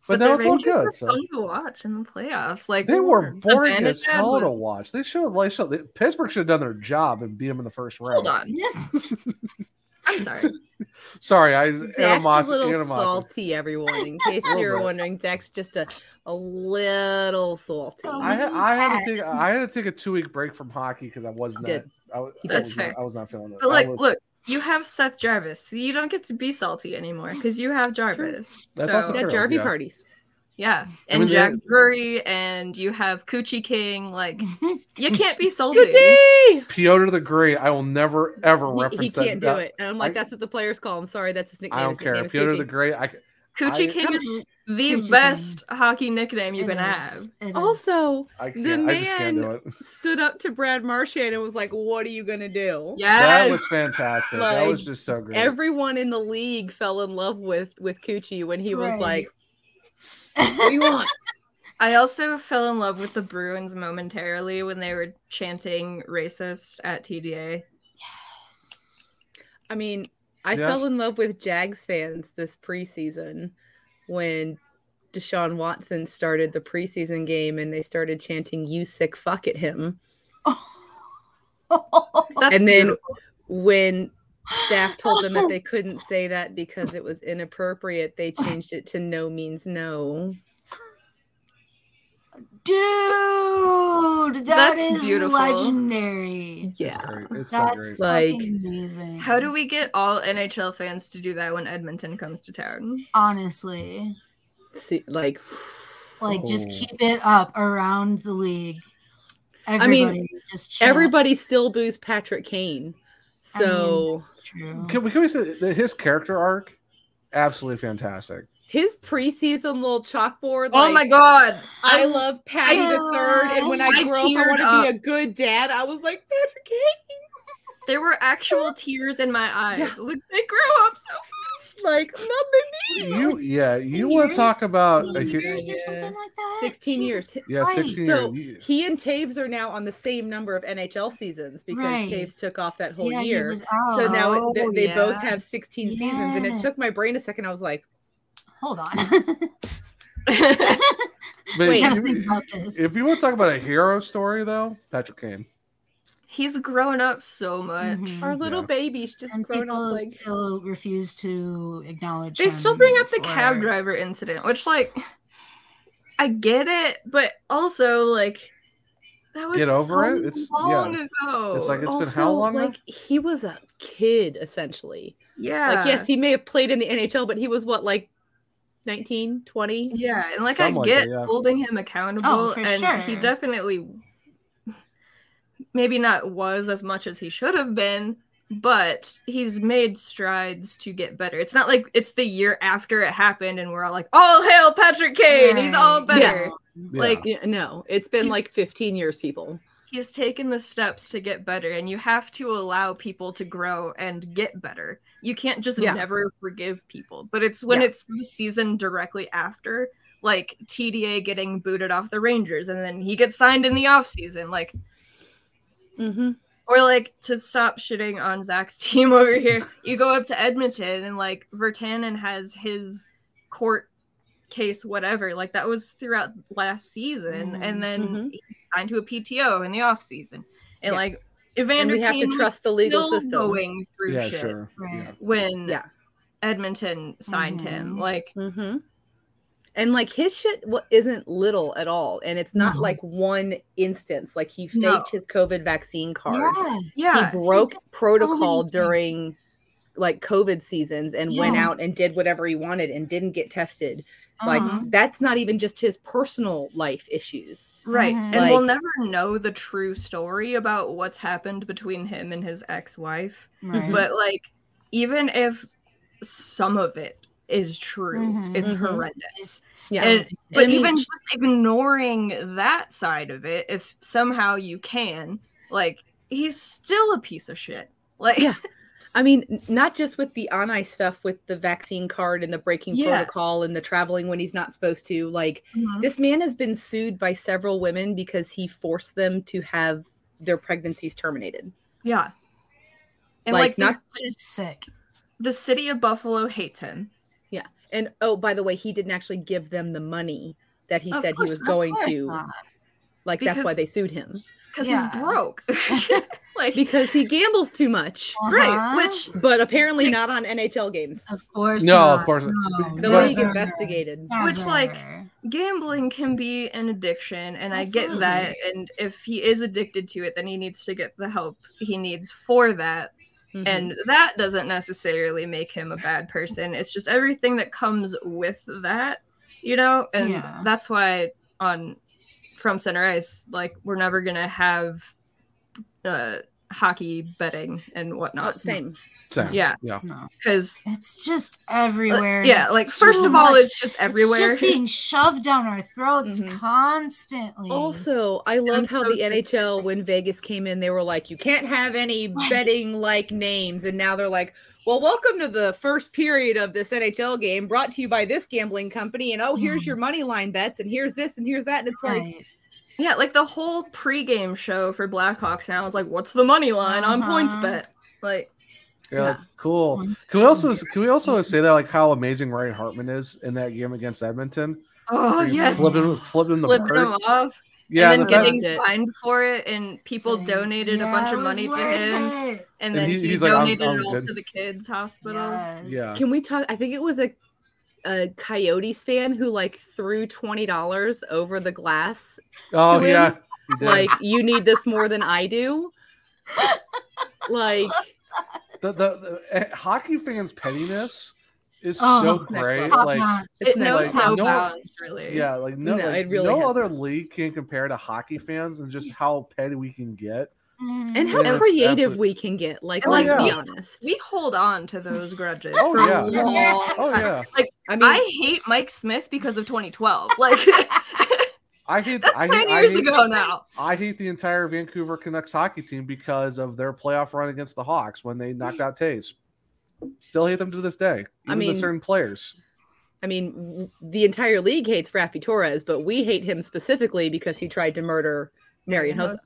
But, the now it's all Rangers were good. So. fun to watch in the playoffs. Like They were boring Savannah as Chad hell to was- watch. They should have like should, they, Pittsburgh should have done their job and beat them in the first round. Hold on. <laughs> I'm sorry. Sorry, I Zach's a animosity. little animosity. salty, everyone. In case Little you're bit. wondering, Zach's just a, a little salty. Oh, I had, I had to take I had to take a two week break from hockey because I was not did. I, was- He I did. was That's not, fair. I was not feeling it. But I like, was- look, you have Seth Jarvis, so you don't get to be salty anymore because you have Jarvis. That's so. also They're true, Jarvie yeah. parties. Yeah, I and mean, Jack they're- Drury, and you have Coochie King. <laughs> Like, you can't be salty. <laughs> Piotr the Great. I will never ever He, reference he that. can't do that- it. And I'm like, I- that's what the players call him. Sorry, that's his nickname. I don't His care. nickname is Piotr Coochie. the Great. I, c- Coochie I- King is the best hockey nickname you can have. Also, I can't- the I just can't do man it. stood up to Brad Marchand and was like, "What are you gonna do?" That was fantastic. that Like, was just so great. Everyone in the league fell in love with with Coochie when he was Right. like, "What do you want?" I also fell in love with the Bruins momentarily when they were chanting racist at TDA. I mean, I Yeah. fell in love with Jags fans this preseason when Deshaun Watson started the preseason game and they started chanting "You sick fuck" at <laughs> him. and then when staff told <laughs> them that they couldn't say that because it was inappropriate, they changed it to "No means no." Dude, that That's is beautiful. legendary. Yeah, It's That's like fucking amazing. How do we get all NHL fans to do that when Edmonton comes to town? Honestly, see, like, like just Oh. keep it up around the league. I mean, Everybody just Uh, chant. everybody still boos Patrick Kane. I mean, So Can we, can we say that his character arc? Absolutely fantastic. his preseason little chalkboard. Oh like, my god! I love Patty I- the Third, and when I, I grow up, I teared want to be a up. good dad. I was like Patrick Kane. There were <laughs> actual tears in my eyes. Like they grew up so fast. Like my baby. You yeah, you want to talk about a hu- Sixteen years. Yeah, Christ. 16 So years. he and Taves are now on the same number of NHL seasons because Right. Taves took off that whole Yeah, he year. was out. So now it- Oh, they, they both yeah. have sixteen seasons, and Yeah. it took my brain a second. I was like, Hold on. <laughs> <laughs> But if, Wait. Gotta you, think about this. if you want to talk about a hero story though, Patrick Kane. He's grown up so much. Mm-hmm. Our little babies just and people still refuse to acknowledge. They him still bring up the cab for- driver incident, which like I get it, but also like that was Get over so it. It's long yeah. ago. It's like Oh, it's been how Also, long? now? like he was a kid essentially. Yeah. Like yes, he may have played in the NHL, but he was what like 19, 20? Yeah, and like Something I like get that, yeah. holding him accountable, Oh, for and he sure. definitely maybe not was as much as he should have been, but he's made strides to get better. It's not like it's the year after it happened and we're all like, "All hail Patrick Kane, he's all better." Like Yeah, no, it's been He's- like 15 years, people. he's taken the steps to get better, and you have to allow people to grow and get better. You can't just Yeah. never forgive people, but it's when Yeah. it's the season directly after, like TDA getting booted off the Rangers, and then he gets signed in the offseason. Like, Mm-hmm. or like to stop shitting on Zach's <laughs> team over here, you go up to Edmonton and like Vertanen has his court case, whatever. Like that was throughout last season, Mm-hmm. and then he signed to a PTO in the off season, and Yeah. like Evander And we have to Kane was trust the legal still system. going through Yeah, shit sure. Right. Yeah. when Edmonton signed him. Like hmm And like his shit wa- isn't little at all, and it's not No. like one instance. Like he faked No. his COVID vaccine card. Yeah, yeah. He broke protocol things. during like COVID seasons and went Yeah. out and did whatever he wanted and didn't get tested. Uh-huh. Like that's not even just his personal life issues, Right. Mm-hmm. And we'll Like- never know the true story about what's happened between him and his ex wife. Right. But, like, even if some of it is true, Mhm. it's Mhm. horrendous. Yeah. And, I but mean- even just ignoring that side of it, if somehow you can, like, he's still a piece of shit. Like, I mean, n- not just with the on ice stuff with the vaccine card and the breaking Yeah. protocol and the traveling when he's not supposed to. Like, Mhm. this man has been sued by several women because he forced them to have their pregnancies terminated. <laughs> Yeah. And Like, like, not- just sick. The city of Buffalo hates him. Yeah. And oh, by the way, he didn't actually give them the money that he Of said course- he was of going course to. not. Like, that's why Because- they sued him. Because Yeah. he's <laughs> broke. <laughs> like because he gambles too much. Right, which- but apparently not on NHL games. Of course. No, not. of course not. The No. league investigated. Which like gambling can be an addiction, and I get that. Absolutely. And if he is addicted to it, then he needs to get the help he needs for that. And Mm-hmm. that doesn't necessarily make him a bad person. It's just everything that comes with that, you know. And Yeah. that's why on from Center Ice, like we're never gonna have uh, hockey betting and whatnot. Oh, same. Same. Yeah. Yeah. Because it's just everywhere. Uh, yeah, It's like, too first of all, much. it's just everywhere. Mm-hmm. It's just being shoved down our throats constantly. Also, I love how the NHL, when Vegas came in, they were like, you can't have any betting like names. And now they're like, well, welcome to the first period of this NHL game brought to you by this gambling company. And oh, here's your money line bets, and here's this, and here's that. And it's like, Yeah, like the whole pregame show for Blackhawks now is like, what's the money line on Uh-huh. points bet? Like, You're like, cool. Can we also can we also say that like how amazing Ryan Hartman is in that game against Edmonton? Oh, Where he yes. flipped him, flipped him the flipped bird. him off. Yeah, and then the fact- getting fined for it, and people donated a bunch "Yeah, of it money was to worth him, it." and And then he- he he's like, "I'm- donated I'm it all good." to the kids' hospital. Yeah. Can we talk? I think it was a, a Coyotes fan who like threw twenty dollars over the glass. Oh, to him. yeah, he did. like you need this more than I do. <laughs> like the, the, the- eh, hockey fans' pettiness is Oh, so it's next great. level. Like, Top-notch. It knows like, no no- bounds, really. Yeah, like no, No, like, it really no hasn't. other league can compare to hockey fans and just how petty we can get. Mm-hmm. and how Yeah, it's creative absolute- Oh, we can get. Like And, let's yeah. be honest. We hold on to those grudges Oh, for yeah. a long Oh, time. yeah. Like, I I, mean- hate Mike Smith because <laughs> of 2012. Like, I hate. I hate, 10 I years hate- ago now. I hate the entire Vancouver Canucks hockey team because of their playoff run against the Hawks when they knocked out Tays. Still hate them to this day. Even I I mean- certain players. I mean, w- the entire league hates Rafi Torres, but we hate him specifically because he tried to murder Marion Hosa.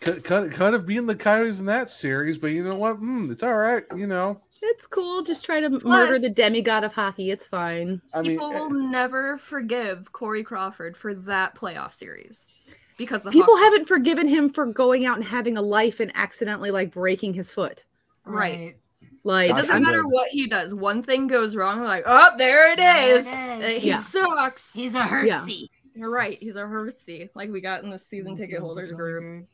Could, could, could have beaten the Coyotes in that series, but you know what? Hmm, it's all right. You know, It's cool. Just try to m- Plus- murder the demigod of hockey. It's fine. I mean, eh. people will never forgive Corey Crawford for that playoff series because the people Hawks- haven't forgiven him for going out and having a life and accidentally like breaking his foot. right. Like it doesn't I'm- matter what he does. One thing goes wrong, they're like, oh, there it is. Uh, He Yeah. sucks. He's a Yeah. Hertzie. You're right. He's a Hertzie, like we got in the season ticket holders group.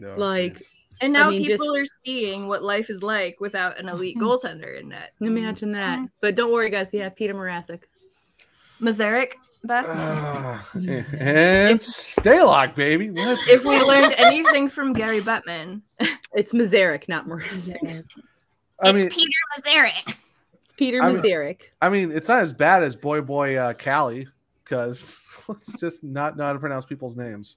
like And now I mean, people just- are seeing what life is like without an elite goaltender in net. Mm-hmm. imagine that. But don't worry, guys, we have Peter Mrazek. Mazarek, Beth. Uh, <laughs> and Staylock, baby. <laughs> Let's if we learned anything from Gary Bettman, It's Mazarek, not Mrazek. I mean, Peter Mazarek. It's Peter I mean- Mazarek. I mean, it's not as bad as Boy Boy uh, Cali because <laughs> let's just not know how to pronounce people's names.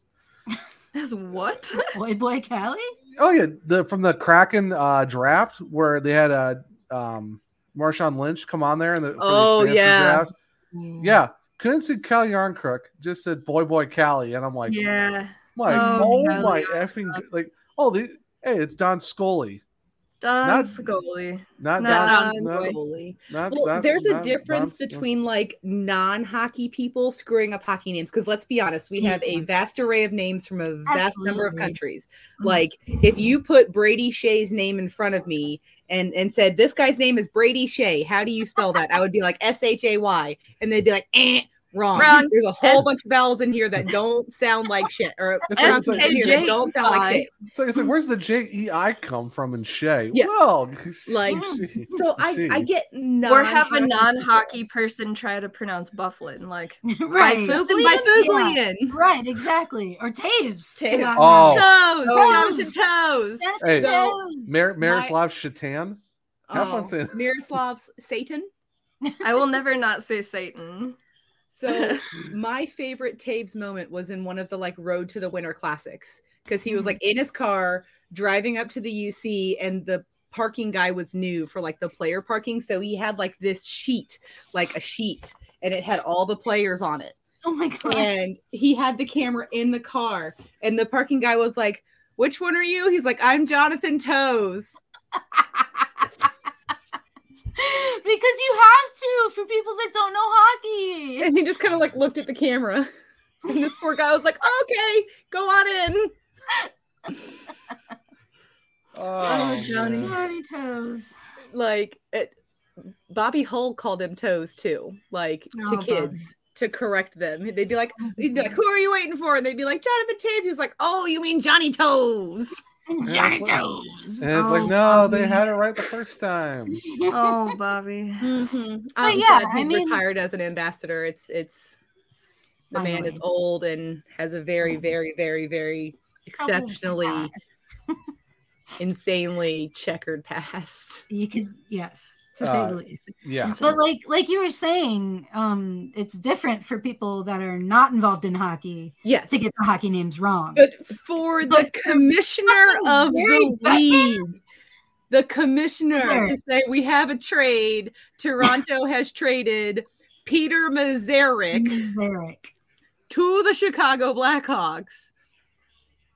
As what? <laughs> Boy, boy, Callie. Oh yeah, the from the Kraken uh, draft where they had a uh, um, Marshawn Lynch come on there and the, for the Oh, expansion yeah. Mm. yeah. Couldn't see Cal Yarncrook, just said boy boy Cali, and I'm like, Yeah. my Oh, oh, Cal my effing go- like oh the hey it's Don Scully, Don Not- Scully. not Don, Not Don not- Scully. not- well, not- there's a not- difference not- between like non-hockey people screwing up hockey names because let's be honest, we have Mm-hmm. a vast array of names from a vast number of Absolutely. countries. Mm-hmm. Like if you put Brady Shea's name in front of me and and said this guy's name is Brady Shea, how do you spell that? I would be like S H A Y, and they'd be like, eh, wrong. Wrong. There's a whole bunch of vowels in here that don't sound like shit, or It's like- pronounced it's like- in here that don't sound like shit. It's like, it's like where's the J E I come from in Shea? Yeah. Well, <laughs> Like, you so I, see. I get non Or have a non-hockey person try to pronounce Bufflin, like Right. Bifuglian? Bifuglian. Right, exactly. Or Taves. for Taves. that Oh. matter. Toes, toes, and toes. Hey, Toes. Mar- Miroslav My- Shatan. Have Oh, fun saying. Miroslav's Satan. I will never not say Satan. So my favorite Taves moment was in one of the like Road to the Winter Classics because he was like in his car driving up to the UC and the parking guy was new for like the player parking. So he had like this sheet, like a sheet, and it had all the players on it. Oh my God. And he had the camera in the car. And the parking guy was like, Which one are you? He's like, I'm Jonathan Toes. because you have to for people that don't know hockey. <laughs> And he just kind of like looked at the camera. <laughs> And this poor guy was like, Okay, go on in. <laughs> Oh, Johnny. Johnny Toes. Like it, Bobby Hull called him toes too, like Oh, to Bobby. Oh, kids to correct them. They'd be like, he'd be like, "Who are you waiting for?" And they'd be like, "Jonathan Taves." He was like, "Oh, you mean Johnny Toes?" Yeah, it's like- <laughs> And <laughs> it's Oh, like, no, they had it right the first time. oh, Bobby. Mm-hmm. Um, But But yeah, yeah, he's I mean- retired as an ambassador. It's it's the man is old and has a very, very, very, very Troubled exceptionally, <laughs> insanely checkered past. You could, yes, to Uh, say the least. Yeah. But like like you were saying, um, it's different for people that are not involved in hockey. Yes. To get the hockey names wrong. But for the commissioner of very <laughs> the league, the commissioner Sir. to say we have a trade. <laughs> Toronto has traded Peter Mazarek to the Chicago Blackhawks.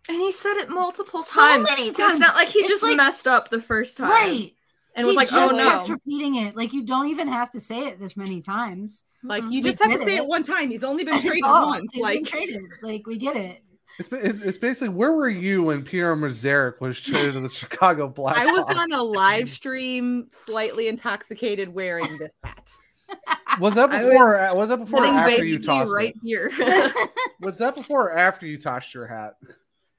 And he said it multiple So times. many So it's times. not like he It's just like- messed up the first time. Right. And was He like, oh just kept no. repeating it. Like you don't even have to say it this many times. Mm-hmm. Like We you just have to get say it one time. He's only been traded Oh, once. he's been like traded. Like we get it. It's, ba- it's, it's basically where were you when Pierre Mazarek was traded to the Chicago Blackhawks? I was on a live stream, slightly intoxicated, wearing this hat. Was that <laughs> I before? uh, was Was, that before or sitting after you basically tossed right it? here. Was that before or after you tossed your hat?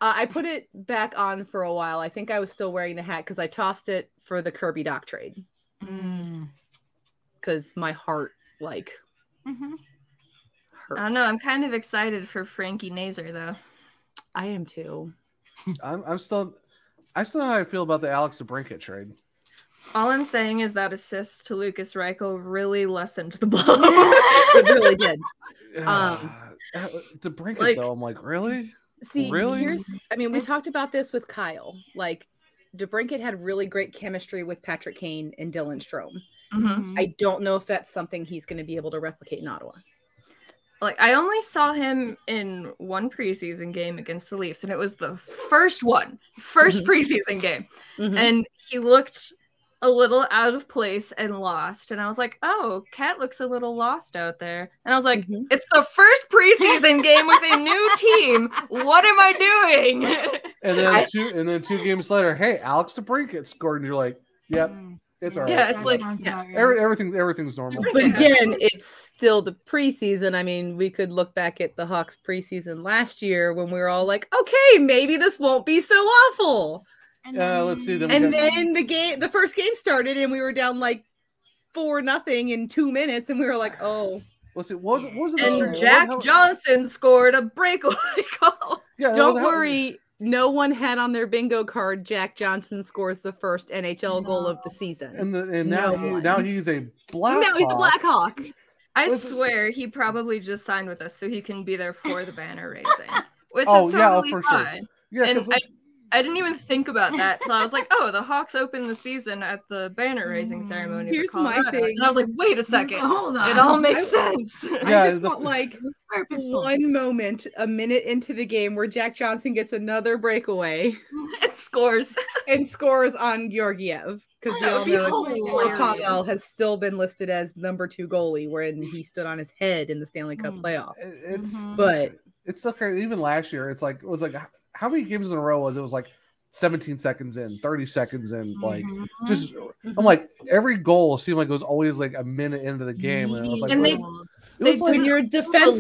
Uh, I put it back on for a while. I think I was still wearing the hat because I tossed it for the Kirby Doc trade. Mm. Because my heart, like, Mm-hmm. I don't know. I'm kind of excited for Frankie Nazer though. I am too. I'm, I'm still, I still know how I feel about the Alex DeBrincat trade. All I'm saying is that assist to Lucas Reichel really lessened <laughs> the blow. <laughs> it <sighs> really did. Um, Ah, DeBrincat like- though, I'm like, really? see, really? here's, I mean, we talked about this with Kyle. Like, DeBrinket had really great chemistry with Patrick Kane and Dylan Strome. Mhm. I don't know if that's something he's going to be able to replicate in Ottawa. like I only saw him in one preseason game against the Leafs, and it was the first one, first Mhm. preseason game, Mhm. and he looked a little out of place and lost. And I was like, "Oh, Cat looks a little lost out there." And I was like, "It's the first preseason game with a new team. What am I doing?" And then two, and then two games later, hey, Alex DeBrincat scored, and you're like, yep, it's all right. Yeah, it's like- yeah. Every, everything's everything's normal. But again, it's still the preseason. I mean, we could look back at the Hawks preseason last year when we were all like, okay, maybe this won't be so awful. uh, let's see. Then we And got- then the game, the first game started, and we were down like four nothing in two minutes, and we were like, oh. Let's see. What was it? What was it? and Jack Johnson scored a <laughs> breakaway goal. Don't worry. No one had on their bingo card Jack Johnson scores the first NHL goal of the season. And, the, and now, No he- one. now he's a black. now he's a Black Hawk. I swear he probably just signed with us so he can be there for the banner raising, which Oh, is yeah, totally for sure. fine. Yeah, 'cause and I, like- I didn't even think about that till I was like, oh, the Hawks open the season at the banner raising ceremony. for Here's my Colorado. thing. and I was like, wait a Yes, second, hold on. it all makes I- sense. I just want like one moment, a minute into the game, where Jack Johnson gets another <laughs> breakaway and scores <laughs> Oh, and scores on Georgiev because we That all would be know hilarious. Pavel has still been listed as number two goalie when he stood on his head in the Stanley Hmm. Cup playoff. It's Mm-hmm. but it's still crazy. Even last year, it's like it was like h- how many games in a row was it? it was like 17 seconds in, 30 seconds in, like just I'm like every goal seemed like it was always like a minute into the game, and I was like, and they, wait, they was like- didn't When you're a hold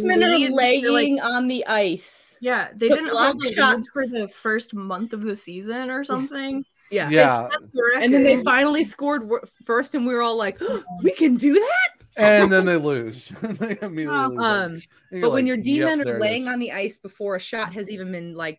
the defensemen are lead for, like- laying on the ice. Yeah, they to didn't block hold the lead shots. for the first month of the season or <laughs> something. Yeah. They Yeah. set the and then they record. finally scored w- first, and we were all like, "Oh, "We can do that." and then <laughs> they lose. they immediately lose. Um, And but when like, your D yep, men there are it laying is. on the ice before a shot has even been like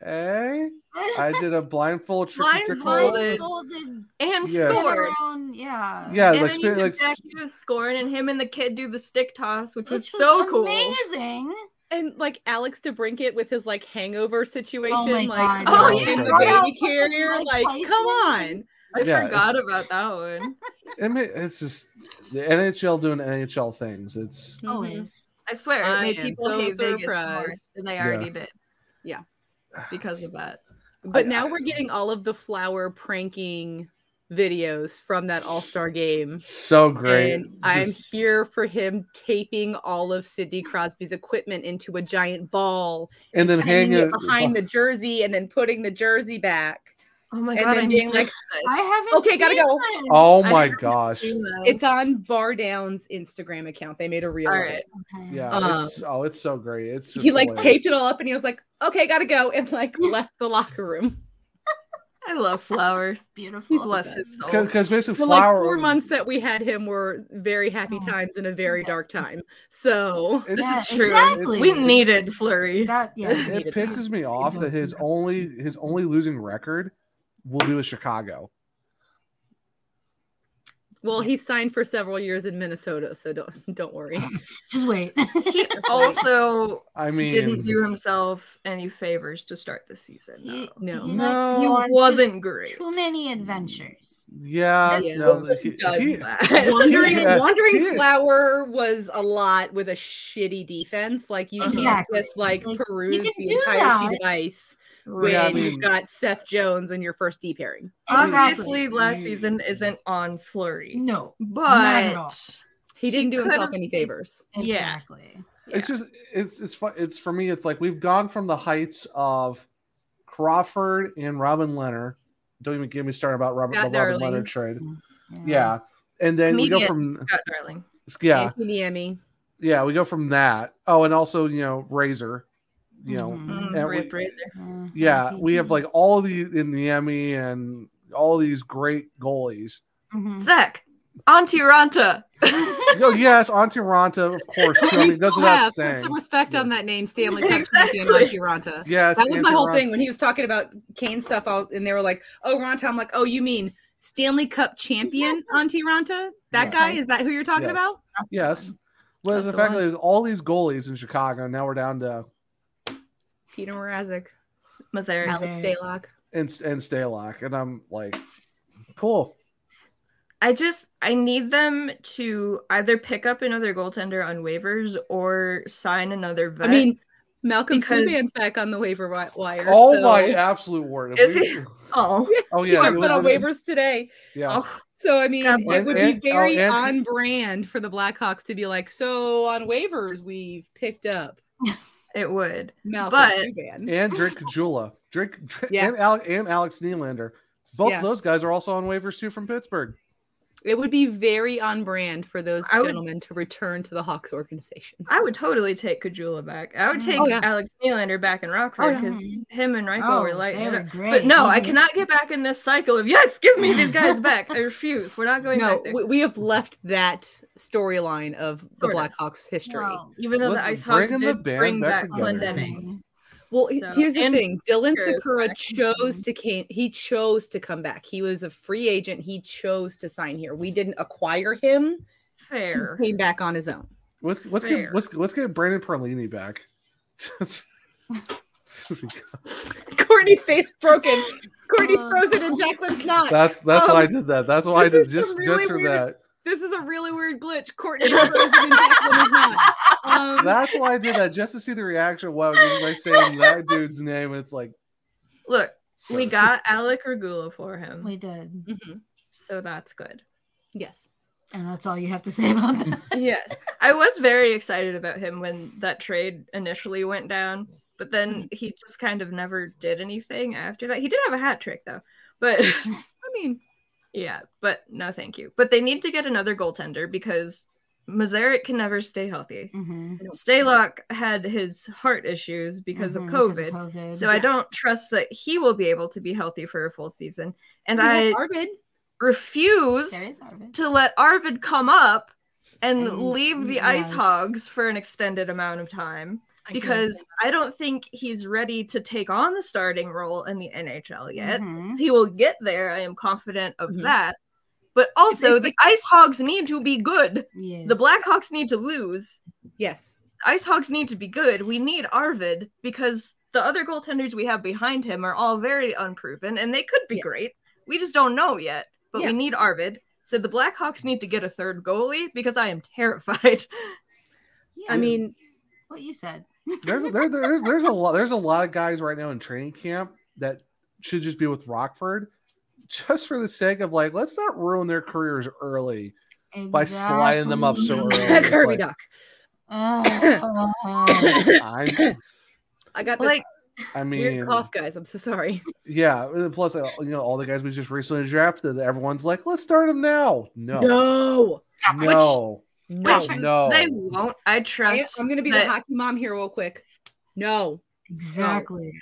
"Hey, <laughs> I did a blindfold tricky trick." Blindfolded Folded and Yeah. scored. around, yeah. Yeah, and like, then spin- you like- like Jack Hughes scoring, and him and the kid do the stick toss, which was Which was so cool. Amazing. Oh And like Alex DeBrinket with his like hangover situation, my God, like Oh, like, yeah. in the Right out baby fucking carrier, Mike like Tyson. come on. I Yeah, forgot it's- about that <laughs> one. I mean, it's just the NHL doing NHL things. It's Oh, Mm-hmm. Always. I swear, Mm-hmm. I it made am people so hate Vegas more surprised. than they Yeah. already <laughs> did. <sighs> Yeah. because of that. But now we're getting all of the flower pranking videos from that All Star game. so great. And I'm Just- here for him taping all of Sidney Crosby's equipment into a giant ball and then hanging hanging it behind the jersey and then putting the jersey back. Oh my And god! then I'm being like, I haven't. Okay, gotta seen go. this. Oh I my didn't gosh! it's it's on Vardown's Instagram account. They made a reel all of right. it. Yeah, Um, it's, oh, it's so great. It's just he like hilarious. taped it all up and he was like, okay, gotta go, and like left the locker room. I love Flower. Beautiful. He's bless his soul. because basically The like flower four months that we had him were very happy times in a very dark time. So It's- This Yeah, is true. exactly. We It's- needed Flurry. That yeah. it, it needed pisses me off that does his do that. only his only losing record will do with Chicago. well, he signed for several years in Minnesota, so don't don't <laughs> worry. Just wait. He also I mean, didn't do himself any favors to start the season. He- though. No. he, like, No. He He wanted wasn't great. Too many adventures. yeah, Yeah. no, Who he- does he- that? <laughs> Wandering Yeah. Wandering Yeah. Flower was a lot with a shitty defense. Like you can't Exactly. just like Like, you peruse can the do entire that. sheet of ice when Yeah, I mean- you've got Seth Jones in your first D pairing. Obviously, Exactly. last season isn't on Flurry. No. not at all. But He didn't do himself could've- any favors. Yeah. Exactly. It's just it's it's fu- it's for me. It's like we've gone from the heights of Crawford and Robin Leonard. Don't even get me started about Robert, the Scott Robin Darling. Leonard trade. Yeah, and then we go Immediate from Scott Darling. yeah Anthony Niemi. yeah we go from that. Oh, and also you know Razor you know, Mm-hmm. Mm-hmm. Mm, and rip we- right there. <laughs> yeah, we have like all the in the Emmy and all these great goalies. Mm-hmm. Zach, Auntie Ranta. oh, yes, Auntie Ranta, of course. Too. I <laughs> we mean, still goes without have saying. put some respect on that name, Stanley Cup champion Monty Ranta. Yes, that was my Antti whole Raanta. thing when he was talking about Kane stuff. I was- and they were like, "Oh, Ranta." I'm like, "Oh, you mean Stanley Cup champion Auntie Ranta? That Yes. guy? Is that who you're talking Yes. about?" Yes. Well, the the fact one. that all these goalies in Chicago, now we're down to Peter Mrazek, Mazarik, Alex Daylock. and and Staylock, and I'm like, cool. I just I need them to either pick up another goaltender on waivers or sign another vet. I mean, Malcolm Because- Subban's back on the waiver wi- wire. Oh so- my absolute word! Is We- he? <laughs> Oh, <laughs> Oh, yeah, I it put was on in the- waivers Oh. today. Yeah. So I mean, God it bless would him. be And- oh, very and- on brand for the Blackhawks to be like, so on waivers we've picked up it would Malcolm But- Subban. and Drake Kajula, Drake, Drake- Yeah. and, Alec, and Alex Nylander. Both Yeah. of those guys are also on waivers too from Pittsburgh. It would be very on brand for those I would- gentlemen to return to the Hawks organization. I would totally take Kajula back. I would Mm. take Oh, yeah. Alex Nylander back in Rockford Oh, because him and Reichel Oh, were like. they were But great. no, I Mhm. cannot get back in this cycle of yes, give me these <laughs> guys back. I refuse. We're not going No, back there. we, we have left that storyline of the Sort of. Blackhawks history. Well, even though the Let's Ice Hawks bring the did band bring back back together. Glendening. Well, So- here's the and thing: Dylan Sakura is Mm-hmm. Sakura chose to came. He chose to come back. He was a free agent. He chose to sign here. We didn't acquire him. Fair. He came back on his own. <laughs> Let's let's Fair. get let's let's get Brandon Perlini back. <laughs> Courtney's face broken. Courtney's Uh, <laughs> frozen, and Jacqueline's not. that's that's Um, why I did that. That's why I this did is a just really just for weird- that. This is a really weird glitch. <laughs> Courtney's frozen, and Jacqueline is not. Um, That's why I did that just to see the reaction. Wow, just by saying that dude's name, it's like Look, we So- got Alec Regula for him. We did. So that's good. Yes. And that's all you have to say about that. yes. I was very excited about him when that trade initially went down, but then he just kind of never did anything after that. He did have a hat trick though. But <laughs> I mean, yeah, but no thank you. But they need to get another goaltender because Mazarek can never stay healthy. Mm-hmm. Staylock had his heart issues because, Mhm, of, because COVID, of COVID, So yeah. I don't trust that he will be able to be healthy for a full season. And We I have Arvid. refuse There is Arvid. to let Arvid come up and And- leave the yes. Ice Hogs for an extended amount of time I can because understand. I don't think he's ready to take on the starting role in the NHL yet. Mhm. He will get there. I am confident of Mhm. that. But also, the Ice Hogs need to be good. Yes. The Blackhawks need to lose. Yes. Ice Hogs need to be good. We need Arvid because the other goaltenders we have behind him are all very unproven and they could be great. We just don't know yet, but we Yeah. need Arvid. So the Blackhawks need to get a third goalie because I am terrified. <laughs> I mean, <laughs> what you said. there's there, there, there's a lot there's a lot of guys right now in training camp that should just be with Rockford just for the sake of like let's not ruin their careers early by sliding them up so early. Exactly. It's Kirby like, Oh, I'm- I got this Like- I mean weird cough, guys. I'm so sorry. yeah, and plus uh, you know all the guys we just recently drafted everyone's like let's start them now. No. No. No. No. Which No. they won't. I trust I, am going to be that- the hockey mom here real quick. No. Exactly.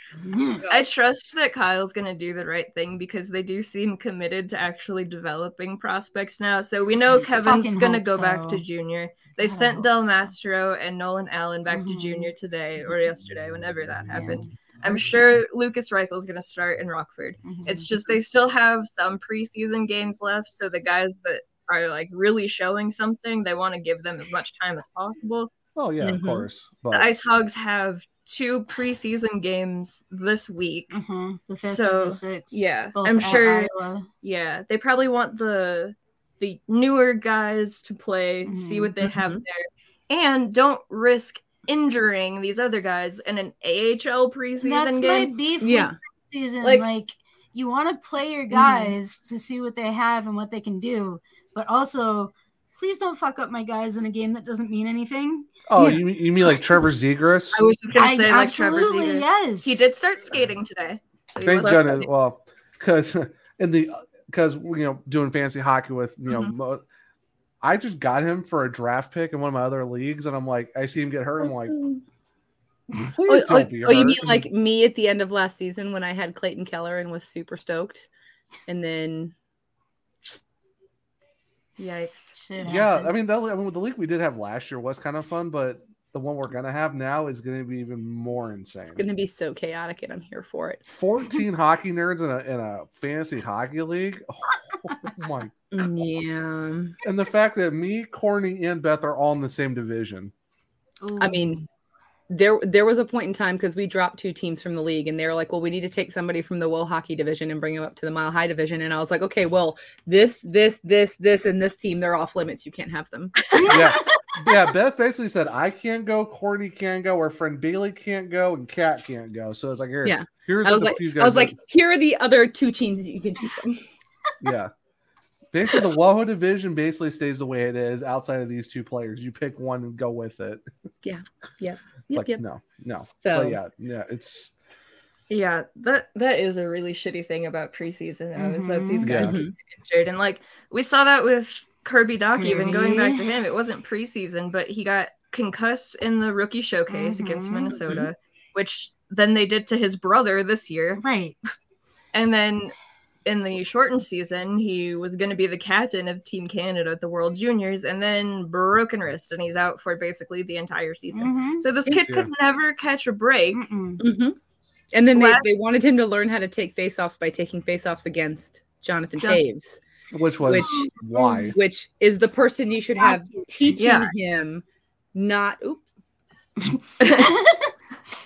I trust that Kyle's going to do the right thing because they do seem committed to actually developing prospects now. So we know I Oh, Kevin's fucking going to hope go back so. to junior. Oh, They sent Del Mastro and Nolan Allen back Mm-hmm. to junior today or yesterday, whenever that happened. I'm sure Lucas Reichel's going to start in Rockford. Mm-hmm. It's just they still have some preseason games left. So the guys that are like really showing something, they want to give them as much time as possible. Mm-hmm. Oh yeah, of course. But The Ice Hogs have two preseason games this week. Mm-hmm. The fifth so and the sixth, yeah, both I'm at sure. Iowa. Yeah, they probably want the the newer guys to play, see what they have Mm-hmm. there, and don't risk injuring these other guys in an AHL preseason That's game. my beef. Yeah, With season Like- Mm-hmm. like, you want to play your guys to see what they have and what they can do, but also please don't fuck up my guys in a game that doesn't mean anything. oh, you mean, you mean like Trevor Zegras? I was just gonna say I- like Trevor absolutely, Zegers. yes. he did start skating today. So he Thank was- goodness. Well, because <laughs> in the because you know doing fancy hockey with you know, mo- I just got him for a draft pick in one of my other leagues, and I'm like, I see him get hurt, I'm like, Please oh, don't be oh, you mean hurt. like me at the end of last season when I had Clayton Keller and was super stoked, and then Yikes. Yeah, I mean, that, I mean, the league we did have last year was kind of fun, but the one we're gonna have now is gonna be even more insane. it's going to be so chaotic, and I'm here for it. 14 hockey nerds in a in a fantasy hockey league. <laughs> Oh my Yeah. And the fact that me, Corny, and Beth are all in the same division. I mean, there there was a point in time because we dropped two teams from the league, and they were like, "Well, we need to take somebody from the Woe Hockey division and bring them up to the Mile High division." And I was like, "Okay, well, this, this, this, this, and this team—they're off limits. You can't have them." Yeah. yeah, Beth basically said, I can't go, Corny can't go, our friend Bailey can't go, and Kat can't go. So it's like here, yeah. here's I was a like, few I guys. was that- like, here are the other two teams that you can choose from. yeah. Basically, the Wahoo division basically stays the way it is outside of these two players. You pick one and go with it. Yeah. Yep. It's Yep. like, yep. no, no. So- But yeah, yeah, it's Yeah, that that is a really shitty thing about preseason though, is that Mm-hmm. these Mhm. guys Yeah. get injured. And like we saw that with Kirby Doc, even going back to Kirby. him, it wasn't preseason, but he got concussed in the rookie showcase against Mhm. Minnesota, which then they did to his brother this year. Right. <laughs> and then in the shortened season, he was going to be the captain of Team Canada at the World Juniors and then broken wrist, and he's out for basically the entire season. Mhm. So this Yeah. kid could Yeah. never catch a break. Mhm. And then they, Last- they wanted him to learn how to take faceoffs by taking faceoffs against Jonathan Jon- Taves, which was which why. which is the person you should have teaching Yeah. him, not oops.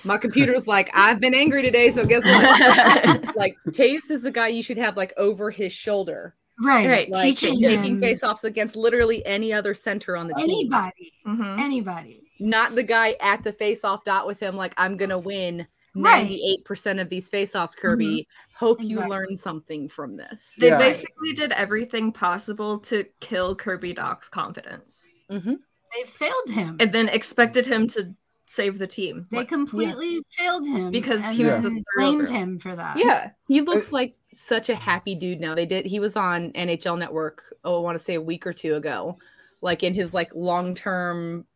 My computer's like, I've been angry today, so guess what? like Taves is the guy you should have like over his shoulder. Right. Right, Like, teaching taking him. faceoffs against literally any other center on the team. Anybody. Mm-hmm. Anybody. not the guy at the face-off dot with him like i'm gonna win Right. 98% of these face-offs kirby hope you learn something from this They basically did everything possible to kill Kirby Doc's confidence. Mm-hmm. They failed him. And then expected him to save the team. They completely failed him Because and he was the then third blamed girl. him for that. Yeah. he looks like such a happy dude now they did he was on nhl network oh i want to say a week or two ago like in his like long-term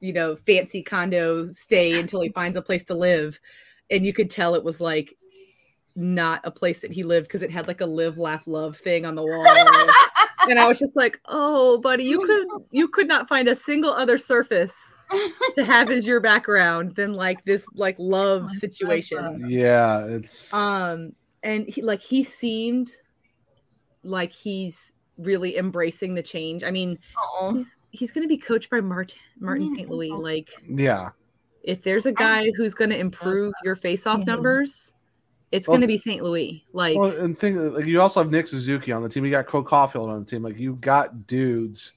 you know fancy condo stay until he finds a place to live and you could tell it was like not a place that he lived because it had like a live laugh love thing <laughs> on the wall and i was just like oh buddy you could you could not find a single other surface to have as your background than like this <laughs> like love situation Yeah, it's um and he like he seemed like he's really embracing the change i mean he's, he's gonna be coached by martin martin st louis Mm-hmm. like yeah. if there's a guy who's gonna improve your face Mm-hmm. off numbers it's gonna Well, be st louis like well, and thing like you also have Nick Suzuki on the team. You got Cole Caulfield on the team. Like you got dudes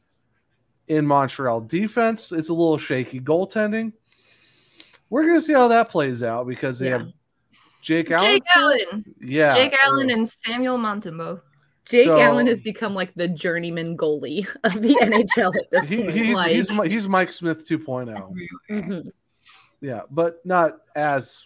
in Montreal defense. It's a little shaky goaltending. We're gonna see how that plays out because they have Jake Allen. Jake Allen. Yeah, Jake Allen uh, and Samuel Montembeau. jake allen so- has become like the journeyman goalie <laughs> of the nhl at this He, point he's, like he's, Mi- he's Mike Smith 2.0. mhm. Yeah, but not as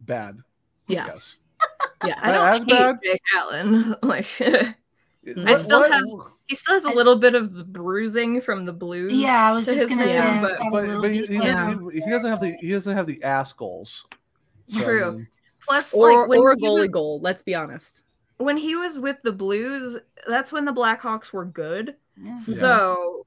bad. Yeah. Yes. yeah I don't As hate bad? Jake Allen. <laughs> Like I What- still what- have he still has a little bit of the bruising from the blues. Yeah, I was to his just gonna name, say, but, I've got a But, but he, he, Yeah. doesn't, he doesn't have the he doesn't have the ass goals. So, I True. mean, plus or like, when or a he goalie was- goal let's be honest when he was with the Blues, that's when the Blackhawks were good. Yeah. So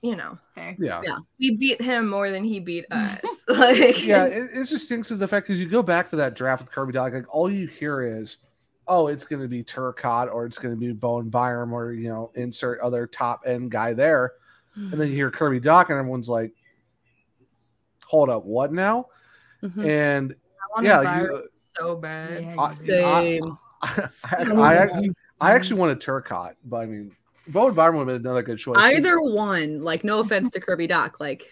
you know, Yeah. Yeah. we beat him more than he <laughs> beat us. <laughs> like, yeah, it, it just stinks is the fact because you go back to that draft with Kirby Doc, like all you hear is, oh, it's going to be Turcotte or it's going to be Bone Byram or you know insert other top end guy there, and then you hear Kirby Doc and everyone's like, hold up, what now? And Mm-hmm. I yeah, yeah, like, you- so bad. I- <laughs> I, I, Mm-hmm. <laughs> I, actually- I actually want a Turcotte, but I mean, Bone Byram would have been another good choice. Either one, like no offense to Kirby Doc, like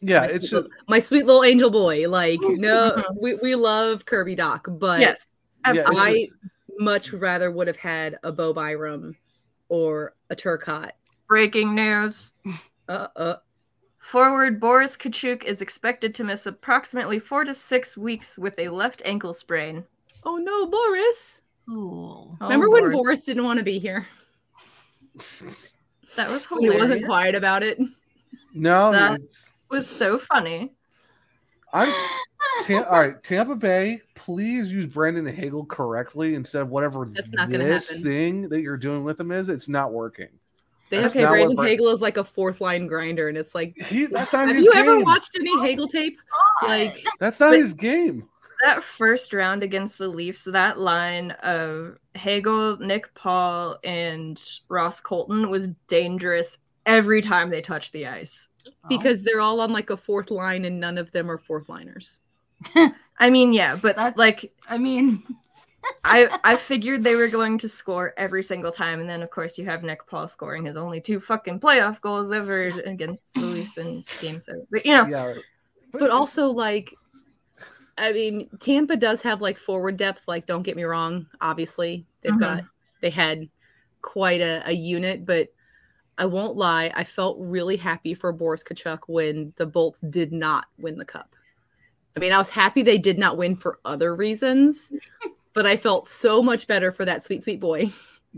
yeah, my it's Oh, sweet, just, little, my sweet little angel boy. Like no, we, we love Kirby Doc, but Yes, I absolutely. Yeah, it's much rather would have had a Bo Byram or a Turcotte. Breaking news. Uh, uh. Uh-uh. Forward Boris Kachuk is expected to miss approximately four to six weeks with a left ankle sprain. Oh no, Boris! Ooh. Oh, Remember when Boris. didn't want to be here? That was When he hilarious. wasn't quiet about it. no, That it's- was so funny. I'm Tam- all right, Tampa Bay. Please use Brandon Hagel correctly instead of whatever That's not gonna this happen. thing that you're doing with him is. It's not working. <laughs> They That's okay, not what Brandon Bra- Hagel is like a fourth line grinder, and it's like He- that's not have his you ever game. watched any Hagel tape? Like That's not But- his game. That first round against the Leafs, that line of Hagel, Nick Paul, and Ross Colton was dangerous every time they touched the ice. because they're all on like a fourth line, and none of them are <laughs> fourth liners. I mean, yeah, but like, I mean, <laughs> I I figured they were going to score every single time, and then of course you have Nick Paul scoring his only two fucking playoff goals ever against the Leafs in Game Seven. But you know, But, also like I mean, Tampa does have like forward depth, like don't get me wrong, obviously. They've Mhm. Uh-huh. got they had quite a, a unit, but I won't lie, I felt really happy for Boris Kachuk when the Bolts did not win the cup. I mean, I was happy they did not win for <laughs> other reasons, but I felt so much better for that sweet, sweet boy.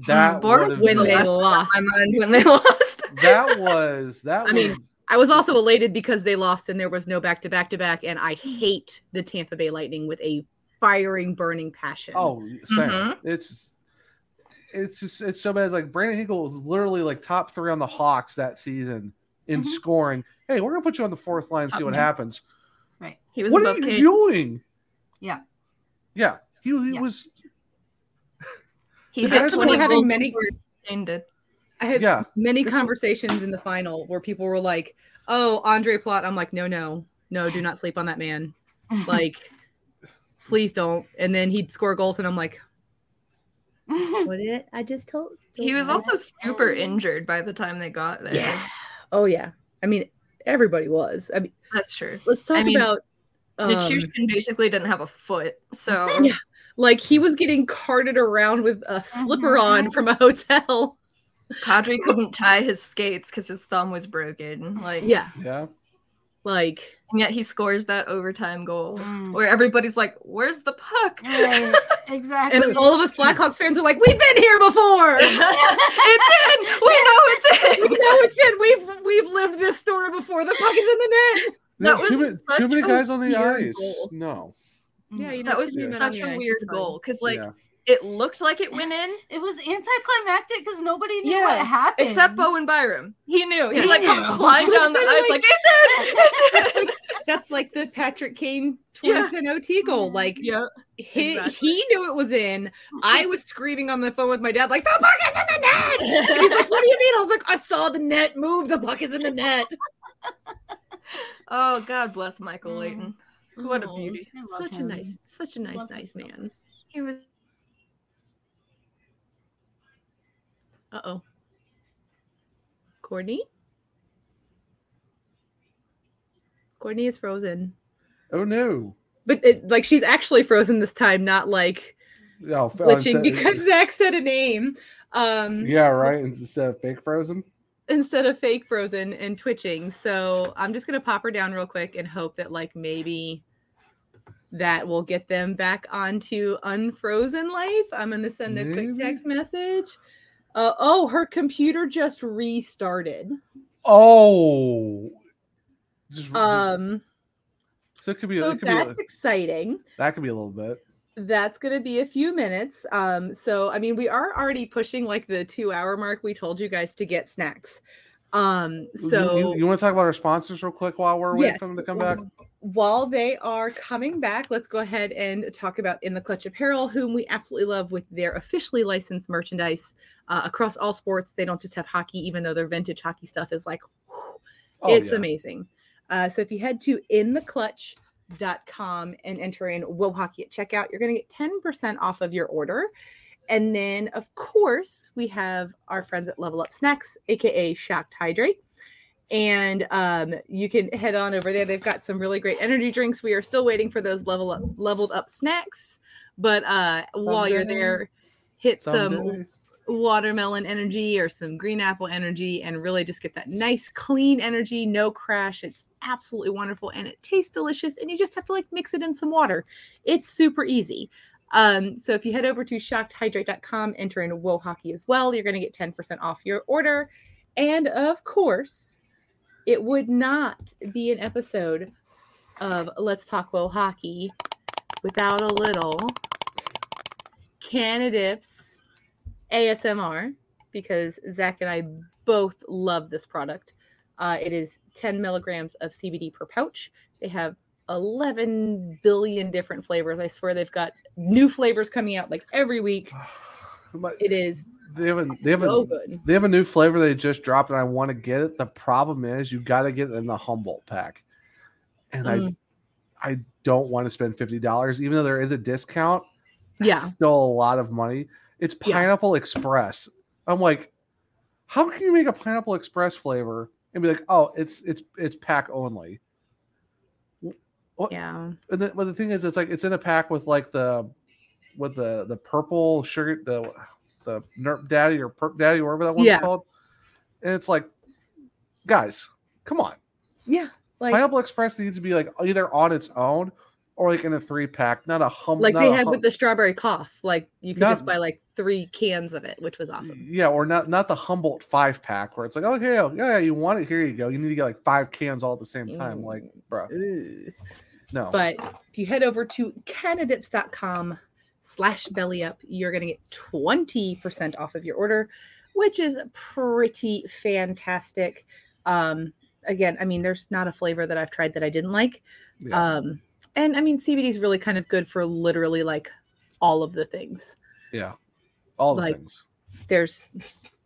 That Boris would've when been- they That's on lost. <laughs> my mind when they lost. That was that. I was, mean, I was also elated because they lost and there was no back to back to back, and I hate the Tampa Bay Lightning with a firing, burning passion. oh, same. mm-hmm. It's it's just it's so bad. It's like Brandon Hagel was literally like top three on the Hawks that season in Mm-hmm. scoring. Hey, we're gonna put you on the fourth line and see Oh, Top what nine. happens. right. He What are you doing? Yeah. Yeah, he, he was. he The had best one we're 20 having goals many- before Kane did. I had Yeah. many conversations in the final where people were like, "Oh, Andre Plot." I'm like, "No, no, no, do not sleep on <laughs> that man. Like, please don't." And then he'd score goals, and I'm like, <laughs> "What did I just told?" He was also super injured by the time they got there. Yeah. Oh yeah. I mean, everybody was. I mean, that's true. Let's talk I mean, about. um, Nichushkin basically didn't have a foot, <laughs> so Yeah. Like he was getting carted around with a <laughs> <laughs> slipper on from a hotel. Kadri couldn't tie his skates because his thumb was broken. Like Yeah. Yeah. Like Mm. And yet he scores that overtime goal where everybody's like, Where's the puck? <laughs> <laughs> <laughs> Right, exactly. and all of us Blackhawks fans are like, we've been here <laughs> before. it's in. We know <laughs> it's in. we know it's in. We've we've lived this story before. The puck is in the net. There were too many- too many guys on the ice. No. Yeah, you that don't was see men on such the ice, a it's weird fine. goal because like Yeah. it looked like it went in. It was anticlimactic because nobody knew what happened. Except Bowen Byram. He knew. He, He like comes knew. flying down the Literally, ice like it's <laughs> in. That's like Mm-hmm. the Patrick Kane 2010 OT goal. Like yeah, he he knew it was in. <laughs> I was screaming on the phone with my dad, like the puck is in the net. And he's like, what do you mean? I was like, I saw the net move. The puck is in the <laughs> net. Oh God bless Mm. Michael Layton. What a Oh, beauty. Such a nice, such a nice, nice man. He was Uh oh. Courtney? Courtney is frozen. Oh no. But it, like she's actually frozen this time, not like No, f- glitching instead- because <laughs> Zach said a name um, Oh, yeah, right. Instead of fake frozen. instead of fake frozen and twitching. So I'm just gonna pop her down real quick and hope that like maybe that will get them back onto unfrozen life. I'm gonna send a quick text message. Uh, oh, her computer just restarted. Oh. Just, Um, so it could be. so it could be Oh, that's a- exciting. that could be a little bit. That's going to be a few minutes. Um, so I mean, we are already pushing like the two hour mark. We told you guys to get snacks. Um, You- so Oh, you, want to talk about our sponsors real quick while we're waiting for them to come back? While they are coming back, let's go ahead and talk about In the Clutch Apparel, whom we absolutely love with their officially licensed merchandise uh, across all sports. They don't just have hockey, even though their vintage hockey stuff is like, whew, Oh, it's yeah. amazing. Uh, so if you head to intheclutch.com and enter in Wob Hockey at checkout, you're going to get 10% off of your order. And then, of course, we have our friends at Level Up Snacks, aka Shocked Hydrate and um, you can head on over there. They've got some really great energy drinks. We are still waiting for those level up leveled up snacks, but uh, while you're Someday. there, hit Someday. some watermelon energy or some green apple energy, and really just get that nice clean energy, no crash. It's absolutely wonderful, and it tastes delicious. And you just have to like mix it in some water. It's super easy. Um, so if you head over to shockedhydrate.com, enter in Whoa Hockey as well. You're going to get 10% off your order. And of course, it would not be an episode of Let's Talk Well Hockey without a little Canadips ASMR because Zach and I both love this product. Uh, it is 10 milligrams of CBD per pouch. They have 11 billion different flavors. I swear they've got new flavors coming out like <sighs> every week. It is They have a they have, so a, good. they have a new flavor they just dropped, and I want to get it. The problem is you got to get it in the Humboldt pack, and Mm. I I don't want to spend fifty dollars, even though there is a discount. that's Yeah. still a lot of money. It's Pineapple Express. I'm like, how can you make a Pineapple Express flavor and be like, oh, it's it's it's pack only? Yeah. And the, but the thing is, it's like it's in a pack with like the with the the purple sugar the the nerp daddy or perp daddy or whatever that one's Yeah. called. And it's like, guys, come on. Yeah. Like Pineapple Express needs to be like either on its own or like in a three pack, not a hum. like not they a had hum- with the strawberry cough. Like you could Not- just buy like three cans of it, which was awesome. yeah, or not not the Humboldt five pack where it's like, okay, oh, yeah, you want it, here you go. You need to get like five cans all at the same time, like, bro. No, Mm. But if you head over to canadips.com slash belly up, you're gonna get 20% off of your order, which is pretty fantastic. Um, again, I mean, there's not a flavor that I've tried that I didn't like. Yeah. Um, and I mean CBD is really kind of good for literally like all of the things. yeah, all the Like, things. there's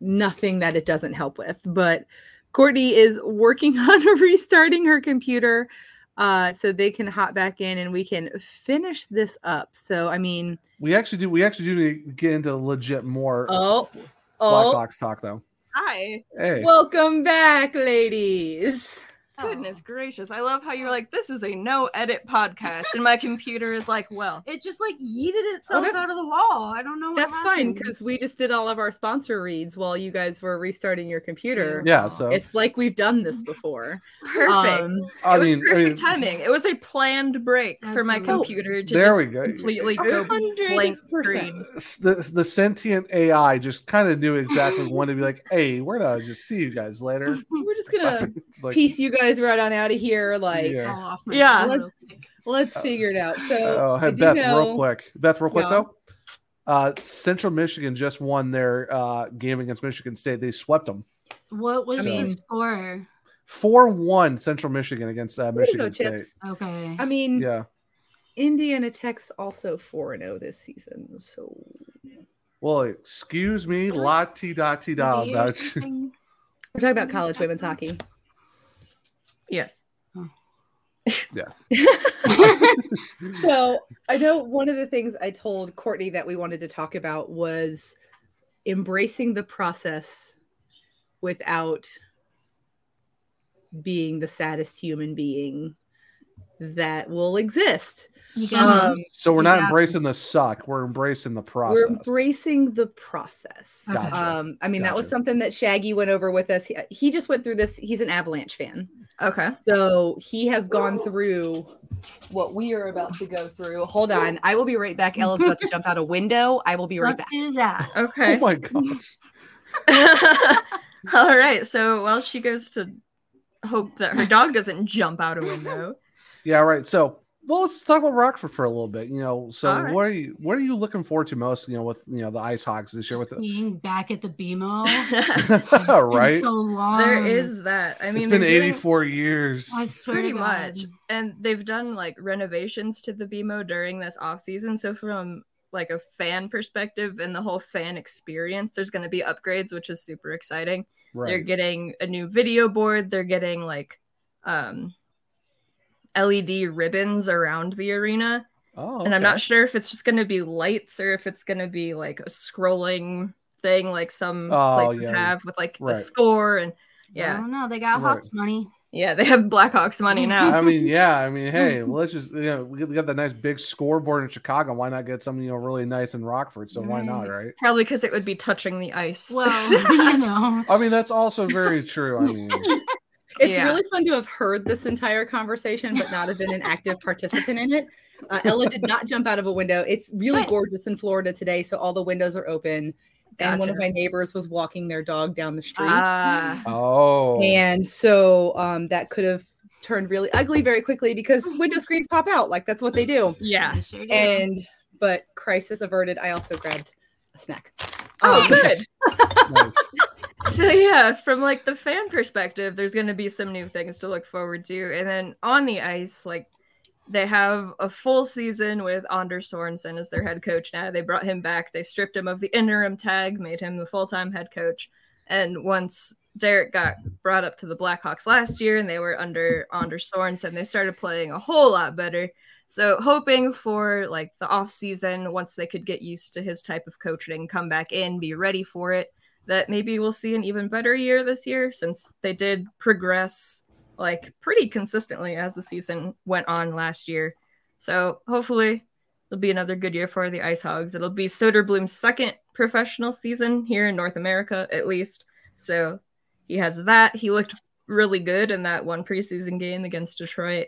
nothing that it doesn't help with. But Courtney is working <laughs> on restarting her computer uh, so they can hop back in and we can finish this up. So, I mean, We actually do. We actually do need to get into legit more. Oh, Black oh. Box talk though. Hi. Hey. welcome back, ladies. Oh. Goodness gracious. I love how you're like, this is a no edit podcast. And my computer is like, well, It just like yeeted itself that- out of the wall. I don't know. What That's fine happened. because we just did all of our sponsor reads while you guys were restarting your computer. Yeah, so- it's like we've done this before. <laughs> perfect. Um, I it was mean- I perfect mean- timing. It was a planned break for my computer to Oh, There just we go. completely go blank screen. S- The, the sentient AI just kind of knew exactly when to be like, "Hey, we're gonna just see you guys <laughs> later." we're just gonna It's <laughs> like- piece you guys right on out of here. Like, Yeah. Fall off my yeah, mind let's, let's figure it out. So, Oh, I hey, do Beth, real know- quick. Beth, real quick Yeah. though. Uh, Central Michigan just won their uh, game against Michigan State. They swept them What was I mean- the score? four-one. Central Michigan against uh, Way to go, Michigan State. Chips. Okay. I mean, Yeah. Indiana Tech's also 4 and 0 this season. So, Well, excuse me, la ti da ti da about you. <laughs> we're talking about college women's hockey. Yes. Yeah. So, I know one of the things I told Courtney that we wanted to talk about was embracing the process without being the saddest human being that will exist. Um, so we're not yeah. embracing the suck. We're embracing the process. We're embracing the process. Gotcha. Um, I mean, that was something that Shaggy went over with us. He, uh, he just went through this. He's an Avalanche fan. Okay. So he has gone through what we are about to go through. Hold on. I will be right back. Ella's about to jump out a window. I will be right back. Do that. Okay. <laughs> Oh my gosh. <laughs> All right. So while she goes to hope that her dog doesn't jump out a window. Yeah, right. So well, let's talk about Rockford for a little bit. You know, so All right. what are you what are you looking forward to most? You know, with you know the Ice Hawks this year with the Being back at <laughs> the BMO. <laughs> right. So long. There is that. I mean, Oh, it's been they're doing- 84 years. I swear pretty to God. much and they've done like renovations to the bmo during this off season so from like a fan perspective and the whole fan experience there's going to be upgrades which is super exciting they're Right. getting a new video board they're getting like um led ribbons around the arena oh, and i'm not okay. sure if it's just going to be lights or if it's going to be like a scrolling thing like some Oh, places yeah. have with like Right. the score and yeah I don't know. They got Right. Hawks money. yeah they have blackhawks money <laughs> now I mean, yeah. I mean, hey, well, let's just you know we got- we got that nice big scoreboard in Chicago. Why not get something you know really nice in Rockford? So why not, right? Probably because it would be touching the ice. <laughs> Well, <laughs> you know. I mean, that's also very true. I mean, It's Yeah. really fun to have heard this entire conversation, but not have been an active participant in it. Uh, Ella did not jump out of a window. It's really gorgeous in Florida today, so all the windows are open. And one of Gotcha. my neighbors was walking their dog down the street. Ah. oh, And so um, that could have turned really ugly very quickly because window screens pop out. Like that's what they do. Yeah. do. And, but crisis averted. I also grabbed a snack. Oh, Um, <laughs> good. <laughs> so yeah, from like the fan perspective, there's going to be some new things to look forward to, and then on the ice, like they have a full season with Anders Sorensen as their head coach now. They brought him back. They stripped him of the interim tag, made him the full-time head coach. And once Derek got brought up to the Blackhawks last year, and they were under Anders Sorensen, they started playing a whole lot better. So hoping for like the off season, once they could get used to his type of coaching, come back in, be ready for it, that maybe we'll see an even better year this year since they did progress like pretty consistently as the season went on last year. So hopefully it'll be another good year for the Ice Hogs. It'll be Soderblom's second professional season here in North America, at least. So he has that. He looked really good in that one preseason game against Detroit.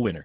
winner.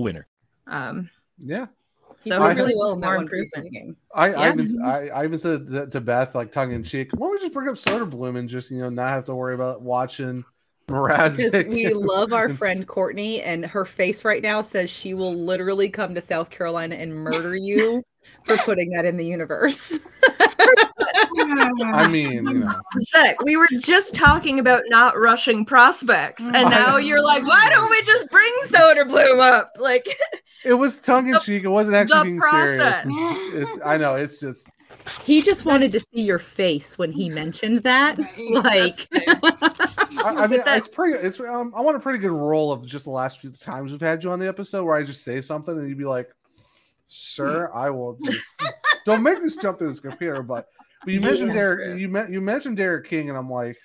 winner. Um, yeah. He so did really well in that more one improvement. preseason game. I, I Yeah. even I, I even said that to Beth like tongue in cheek. Why don't we just bring up Soderblom and just you know not have to worry about watching Because Mrazek? <laughs> we love our and- friend Courtney, and her face right now says she will literally come to South Carolina and <laughs> murder you for putting that in the universe. I mean, you know, Zach, we were just talking about not rushing prospects, and now you're like, why don't we just bring Soderblom up? <laughs> Like, it was tongue in cheek. It wasn't actually the being process. serious. It's, it's I know it's just he just wanted to see your face when he mentioned that. <laughs> Like, I, I mean, it's pretty. It's um, I want a pretty good roll of just the last few times we've had you on the episode where I just say something and you'd be like, "Sir, I will just <laughs> don't make me jump through this computer." But but you mentioned Yes. Derek. You met you mentioned Derek King, and I'm like,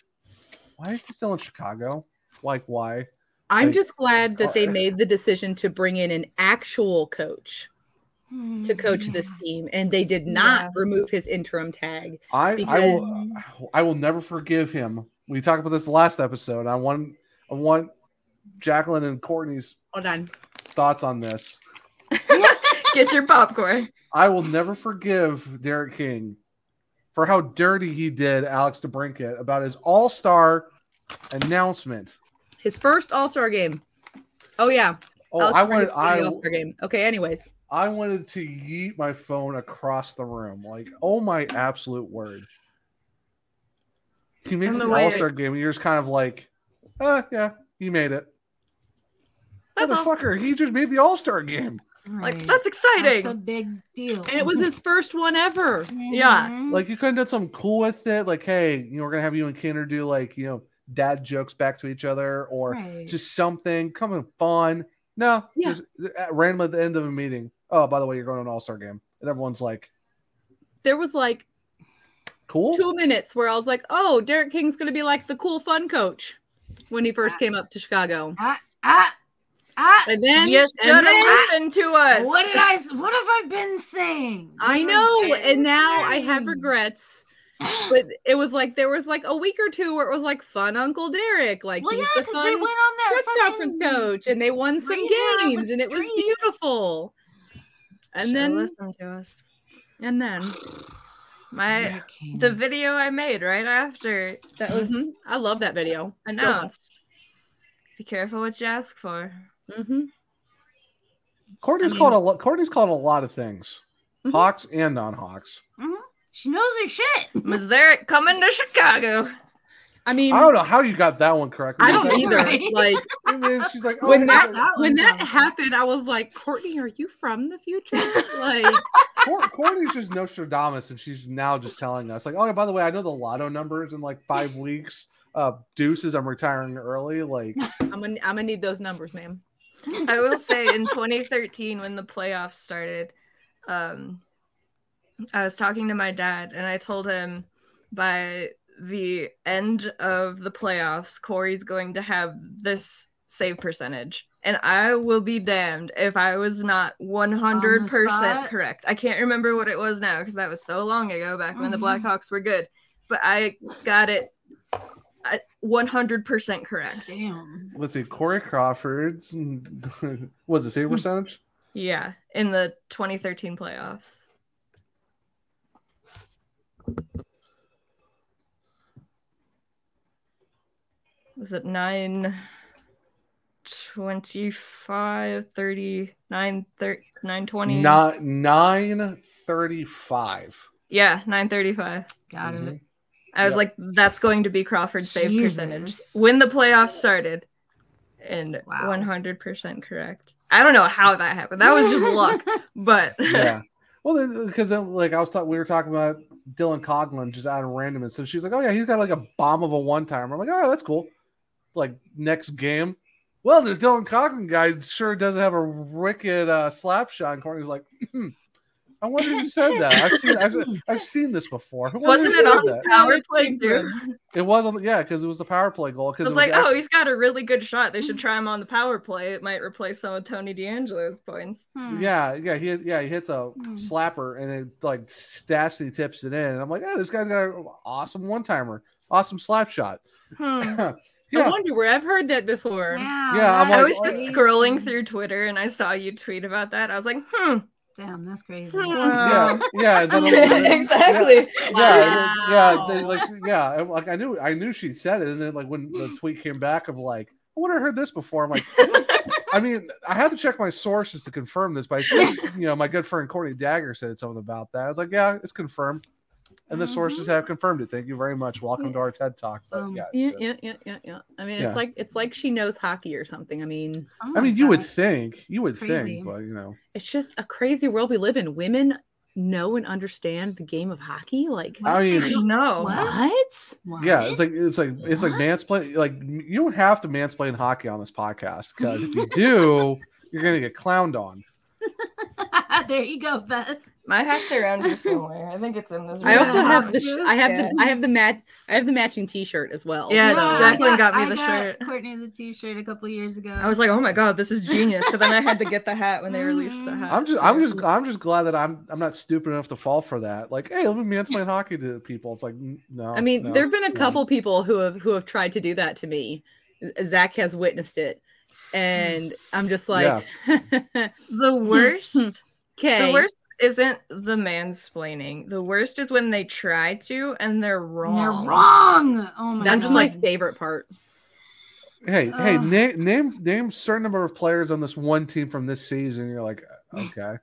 why is he still in Chicago? Like, why? I'm Like, just glad that they made the decision to bring in an actual coach to coach this team, and they did not Yeah. remove his interim tag. I I will I will never forgive him. We talked about this last episode. I want I want Jacqueline and Courtney's Hold on. thoughts on this. <laughs> Get your popcorn. I will never forgive Derek King for how dirty he did Alex DeBrinket about his All Star announcement. His first All Star game. Oh yeah. Oh, I wanted- I- All Star game. Okay. Anyways, I wanted to yeet my phone across the room. Like, oh my absolute word! He makes And the the way- All Star game, and you're just kind of like, ah, yeah, he made it. That's all. Motherfucker, he just made the All Star game. Like that's exciting. That's a big deal. Mm-hmm. And it was his first one ever. Mm-hmm. Yeah. Like you could have done something cool with it, like hey, you know, we're gonna have you and Kinder do like you know dad jokes back to each other or Right. just something coming fun. No, just uh, random at the end of a meeting. Oh, by the way, you're going to an All Star game, and everyone's like, There was like cool. two minutes where I was like, oh, Derek King's going to be like the cool fun coach when he first came up to Chicago. Ah, ah, ah. And then, You and should have then- listened to us. What did I? s- What have I been saying? I know, and now I have regrets. <gasps> But it was like there was like a week or two where it was like fun Uncle Derek, like Well, he's yeah, the 'cause they fun went on that press conference fucking coach, and they won some radio on the games, and it was beautiful. And then listen to us. And then My the video I made right after Mm-hmm. that was Mhm. I love that video. So much. announced. Be careful what you ask for. Mm-hmm. Courtney's called a lot. Courtney's called a lot of things, Mm-hmm. Hawks and non-Hawks. Mm-hmm. She knows her shit. Missouri coming to Chicago. I mean, I don't know how you got that one correctly. I don't That's- either. <laughs> Like, she's like when oh, that, that when one that happened, I was like, Courtney, are you from the future? <laughs> Like, Cour- Courtney's just Nostradamus, and she's now just telling us, like, oh, by the way, I know the lotto numbers in like five weeks. Uh, deuces, I'm retiring early. Like, I'm gonna, I'm gonna need those numbers, ma'am. I will say in 2013 when the playoffs started, um, I was talking to my dad and I told him by the end of the playoffs, Corey's going to have this save percentage. And I will be damned if I was not 100% spot? correct. I can't remember what it was now because that was so long ago back when the Mhm. Blackhawks were good. But I got it uh, at 100% correct. Damn. let's see, Corey Crawford's <laughs> and- was it save percentage? Yeah, in the 2013 playoffs. Was it 9 25 30 9 30 920? Not nine thirty-five. Yeah, 935. Got it. I was Mm-hmm. Yep. like that's going to be Crawford's save percentage Jesus. when the playoffs started. And 100% correct. I don't know how that happened. That was just luck. But yeah. Well, because like I was talking, we were talking about Dylan Coughlin just out of random, and so she's like, "Oh yeah, he's got like a bomb of a one timer." I'm like, "Oh, that's cool." Like next game, well, this Dylan Coughlin guy sure does have a wicked uh, slap shot. And Courtney's like, hmm, "I wonder who said that. I've seen, I've, I've seen this before. Who wonder Wasn't who it said on his that? power play too? It was on, yeah, because it was a power play goal. I Because was like, oh, he's got a really good shot. They should try him on the power play. It might replace some of Tony D'Angelo's points. Hmm. Yeah, yeah, he yeah he hits a slapper and it like Stastny tips it in, and I'm like, oh, this guy's got an awesome one timer, awesome slap shot. <laughs> Hmm. Yeah. I wonder where I've heard that before. Oh, Yeah, I'm I always- was just scrolling through Twitter and I saw you tweet about that. I was like, hmm. Damn, that's crazy. Yeah, yeah, and <laughs> then- Oh. exactly. Yeah, yeah, yeah, they, like yeah, and, like I knew I knew she said it, and then like when the tweet came back of like, I wonder I heard this before. I'm like, I mean, I had to check my sources to confirm this, but I think, you know, my good friend Courtney Dagger said something about that. I was like, yeah, it's confirmed. And the sources have confirmed it. Thank you very much. Welcome to our TED Talk. But yeah, it's Yeah, good. yeah, yeah, yeah, yeah. I mean, Yeah. it's like it's like she knows hockey or something. I mean, I mean, you would think, you would crazy. think, but you know, it's just a crazy world we live in. Women know and understand the game of hockey. Like, I mean, no, what? yeah, it's like it's like it's like mansplain. Like you don't have to mansplain hockey on this podcast because if <laughs> you do, you're gonna get clowned on. <laughs> there you go, Beth. My hat's around here somewhere. I think it's in this room. I also have the sh- Yeah. I have the I have the mat I have the matching T-shirt as well. Yeah, so- Jacqueline got, me the got shirt. Courtney the T-shirt a couple years ago. I was like, oh my god, this is genius. So then I had to get the hat when they released Hmm. the hat. I'm just, I'm just, I'm just glad that I'm, I'm not stupid enough to fall for that. Like, hey, let me mansplain hockey to people. It's like, n- no. I mean, no, there have been a no. couple people who have who have tried to do that to me. Zach has witnessed it, and I'm just like, <laughs> the worst. okay. The worst isn't the mansplaining. The worst is when they try to and they're wrong. They're wrong. Oh my That's god. my favorite part. Hey, hey, name, name, name certain number of players on this one team from this season. You're <laughs> like, okay. Okay.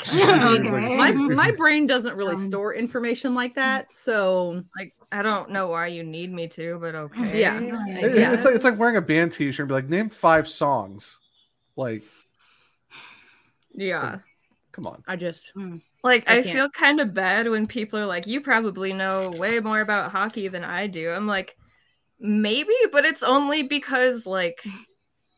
<laughs> My my brain doesn't really store information like that, so like I don't know why you need me to, but okay. Yeah. I It- guess. It's like it's like wearing a band T-shirt and be like, name five songs. Like, Yeah. Come on. I just Like Mm. I I, can't. feel kind of bad when people are like, "You probably know way more about hockey than I do." I'm like, maybe, but it's only because like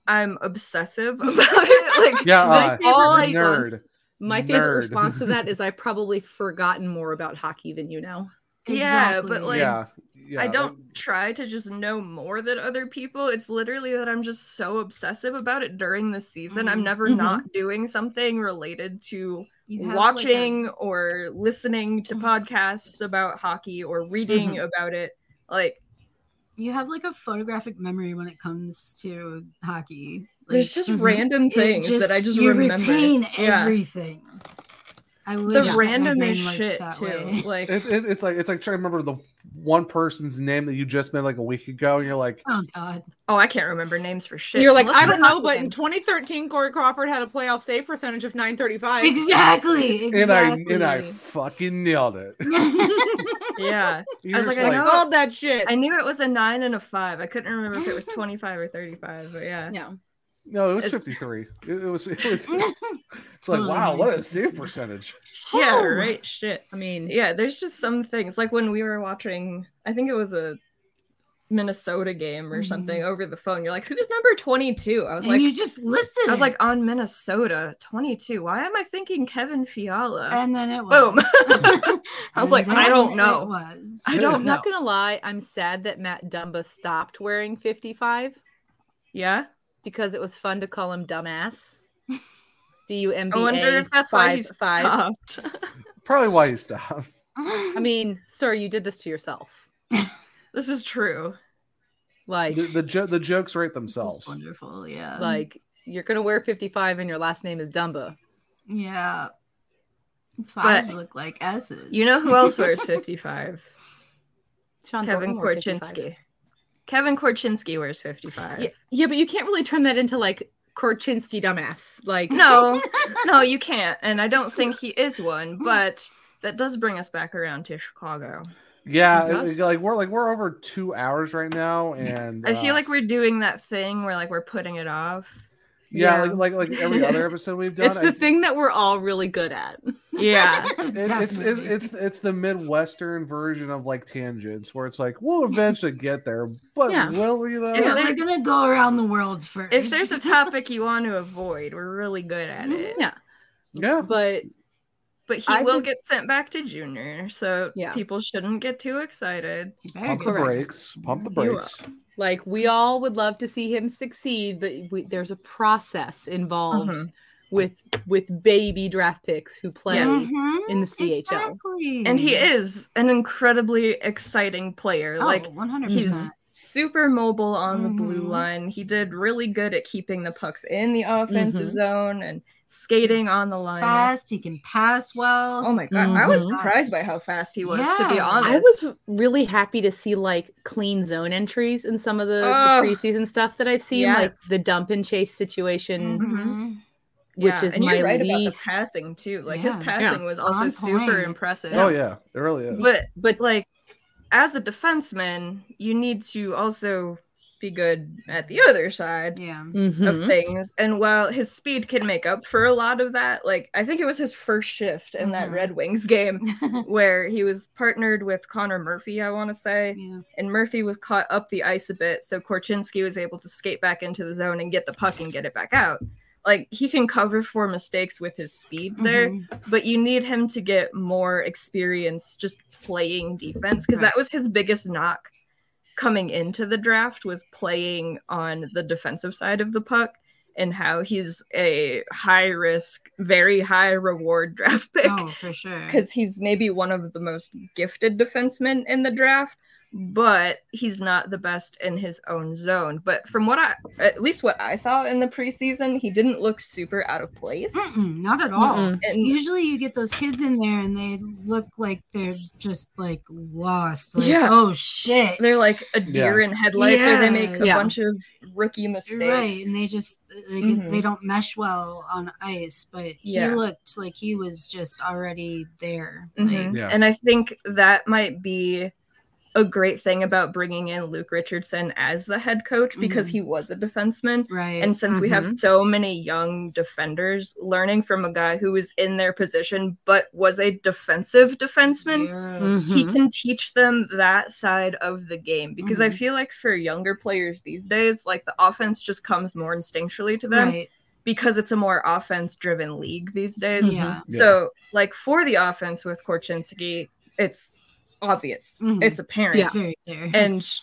I'm obsessive <laughs> about it. Like <laughs> Yeah, that's uh, all I nerd. My favorite Nerd. response <laughs> to that is I've probably forgotten more about hockey than you know. Yeah, but like yeah, yeah. I don't try to just know more than other people. It's literally that I'm just so obsessive about it during the season. I'm Mhm. never Mhm. not doing something related to You have, like, a- Oh. watching or listening to podcasts about hockey or reading Mm-hmm. Mhm. about it. Like You have like a photographic memory when it comes to hockey. Like, There's just random It things that I just you remember. retain Yeah. everything. I The wish that my random brain as worked shit, that too. <laughs> way. Like It, it, it's like it's like trying to remember the one person's name that you just met like a week ago, and you're like, oh god, oh, I can't remember names for shit. You're like, unless I it's don't a know, hockey but game. in 2013, Corey Crawford had a playoff save percentage of 935. <laughs> Exactly. and I and I fucking nailed it. <laughs> yeah. <laughs> You're I was like, just I like- know Called that shit. I knew it was a nine and a five. I couldn't remember if it <laughs> was twenty five or thirty five, but yeah. No. No, it was 53. It, it was it <laughs> was. It's like Totally wow, what a save percentage. Oh Yeah, Woo! right. Shit. I mean, Oh. yeah, there's just some things like when we were watching, I think it was a Minnesota game or something over the phone. You're like, who's number 22? I was And like, you just listen. I was like, on Minnesota 22. Why am I thinking Kevin Fiala? <laughs> And then it was. Boom. <laughs> I was like, I don't know. I I'm don't know. not gonna lie. I'm sad that Matt Dumba stopped wearing 55. Yeah, because it was fun to call him dumbass. D U M B I A. wonder if that's why he five. <laughs> stopped. Probably why you <laughs> stopped. I mean, sir, you did this to yourself. this is true. Like The the, <laughs> jo- the jokes write themselves. Wonderful, Um, yeah. like you're gonna wear 55 and your last name is Dumba. yeah. Fives look like S's. You know who else wears 55? Sean Kevin Thornton wore 55. Korchinski. Kevin Korchinski wears 55. Yeah, yeah, but you can't really turn that into like Korchinski dumbass. Like No, no, you can't. And I don't think he is one, but that does bring us back around to Chicago. Yeah, Yes. it- like we're like we're over two hours right now, and I feel uh, like we're doing that thing where like we're putting it off. yeah, Like, like like every <laughs> other episode we've done. it's the thing that we're all really good at. Yeah. I- it- it's it, it's it's the midwestern version of like tangents where it's like we'll eventually get there, but Yeah. will we though? Yeah, we're gonna go around the world first. If there's a topic you want to avoid, we're really good at it. Yeah. Yeah. But But he I will just- get sent back to junior, so Yeah. people shouldn't get too excited. pump the brakes, pump the You brakes. Like we all would love to see him succeed, but we, there's a process involved Mhm. with with baby draft picks who play Yes. in the CHL. And he is an incredibly exciting player. Oh, like 100%. he's super mobile on the Mm-hmm. blue line. He did really good at keeping the pucks in the offensive Mm-hmm. Mhm. zone and skating on the line. fast. He can pass well. Oh my god, I was Mm-hmm. surprised by how fast he was. To be Yeah. honest, I was really happy to see like clean zone entries in some of the, the Oh. preseason stuff that I've seen, like the dump and chase situation, Mm-hmm. which Yeah, is and my you're right about the least. passing too. Like Yeah. his passing Yeah. was also On super point. impressive. Oh yeah, it really is. but but like as a defenseman, you need to also be good at the other side yeah. of things. And while his speed can make up for a lot of that, like I think it was his first shift in that Red Wings game where he was partnered with Connor Murphy, I want to say. And Murphy was caught up the ice a bit, so Korchinski was able to skate back into the zone and get the puck and get it back out. Like he can cover for mistakes with his speed there, but you need him to get more experience just playing defense because that was his biggest knock coming into the draft was playing on the defensive side of the puck and how he's a high risk, very high reward draft <laughs> pick Oh, for sure. because he's maybe one of the most gifted defensemen in the draft, but he's not the best in his own zone. But from what I, at least what I saw in the preseason, he didn't look super out of place. Mm, not at all. Mm-mm. And- Usually, you get those kids in there, and they look like they're just like lost. Like, Yeah. oh shit! They're like a deer in headlights, or they make a Yeah. bunch of rookie mistakes. right, and they just they, Mhm. they don't mesh well on ice. But Yeah. he looked like he was just already there. Mhm. Like, And I think that might be a great thing about bringing in Luke Richardson as the head coach because Mhm. he was a defenseman. Right. And since we have Mhm. so many young defenders learning from a guy who was in their position but was a defensive defenseman, he Mhm. can teach them that side of the game because I Mhm. feel like for younger players these days, like the offense just comes more instinctually to them Right. because it's a more offense driven league these days. Yeah. Yeah. So, like for the offense with Korchinski, it's obvious, Mhm. it's apparent. Yeah. It's very clear. And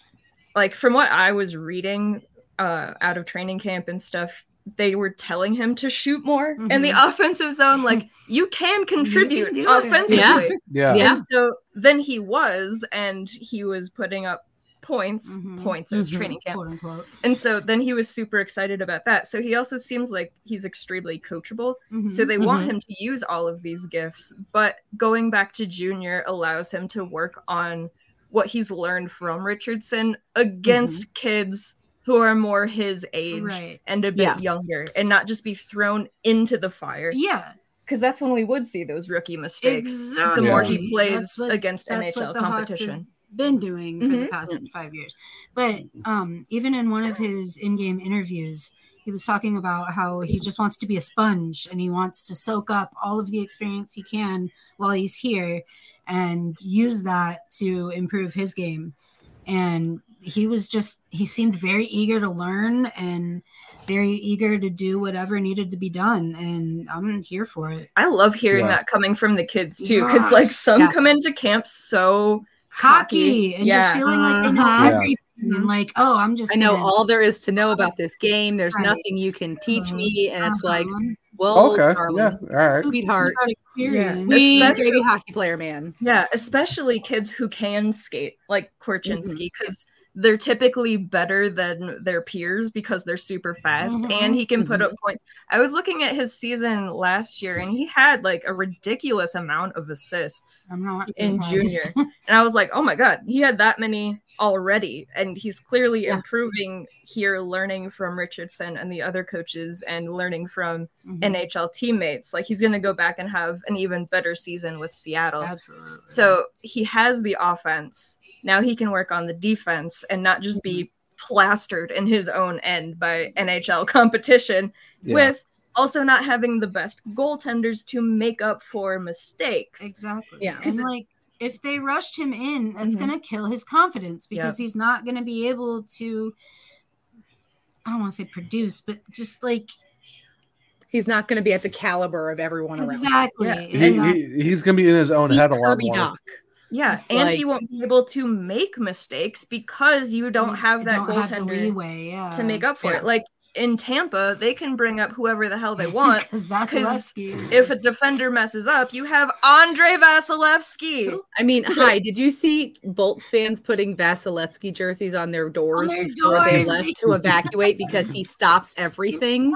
like from what I was reading uh, out of training camp and stuff, they were telling him to shoot more in the Mhm. offensive zone. <laughs> Like you can contribute do it. offensively. Yeah. Yeah. Yeah. And so then he was, and he was putting up points, points at his Mhm. training camp. Quote, unquote. And so then he was super excited about that. So he also seems like he's extremely coachable. Mhm. So they want Mhm. him to use all of these gifts, but going back to junior allows him to work on what he's learned from Richardson against kids who are more his age Mm-hmm. Right. and a bit Yeah. younger and not just be thrown into the fire. Yeah. Because that's when we would see those rookie mistakes. The more he Exactly. plays That's what- against that's what NHL the Hawks have competition. been doing for the Mhm. past five years. But um, even in one of his in-game interviews, he was talking about how he just wants to be a sponge and he wants to soak up all of the experience he can while he's here and use that to improve his game. And he was just he seemed very eager to learn and very eager to do whatever needed to be done and I'm here for it. I love hearing Yeah. that coming from the kids too, because like Yes. some Yeah. come into camp so cocky, cocky and just feeling like they know Uh-huh. Mhm. Yeah. everything and like, oh, I'm just I know gonna- all there is to know about this game. There's Right. Uh-huh. nothing you can teach me, and it's like, well, Okay. Yeah. darling, All right. sweetheart, Yeah. we Especially- baby hockey player man. Yeah, especially kids who can skate, like Korchinski, Mm-hmm. because they're typically better than their peers because they're super fast Mhm. Mm-hmm. and he can put up Mhm. points. I was looking at his season last year and he had like a ridiculous amount of assists I'm not in junior. surprised. <laughs> And I was like, oh my God, he had that many already. And he's clearly improving here, learning from Richardson and the other coaches and learning from Mhm. NHL teammates. Like he's going to go back and have an even better season with Seattle. Absolutely. So he has the offense. Now he can work on the defense and not just be Mm-hmm. plastered in his own end by NHL <laughs> competition Yeah. with also not having the best goaltenders to make up for mistakes. Exactly. Yeah. And like if they rushed him in, that's Mm-hmm. Mhm. gonna kill his confidence because Yep. he's not gonna be able to I don't want to say produce, but just like he's not going to be at the caliber of everyone around. Exactly. He, he, he's gonna be in his own head a lot Kirby more. Doc. Yeah, and he Like- won't be able to make mistakes because you don't have that don't have the goaltender leeway, yeah. to make up for Yeah. it. Like in Tampa, they can bring up whoever the <laughs> hell they want. 'Cause Vasilevsky is- if a defender messes up, you have Andre Vasilevsky. <laughs> I mean, hi, did you see Bolts fans putting Vasilevsky jerseys on their doors their before they doors. left to evacuate because he stops everything?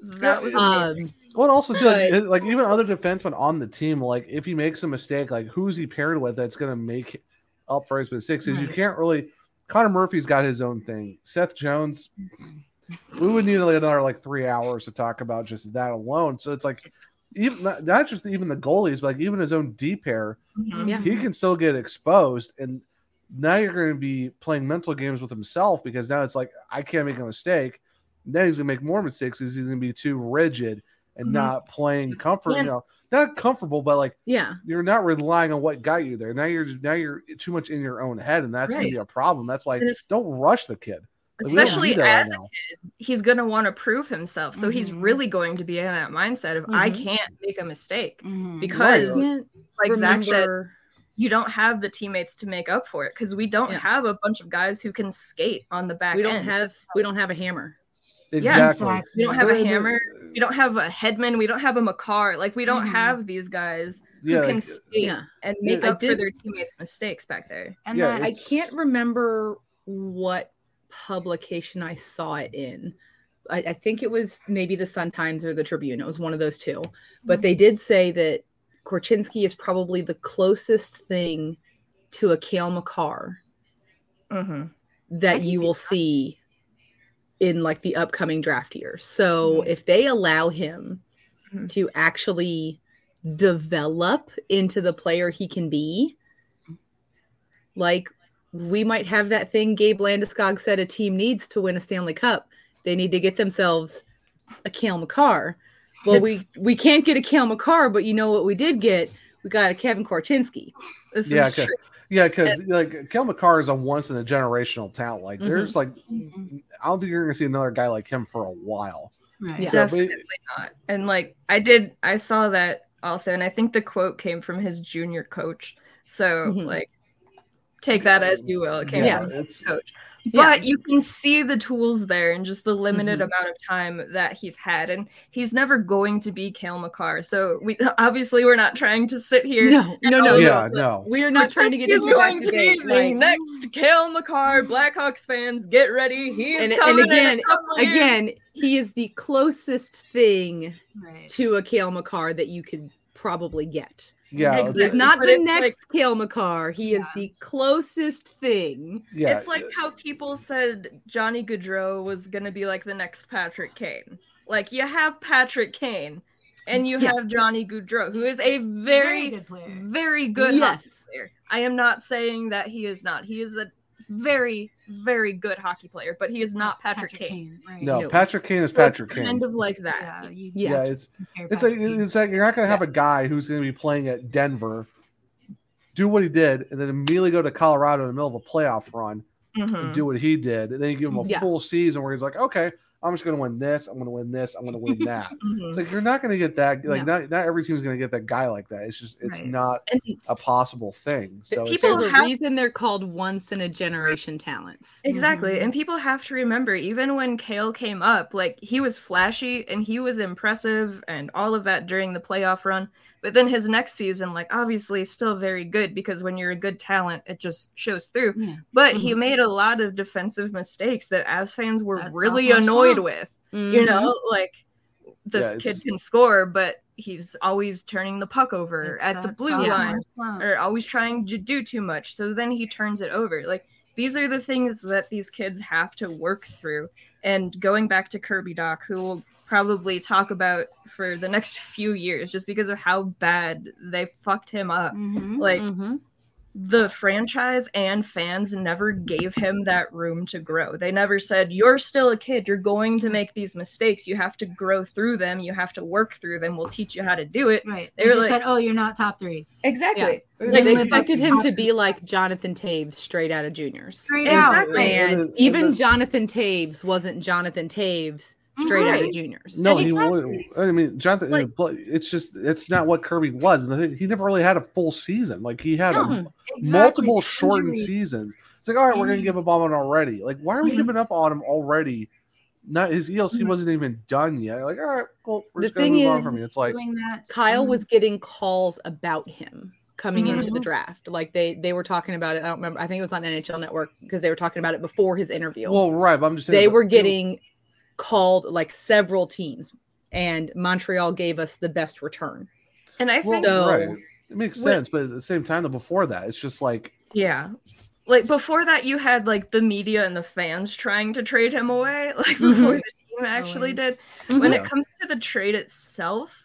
That was um, Well, and also too, like, it- like even other defensemen on the team, like if he makes a mistake, like who's he paired with that's gonna make up for his mistakes? Because you Right. can't really. Connor Murphy's got his own thing. Seth Jones, we would need like another like three hours to talk about just that alone. So it's like, even not, not just even the goalies, but like even his own D pair, Mm-hmm. Mhm. Yeah. he can still get exposed. And now you're going to be playing mental games with himself because now it's like I can't make a mistake. Then he's going to make more mistakes because he's going to be too rigid and Mm-hmm. Mhm. not playing comfort. Yeah. You know, not comfortable, but like yeah, you're not relying on what got you there. Now you're now you're too much in your own head, and that's going Right. to be a problem. That's why And it's- don't rush the kid, Like, <laughs> we don't especially need that right as now. a kid, he's gonna want to prove himself. So he's Mm-hmm. really going to be in that mindset of I Mhm. can't make a mistake Mhm. because, Right. Can't like Zach said, remember- you don't have the teammates to make up for it because we don't have a bunch of guys who can skate on the back. We don't end. have- we don't have a hammer. Yeah, Exactly. we don't have a Exactly. hammer. We don't have a headman. We don't have a Makar. Like we don't have these guys who Yeah, can like- skate Yeah. and Yeah, make I up for did- their teammates' mistakes back there. And that that- I can't remember what publication I saw it in. I, I think it was maybe the Sun Times or the Tribune. It was one of those two. But they did say that Korchinski is probably the closest thing to a Kale McCarr Mm-hmm. that you will see in like the upcoming draft year. So if they allow him to actually develop into the player he can be, Like we might have that thing Gabe Landeskog said a team needs to win a Stanley Cup. They need to get themselves a Kale McCarr. Well, we It's- we can't get a Kale McCarr, but you know what we did get? We got a Kevin Korchinski. This yeah, is true. yeah, because like Kel McCarr is a once in a generational talent. Like, Mm-hmm. Mhm. there's like, I don't think you're gonna see another guy like him for a while. Right. So, but- Definitely not. And like I did, I saw that also, and I think the quote came from his junior coach. So Mhm. like, take that as you will. It came Yeah, from his it's- coach, Yeah. but you can see the tools there and just the limited Mhm. amount of time that he's had, and he's never going to be Kale McCarr. So we <laughs> obviously we're not trying to sit here. No, and no, no, all- Yeah, no. We are not trying to get He's into going to that be debate, the like- next Kale McCarr. Blackhawks fans, get ready. He is and, and coming in a again, couple of years. again, he is the closest thing to a Kale McCarr that you could probably get. Yeah, He's Exactly. not But the it's like- next Kale McCarr. He is the closest thing. Yeah. It's like how people said Johnny Gaudreau was gonna be like the next Patrick Kane. Like you have Patrick Kane, and you Yeah. have Johnny Gaudreau, who is a very, very good, player. hockey Yes. player. I am not saying that he is not. He is a very, very good hockey player, but he is not Patrick, Kane. No, Patrick Kane is So it's Patrick Kind Kane. of like that. Yeah, yeah, it's it's like it's like you're not gonna have a guy who's gonna be playing at Denver, do what he did, and then immediately go to Colorado in the middle of a playoff run and do what he did, and then you give him a Yeah. full season where he's like, okay, I'm just gonna win this, I'm gonna win this, I'm gonna win that. Mhm. It's like you're not gonna get that. Like No. not not every team's gonna get that guy like that. It's just it's Right. not a possible thing. So it's People just- There's a reason they're called once in a generation talents. Exactly. Mm-hmm. And people have to remember, even when Kale came up, like he was flashy and he was impressive and all of that during the playoff run. But then his next season, like obviously still very good because when you're a good talent, it just shows through. But he Mhm. Mm-hmm. made a lot of defensive mistakes that as fans were That's really Southpaw annoyed Swamp. with. Mm-hmm. You know, like this Yeah, kid it's- can score, but he's always turning the puck over It's at the that blue sophomore line slump. or always trying to do too much. So then he turns it over. Like these are the things that these kids have to work through. And going back to Kirby Doc, who we'll probably talk about for the next few years just because of how bad they fucked him up. Mm-hmm, Like the franchise and fans never gave him that room to grow. They never said, You're still a kid. You're going to make these mistakes. You have to grow through them. You have to work through them. We'll teach you how to do it. Right. They, They were just like, said, "Oh, you're not top three. Exactly. Like, Like, they they expected him to fucking- be like Jonathan Taves straight out of juniors. Straight And- out. Exactly. And, And- even and the- Jonathan Taves wasn't Jonathan Taves straight out Right. of juniors. No, he won't. I mean, Jonathan. it's just it's not what Kirby was, and the thing, he never really had a full season. Like he had a- No, exactly. multiple shortened Injury. seasons. It's like, all right, we're gonna give up on him already. Like, why are we giving up on him already? Not his ELC wasn't even done yet. Like, all right, well, we're the just gonna thing move on is, from you. It's like, Kyle um, was getting calls about him coming Mm-hmm. into the Mhm. draft. Like they they were talking about it. I don't remember. I think it was on NHL Network because they were talking about it before his interview. well, right, but I'm just saying they that- were getting called like several teams, and Montreal gave us the best return. And I Well, think right. It makes What- sense, but at the same time, though, before that, it's just like Yeah. Like before that you had like the media and the fans trying to trade him away, <laughs> like before the team actually did. When it Yeah. comes to the trade itself,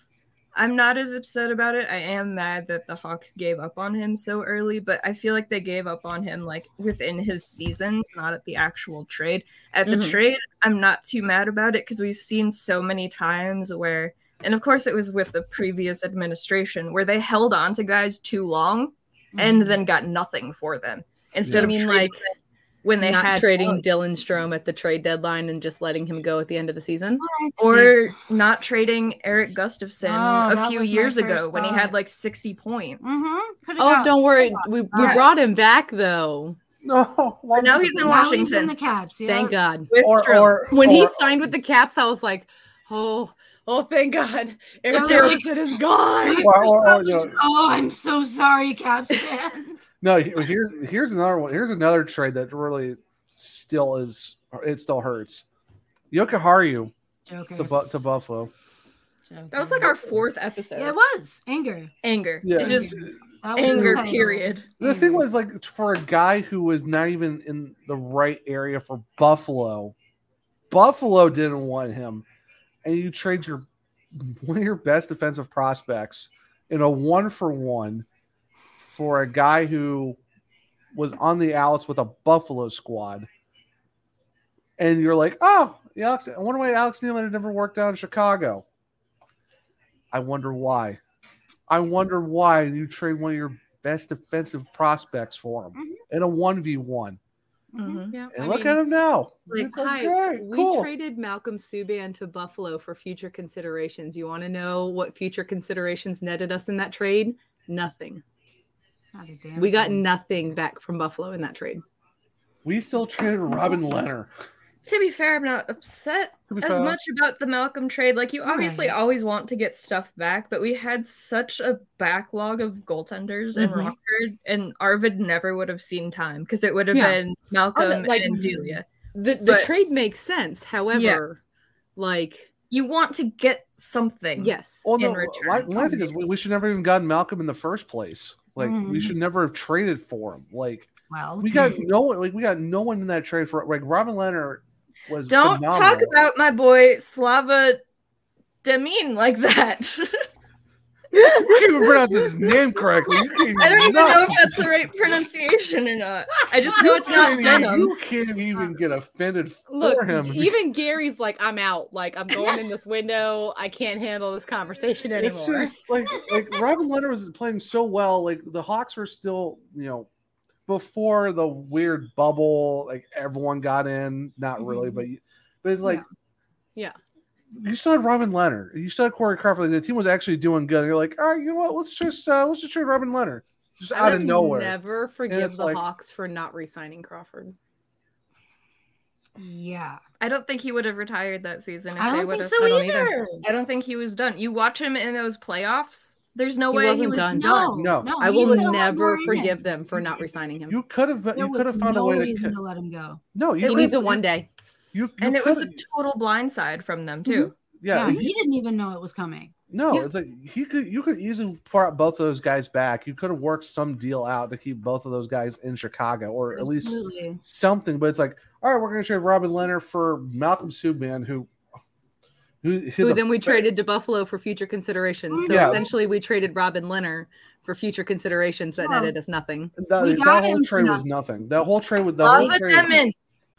I'm not as upset about it. I am mad that the Hawks gave up on him so early, but I feel like they gave up on him like within his seasons, not at the actual trade. At the Mhm. trade, I'm not too mad about it because we've seen so many times where and of course it was with the previous administration where they held on to guys too long and then got nothing for them instead I of mean, trading like them when they not had value. trading Dylan Strom at the trade deadline and just letting him go at the end of the season, or not trading Eric Gustafson Oh, a that few was my years ago first when he thought. had like 60 points. Mm. oh, "Mm-hmm." Could've got- don't worry, we, we Yeah. brought him back though. No, <laughs> But now he's in Now he's in Washington. the Thank God. With Or- Strom. or- when he or- signed with the Caps, I was like, oh, oh, thank God. That Eric was Johnson is gone. <laughs> Or- or- or, you know- Oh, I'm so <laughs> sorry, Caps fans. No, he- here, here's another one. Here's another trade that really still is. It still hurts. Yoka Haru Joker. to, Bu- to Buffalo. That was like our fourth episode. Yeah, it was anger. Anger. Yeah. It's just That was the anger, title. period. The thing was like for a guy who was not even in the right area for Buffalo, Buffalo didn't want him, and you trade your one of your best defensive prospects in a one for one for a guy who was on the outs with a Buffalo squad, and you're like, oh, the Alex, I wonder why Alex Nealon had never worked out in Chicago. I wonder why. I wonder why you trade one of your best defensive prospects for him Mm-hmm. in a one v one. Yeah, And I look mean, at him now. Like, It's hi, okay, we cool. traded Malcolm Subban to Buffalo for future considerations. You want to know what future considerations netted us in that trade? Nothing. We got nothing back from Buffalo in that trade. We still traded Robin Leonard. To be fair, I'm not upset To be as fair. much about the Malcolm trade. Like, Oh, you obviously Right. always want to get stuff back, but we had such a backlog of goaltenders and Mhm. Rockford, and Arvid never would have seen time because it would have Yeah. been Malcolm Arvid, like, and Delia. The, the But- trade makes sense. However, like you want to get something. Yes. Well, no, my, my thing is we, we should never even gotten Malcolm in the first place. Like we Mm-hmm. Mhm. should never have traded for him. Like well, we <laughs> got no one. Like we got no one in that trade for. Like Robin Leonard was. Don't talk phenomenal. about my boy Slava Demin like that. <laughs> <laughs> You can't even pronounce his name correctly. You can't <laughs> I don't even not- know if that's the right pronunciation or not. <laughs> I just know You it's not can't even- Denim. You can't even get offended for Look, him. even Gary's like, I'm out. Like, I'm going in this window. I can't handle this conversation it's anymore. <laughs> just like like Robin Leonard was playing so well. Like the Hawks were still, you know, before the weird bubble. Like everyone got in, not really, but you- but it's like Mm-hmm. yeah. you still had Robin Leonard. You still had Corey Crawford. Like, the team was actually doing good. You're like, all right, you know what? Let's just uh, let's just trade Robin Leonard just I out of would nowhere. Never it's forgive the like- Hawks for not re-signing Crawford. Yeah. I don't think he would have retired that season. If I they don't would think have. so I don't either. either. I don't think he was done. You watch him in those playoffs. There's no he way wasn't he was done. done. I will never in it. forgive them for not re-signing him. You could have. You could have found a way to. to let him go. No, you he could- needs a one day. You, and it was a total blindside from them too. Yeah, you- Mm-hmm. he didn't even know it was coming. No, it's like he could you could easily part both of those guys back. You could have worked some deal out to keep both of those guys in Chicago or at least Absolutely. something. But it's like, all right, we're gonna trade Robin Leonard for Malcolm Subban, who who is Who a- then we traded to Buffalo for future considerations. So Yeah. essentially, we traded Robin Leonard for future considerations that Well, netted us nothing. that, uh, that whole trade was nothing. That whole trade with the whole Lava trade- Demon.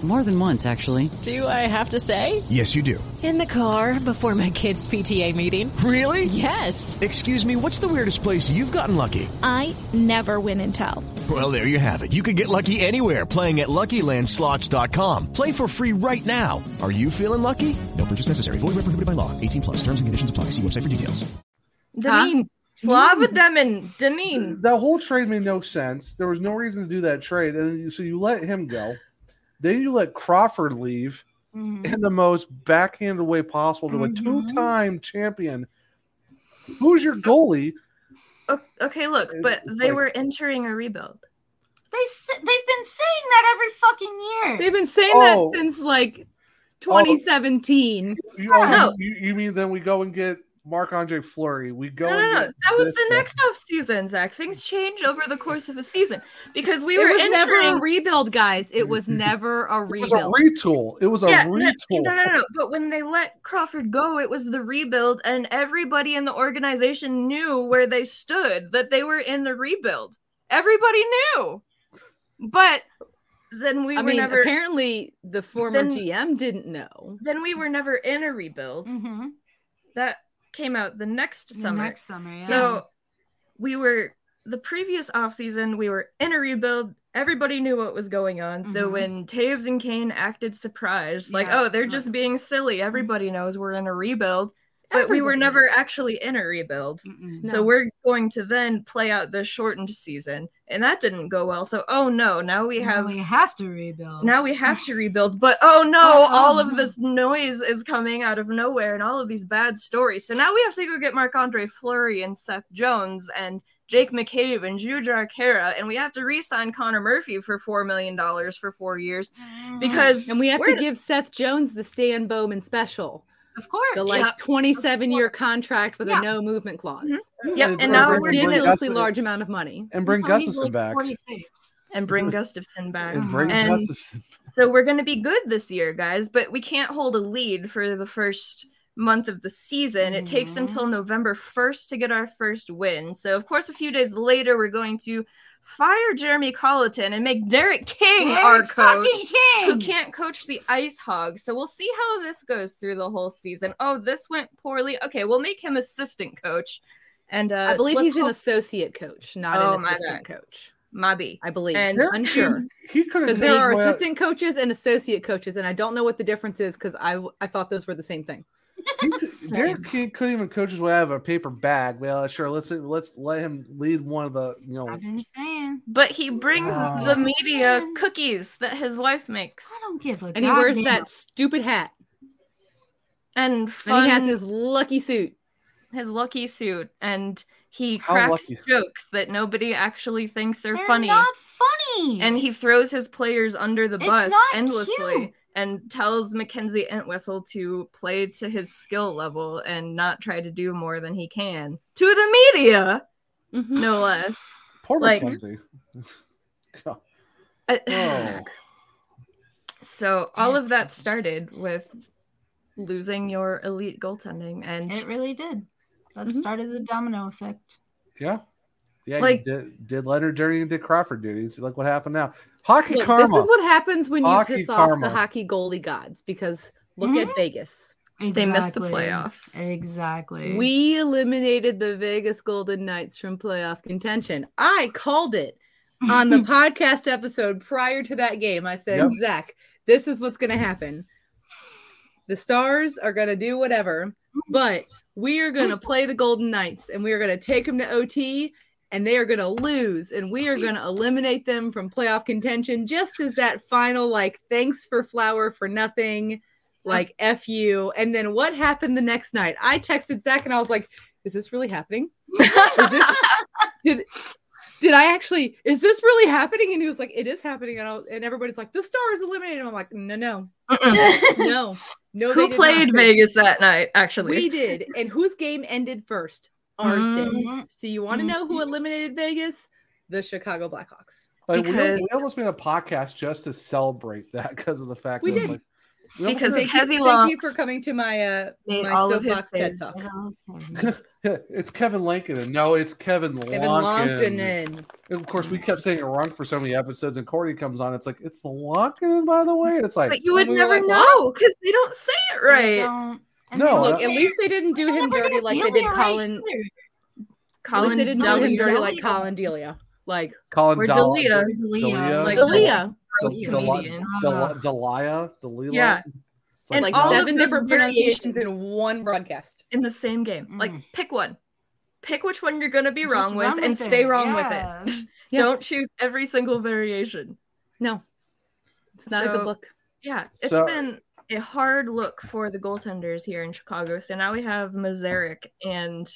More than once, actually. Do I have to say? Yes, you do. In the car before my kids' PTA meeting. Really? Yes. Excuse me, what's the weirdest place you've gotten lucky? I never win and tell. Well, there you have it. You can get lucky anywhere playing at LuckyLandSlots.com. Play for free right now. Are you feeling lucky? No purchase necessary. Void where prohibited by law. 18 plus. Terms and conditions apply. See website for details. Demin, Slava Demin, Demin. that whole trade made no sense. There was no reason to do that trade, and then you- so you let him go. Then you let Crawford leave Mm-hmm. in the most backhanded way possible to Mm-hmm. a two-time champion. Who's your goalie? O- Okay, look, but they like- were entering a rebuild. They s- they've been saying that every fucking year. They've been saying Oh. that since like 2017. You, oh, No. you, you mean then we go and get Marc Andre Fleury? We go. No, no, and no. get That was this the guy. next off season, Zach. Things change over the course of a season because we it were was entering. never a rebuild, guys. <laughs> It was never a It was a rebuild. retool. It was a Yeah, no, retool. no, no, no. But when they let Crawford go, it was the rebuild, and everybody in the organization knew where they stood, that they were in the rebuild. Everybody knew. But then we I were mean, never. apparently the former Then- GM didn't know. then we were never in a rebuild. That came out the next Mm-hmm. The summer. next summer, yeah. So we were the previous offseason, we were in a rebuild. Everybody knew what was going on. So Mhm. when Taves and Kane acted surprised, like, Yeah. Mm-hmm. oh, they're just being silly. Everybody knows we're in a rebuild. but we were never actually in a rebuild. So No. we're going to then play out the shortened season, and that didn't go well. So oh no, now we Now have we have to rebuild. now we have to rebuild. But oh no, Uh-uh. all of this noise is coming out of nowhere, and all of these bad stories. So now we have to go get Marc Andre Fleury and Seth Jones and Jake McCabe and Juju Arcara, and we have to re-sign Connor Murphy for four million dollars for four years because Mm-hmm. and we have to we're- give Seth Jones the Stan Bowman special. Of course. The like Yeah. 27 year contract with a no movement clause. Mm-hmm. Yep, and now a we're doing- ridiculously large amount of money. And bring That's why he's Gustafson like back. And bring Gustafson back. And bring And Gustafson. So we're going to be good this year, guys, but we can't hold a lead for the first month of the season. It takes Mm-hmm. until November 1st to get our first win. So, of course, a few days later, we're going to fire Jeremy Colleton and make Derek King Derek our coach, fucking who can't coach the Ice Hogs. So we'll see how this goes through the whole season. Oh, this went poorly. Okay, we'll make him assistant coach. And uh, I believe let's he's an hope- associate coach, not Oh, an my assistant bad. coach. Mobby, I believe. And unsure. could've Because there made are my- assistant coaches and associate coaches, and I don't know what the difference is because I I thought those were the same thing. <laughs> Derek King couldn't even coach his way out of a paper bag. Well, sure, let's let's let him lead one of the you know. But he brings Wow. the media cookies that his wife makes. I don't give a And he wears goddamn- that stupid hat. And, And he has fun- his lucky suit. His lucky suit. And he How cracks lucky. jokes that nobody actually thinks are They're funny. not funny. And he throws his players under the It's bus not endlessly cute. and tells Mackenzie Entwistle to play to his skill level and not try to do more than he can. To the media, <sighs> no less. Poor Like- McKenzie. <laughs> God. <sighs> I- Oh. Uh, So all of that started with losing your elite goaltending, and Mm-hmm. it really did. That started the domino effect. Yeah. Yeah, Like- like, did, did Leonard dirty and did Crawford duty. See, like what happened now. Hockey Look, karma. this is what happens when you Hockey piss karma. off the hockey goalie gods because look at Vegas. Mm-hmm. They missed the playoffs. Exactly. We eliminated the Vegas Golden Knights from playoff contention. I called it on the podcast episode prior to that game. I said, Yep. Zach, this is what's going to happen. The Stars are going to do whatever, but we are going to play the Golden Knights and we are going to take them to OT and they are going to lose and we are going to eliminate them from playoff contention just as that final, like, thanks for flower for nothing like F you. And then what happened the next night? I texted Zach and I was like, is this really happening? Is this, did did I actually is this really happening? And he was like, It is happening. And I was, and everybody's like, the star is eliminated. I'm like, no, no. <laughs> no. No, they who did played not. Vegas that night? Actually, We did. And whose game ended first? Ours Mhm. did. So you want to know who eliminated Vegas? The Chicago Blackhawks. Mm-hmm. Like, we, al- Because- we almost made a podcast just to celebrate that <laughs> because of the fact We that, did. like, we almost Because made thank a- you, thank you for coming to my uh Made my all of his soapbox TED faves. talk. <laughs> it's Kevin Lankin, and no, it's Kevin Kevin Lonkin. Lonkinen. And of course, we kept saying it wrong for so many episodes, and Cordy comes on. It's like it's the Lonkin, by the way. And it's like, but you would and we were never like, what? know because they don't say it right. No, Look, uh, at least they didn't do him dirty like they did Colin. At least Colin they didn't do him Delia. dirty like Colin Delia. Like Colin Or Dal- Dalia. Dalia, Like Dal- Dalia. Dal- Gross Dal- comedian. Dal- Dalia, Dalila. Yeah. It's like, like all of seven those different variations pronunciations in one broadcast. in the same game. Like, pick one. Pick which one you're going to be Just wrong with run and with stay it, wrong yeah. with it. <laughs> Yeah. Don't choose every single variation. No. It's not a good <laughs> look. Yeah. it's So- been a hard look for the goaltenders here in Chicago. So now we have Mazarek and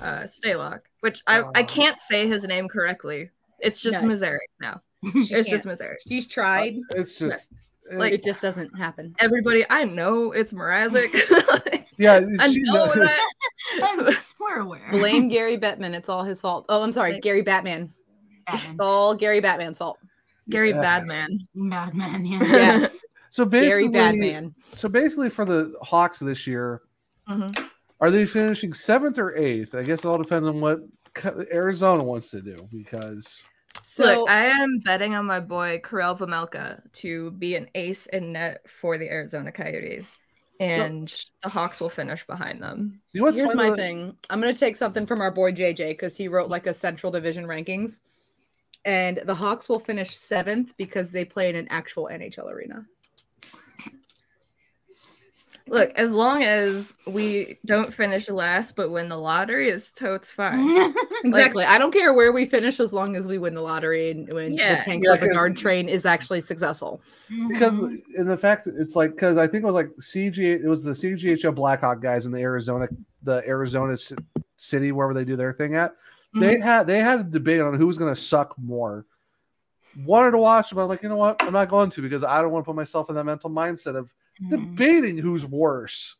uh, Staylock, which I, I can't say his name correctly. It's just No. Mazarek <laughs> now. It's just can't. Mazarek. She's tried. It's just Like- like it just doesn't happen. Everybody, I know it's Mrazek. <laughs> <laughs> yeah, I she know knows. that. We're aware. <laughs> Blame Gary Bettman. It's all his fault. Oh, I'm sorry, Gary Batman. It's all Gary Batman's fault. Gary Yeah. Badman. Badman, yeah. <laughs> Yeah. <laughs> So basically, Gary Batman. So basically, for the Hawks this year, Mhm. are they finishing seventh or eighth? I guess it all depends on what co- Arizona wants to do because Look, I am betting on my boy Karel Vamelka to be an ace in net for the Arizona Coyotes, and the Hawks will finish behind them. Here's my thing. I'm gonna take something from our boy JJ because he wrote like a Central Division rankings, and the Hawks will finish seventh because they play in an actual NHL arena. Look, as long as we don't finish last but win the lottery, it's totes Mm-hmm. fine. <laughs> Like, Exactly. I don't care where we finish as long as we win the lottery and when Yeah. the tank Yeah, of 'cause- guard train is actually successful. because in the fact it's like because I think it was like CG it was the CGHO Blackhawk guys in the Arizona the Arizona ci- city wherever they do their thing at they Mhm. had they had a debate on who was going to suck more wanted to watch them but I'm like you know what I'm not going to because I don't want to put myself in that mental mindset of debating who's worse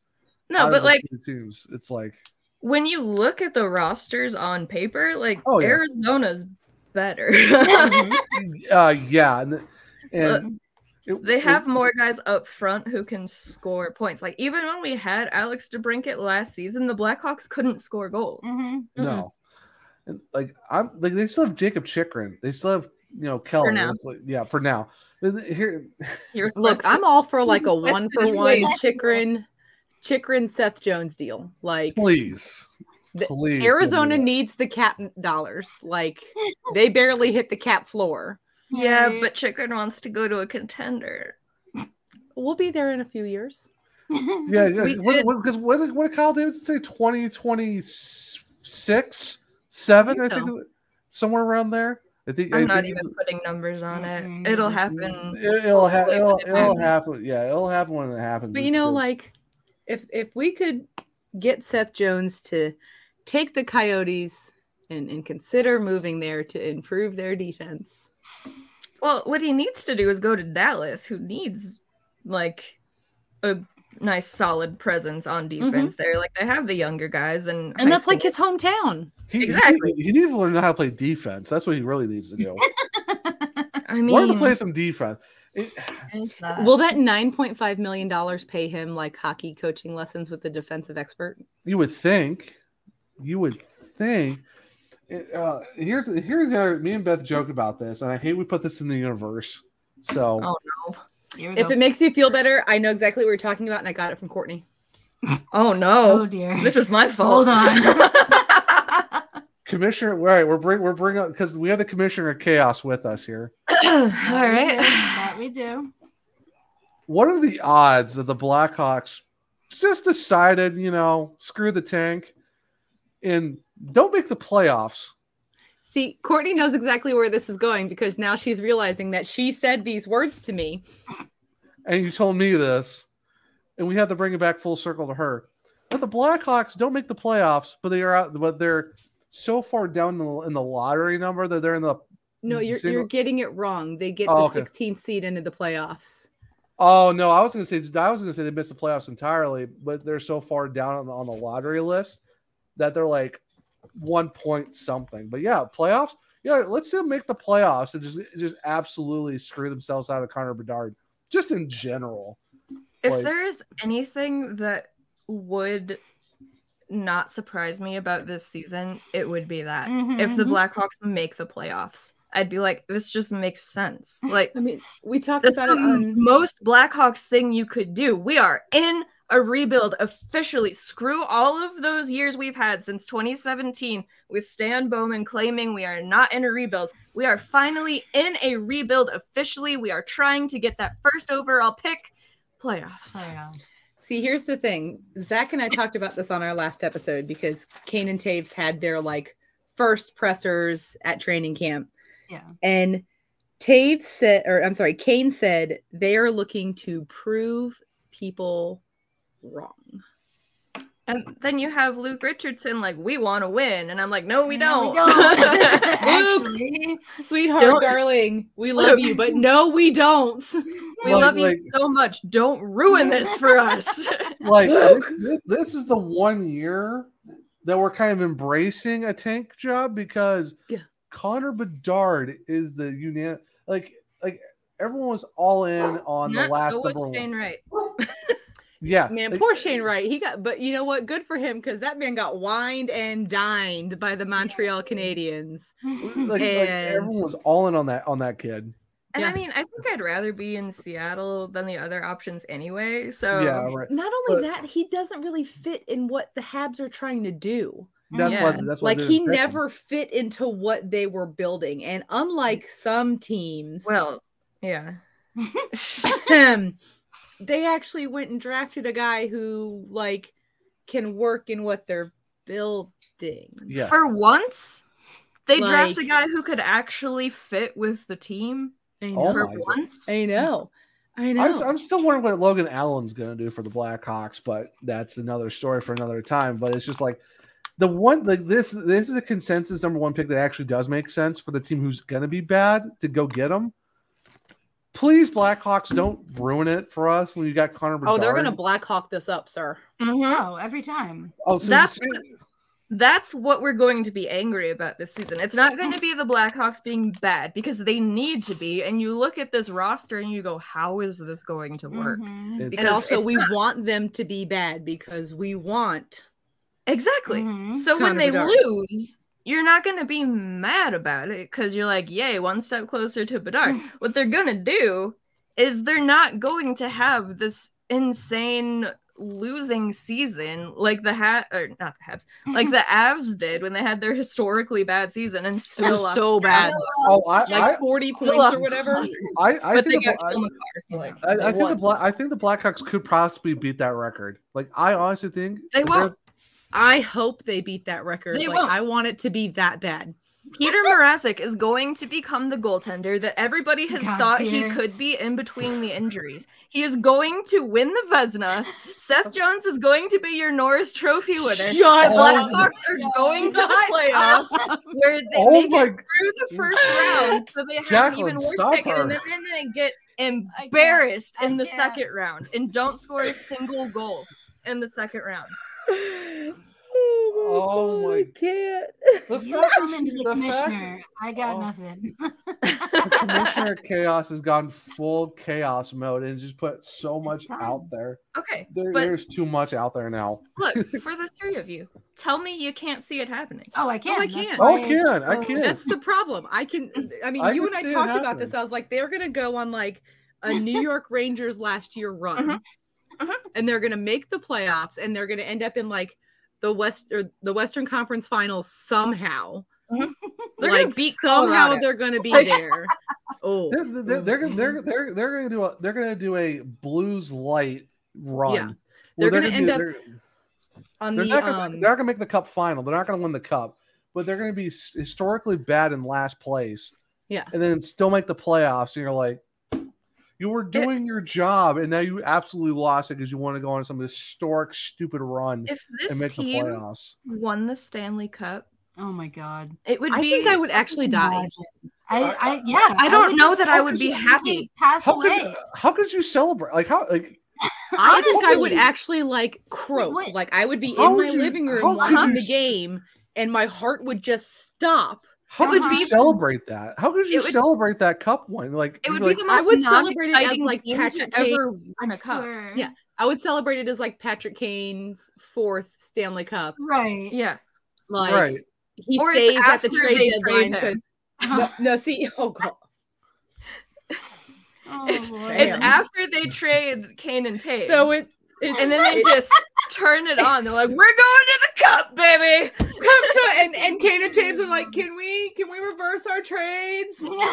No, out of but, the like- two teams it's like when you look at the rosters on paper, like Oh, yeah. Arizona's better. <laughs> uh yeah and, Look, and it- they it- have more guys up front who can score points. Like even when we had Alex DeBrinket last season, the Blackhawks couldn't score goals. Mm-hmm. No. And, like I'm like they still have Jacob Chikrin. They still have you know Keller. now. It's like- yeah, for now. Here Look, I'm all for like a Let's one do for it. one Chikrin, Chikrin Seth Jones deal. Like please. the- Please. Arizona needs the cap dollars. Like they barely hit the cap floor. Yeah, but Chikrin wants to go to a contender. We'll be there in a few years. <laughs> Yeah, yeah. We What, did- what, 'cause what, did- what did Kyle Davidson say? 2026, seven, I I think, think so. somewhere around there. I think I I'm not think even it's- putting numbers on it. It'll Mm-hmm. happen. it, will ha- hopefully it'll, when it it'll happens. happen. Yeah, it'll happen when it happens. But It's you know, just- like if if we could get Seth Jones to take the Coyotes and, and consider moving there to improve their defense. Well, what he needs to do is go to Dallas, who needs like a nice solid presence on defense there. Like they have the younger guys and Mm-hmm. And that's like his hometown. he, exactly. He, he needs to learn how to play defense. That's what he really needs to <laughs> do. I learn to mean- play some defense. Will that nine point five million dollars pay him like hockey coaching lessons with the defensive expert? You would think. You would think. It, uh, here's here's the other. Me and Beth joke about this, and I hate we put this in the universe. So Oh no. If it makes you feel better, I know exactly what you're talking about, and I got it from Courtney. Oh no. Oh, dear. This is my fault. commissioner, all right, we're bring we're bring up because we have the commissioner of chaos with us here. All right. That we do. What are the odds that the Blackhawks just decided, you know, screw the tank, and don't make the playoffs? <laughs> See, Courtney knows exactly where this is going because now she's realizing that she said these words to me. and you told me this, and we had to bring it back full circle to her. But the Blackhawks don't make the playoffs, but they are out. But they're so far down in the, in the lottery number that they're in the. No, you're single- you're getting it wrong. They get Oh, the okay. 16th seed into the playoffs. Oh no, I was gonna say I was gonna say they missed the playoffs entirely, but they're so far down on the, on the lottery list that they're like one point something. But yeah, playoffs. Yeah, let's see them make the playoffs and just just absolutely screw themselves out of Connor Bedard, just in general. If Like- there is anything that would not surprise me about this season, it would be that. Mhm, if the mhm. Blackhawks make the playoffs, I'd be like, this just makes sense. Like, I mean, we talked that's about the it on- most Blackhawks thing you could do. We are in a rebuild officially. Screw all of those years we've had since 2017 with Stan Bowman claiming we are not in a rebuild. We are finally in a rebuild officially. We are trying to get that first overall pick playoffs. See, here's the thing. Zach and I talked about this on our last episode because Kane and Taves had their like first pressers at training camp. Yeah. And Taves said, or I'm sorry, Kane said they are looking to prove people wrong. And then you have Luke Richardson, like, we want to win. And I'm like, no, we No, don't. we Luke, sweetheart, Don't- darling, we love you, but no, we <laughs> don't. we love you so much. <laughs> Don't ruin this for us. <laughs> <laughs> like this, this is the one year that we're kind of embracing a tank job because Connor Bedard is the unan like like everyone was all in on the Not last so number with Shane one. Wright. Yeah, Man, like, poor Shane Wright. He got, but you know what? Good for him because that man got wined and dined by the Montreal Canadiens. like, like, everyone was all in on that on that kid. And I mean, I think I'd rather be in Seattle than the other options anyway. So Yeah, right. Not only that, he doesn't really fit in what the Habs are trying to do. That's why- Yeah. that's why like they he didn't pick him. never fit into what they were building, and unlike some teams, well, yeah, <laughs> <clears throat> they actually went and drafted a guy who like can work in what they're building. Yeah. For once, they Like- draft a guy who could actually fit with the team. Oh For my God. once, I know. I know. I'm, I'm still wondering what Logan Allen's going to do for the Blackhawks, but that's another story for another time. But it's just like the one like this. This is a consensus number one pick that actually does make sense for the team who's going to be bad to go get him. Please, Blackhawks, don't ruin it for us when you got Connor. oh, they're Bedard. gonna black hawk this up, sir. Mm-hmm. Oh, every time. Oh, so that's you- what- that's what we're going to be angry about this season. It's not going to be the Blackhawks being bad because they need to be. And you look at this roster and you go, "How is this going to work?" Mm-hmm. It's- and also, it's we not. want them to be bad because we want exactly. Mm-hmm. So when Connor they Bedard. lose, you're not going to be mad about it because you're like, "Yay, one step closer to <laughs> Bedard." what they're going to do is they're not going to have this insane losing season like the hat or not the Habs, like <laughs> the Avs did when they had their historically bad season and It still was lost so to bad. Dallas. Oh, I- like I- forty Still points lost or whatever. I, I but they think the got Bla- Phil McCarr, so, like, I, I they think the won. Bla- I think the Blackhawks could possibly beat that record. Like I honestly think They that won't. I hope they beat that record. They like, won't. I want it to be that bad. Peter Mrazek is going to become the goaltender that everybody has God thought he dear. could be in between the injuries. He is going to win the Vesna. Seth Jones is going to be your Norris Trophy winner. Shut the up. Blackhawks are going to the Shut up. playoffs where they Oh make my- it through the first round, so they have Jacqueline, an even worse stop ticket, and her. then they get embarrassed in the second round and don't score a single goal in the second round. <laughs> Oh my! Can't. You come into the commissioner. I Oh. got nothing. Commissioner Chaos has gone full chaos mode and just put so much out there. Okay, There- but there's too much out there now. Look, for the three of you, tell me you can't see it happening. Oh, I Oh, I why- can. Oh, I can, I can. That's the problem. <laughs> I can. I mean, I you can and I see it talked about this. happening. I was like, they're gonna go on like <laughs> a New York Rangers last year run, Uh-huh. and they're gonna make the playoffs, and they're gonna end up in like the West or the Western Conference Finals somehow. Uh-huh. <laughs> They're gonna like beat somehow Colorado. they're gonna be <laughs> Like- there. Oh, They're they're they're gonna- they're they're, they're going to do a they're going to do a blues light run. Yeah. Where They're gonna end do- up they're- on they're the not gonna, um, they're not going to make the cup final. They're not going to win the cup, but they're going to be s- historically bad in last place. yeah. and then still make the playoffs. And you're like, you were doing your job, and now you absolutely lost it because you want to go on some historic, stupid run If this and make team- the playoffs. Won the Stanley Cup. Oh my god. It would I be. think I would actually die. I, I yeah. I don't would know just- that I would be just happy. simply Pass How away. could, how could you celebrate? Like how like I think I Honestly. would actually like croak. What? Like I would be How in my would you- living how room could watching you the s- game, and my heart would just stop. how could Uh-huh. you celebrate that? How could you It would- celebrate that cup one? Like It you'd would like, be the I most would celebrate it as, non-exciting like, team Patrick to ever Kane. win a cup. Swear. Yeah, I would celebrate it as like Patrick Kane's fourth Stanley Cup. Right. Yeah. Like right. he Or it's stays at the after they trade trade deadline. 'cause- him. No, <laughs> no, see, oh god, Oh, It's, Lord. it's Damn. after they trade Kane and Tate. so it, it and then they just turn it on. They're like, "We're going to the cup, baby." come to and and Kane and James are like, can we can we reverse our trades? Can we go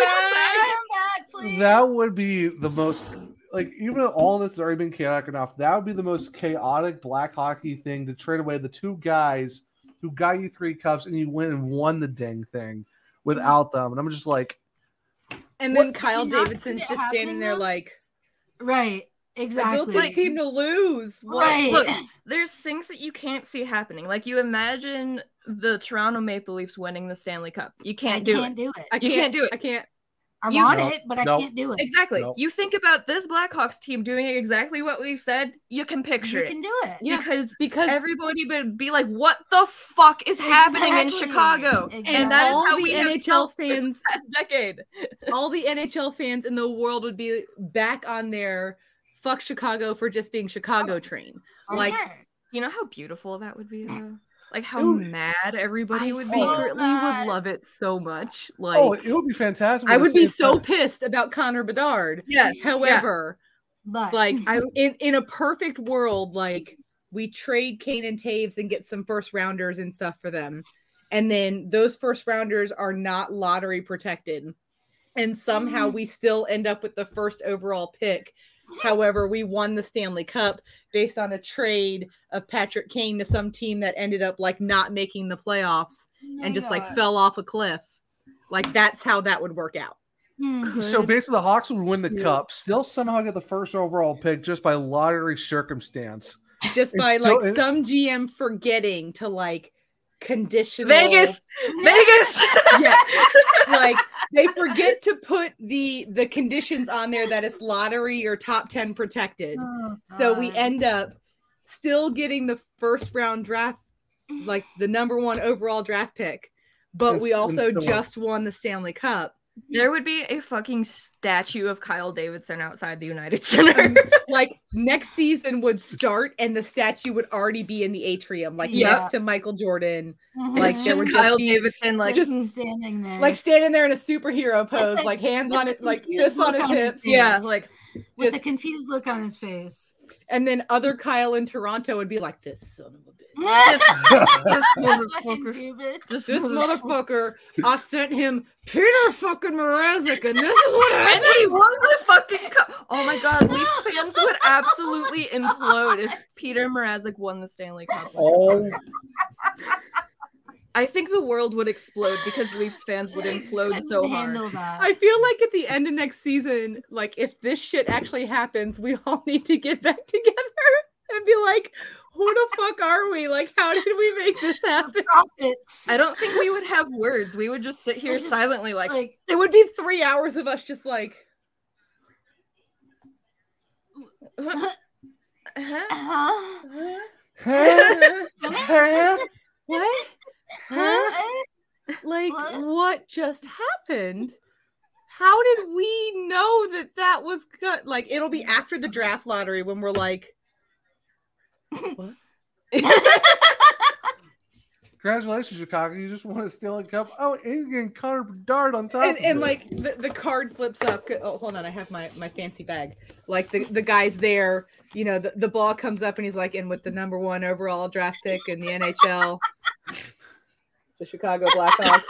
back?" Come back, please. That would be the most like even though all of this has already been chaotic enough, that would be the most chaotic black hockey thing to trade away the two guys who got you three cups and you went and won the dang thing without Mm-hmm. them. And I'm just like, And then What- Kyle Not that Davidson's it just standing happened, there though. like, right. I built Exactly. this team to lose. What? Right. <laughs> Look, there's things that you can't see happening. Like you imagine the Toronto Maple Leafs winning the Stanley Cup. You I can't do can't it. do it. I You can't do it. I can't. I You- want No, it, but I no. can't do it. Exactly. Nope. You think about this Blackhawks team doing exactly what we've said. You can picture You it. can do it. Yeah, because because everybody would be like, "What the fuck is happening in Exactly. Chicago?" Exactly. And that is all how the we have NHL felt for fans- the past decade. <laughs> all the NHL fans in the world would be back on their fuck Chicago for just being Chicago train. For Like sure. Oh. You know how beautiful that would be, though. Like how Ooh. mad everybody I would be. secretly that. would love it so much. Like oh, it would be fantastic. I But would at the be same so time- pissed about Connor Bedard. Yeah. However, <laughs> but like I in in a perfect world, like we trade Kane and Taves and get some first rounders and stuff for them. And then those first rounders are not Mm. lottery protected. And somehow we still end up with the first overall pick However, we won the Stanley Cup based on a trade of Patrick Kane to some team that ended up like not making the playoffs Oh and just like God. fell off a cliff. Like that's how that would <laughs> work out. Hmm. So basically, the Hawks would win the cup, still somehow get the first overall pick just by lottery circumstance. just by It's like so- some GM forgetting to like conditional <laughs> Vegas! Vegas! <laughs> yeah, like they forget to put the the conditions on there that it's lottery or top ten protected. Oh Oh, so Ah, we end up still getting the first round draft, like the number one overall draft pick, but And- we and also still- just won the Stanley Cup. There would be a fucking statue of Kyle Davidson outside the United Center. <laughs> <laughs> like next season would start and the statue would already be in the atrium, like Yeah. next to Michael Jordan. Mm-hmm. Mhm. Like It's there just would Kyle be- Davidson, like- just standing there. <laughs> like standing there in a superhero pose, Mm-hmm. With, like hands on it, with a like confused fists on look his hips. face. with a confused look on his face. and then other Kyle in Toronto would be like, "This son of a bitch." <laughs> Fucking stupid. This, motherfucker, I sent him Peter fucking Mrazek, and this is what <laughs> And he happens. won the fucking cup. <laughs> Oh my god, <laughs> Leafs fans would absolutely Oh implode if Peter Mrazek won the Stanley Cup. Oh, I think the world would explode because Leafs fans would implode so hard. I feel like at the end of next season, like if this shit actually happens, we all <laughs> need to get back together and be like, "Who the fuck are we? Like, how did we make this happen?" I don't think we would have words. We would just sit here just, silently, like, it would be three hours of us <laughs> just like. Uh-huh. Huh? <laughs> Huh? what? Huh? Like what? just happened? How did we know that that was good? Like it'll be after the draft lottery when we're <laughs> like, what? congratulations, Chicago! You just won a Stanley Cup. Oh, and getting Connor Bedard on top. and, of and it. <laughs> like the, the card flips up. Oh, hold on, I have my my fancy bag. Like the the guy's there. You know, the, the ball comes up and he's like, and with the number one overall draft pick in the NHL, <laughs> the Chicago Blackhawks.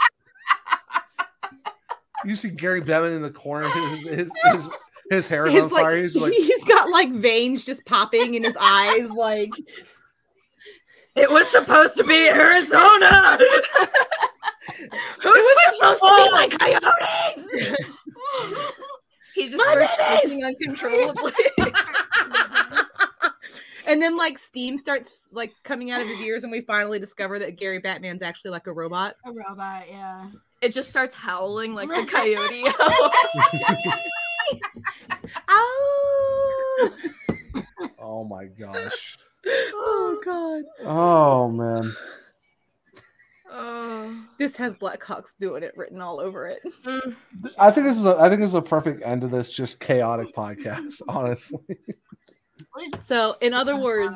you see Gary Bettman in the corner, <laughs> his his his, his hair is His, on like- fire. He's like, he's got like veins just popping in his eyes like it was supposed to be Arizona. Who was supposed to be my coyotes? he just starts shaking uncontrollably. and then like steam starts like coming out of his ears and we finally discover that gary batman's actually like a robot <laughs> a robot yeah It just starts howling like <laughs> a coyote. <laughs> oh my gosh, oh god oh man. this has blackhawks doing it written all over it Mm. I think this is a, I think this is a perfect end to this just chaotic podcast. <laughs> Honestly, so in other words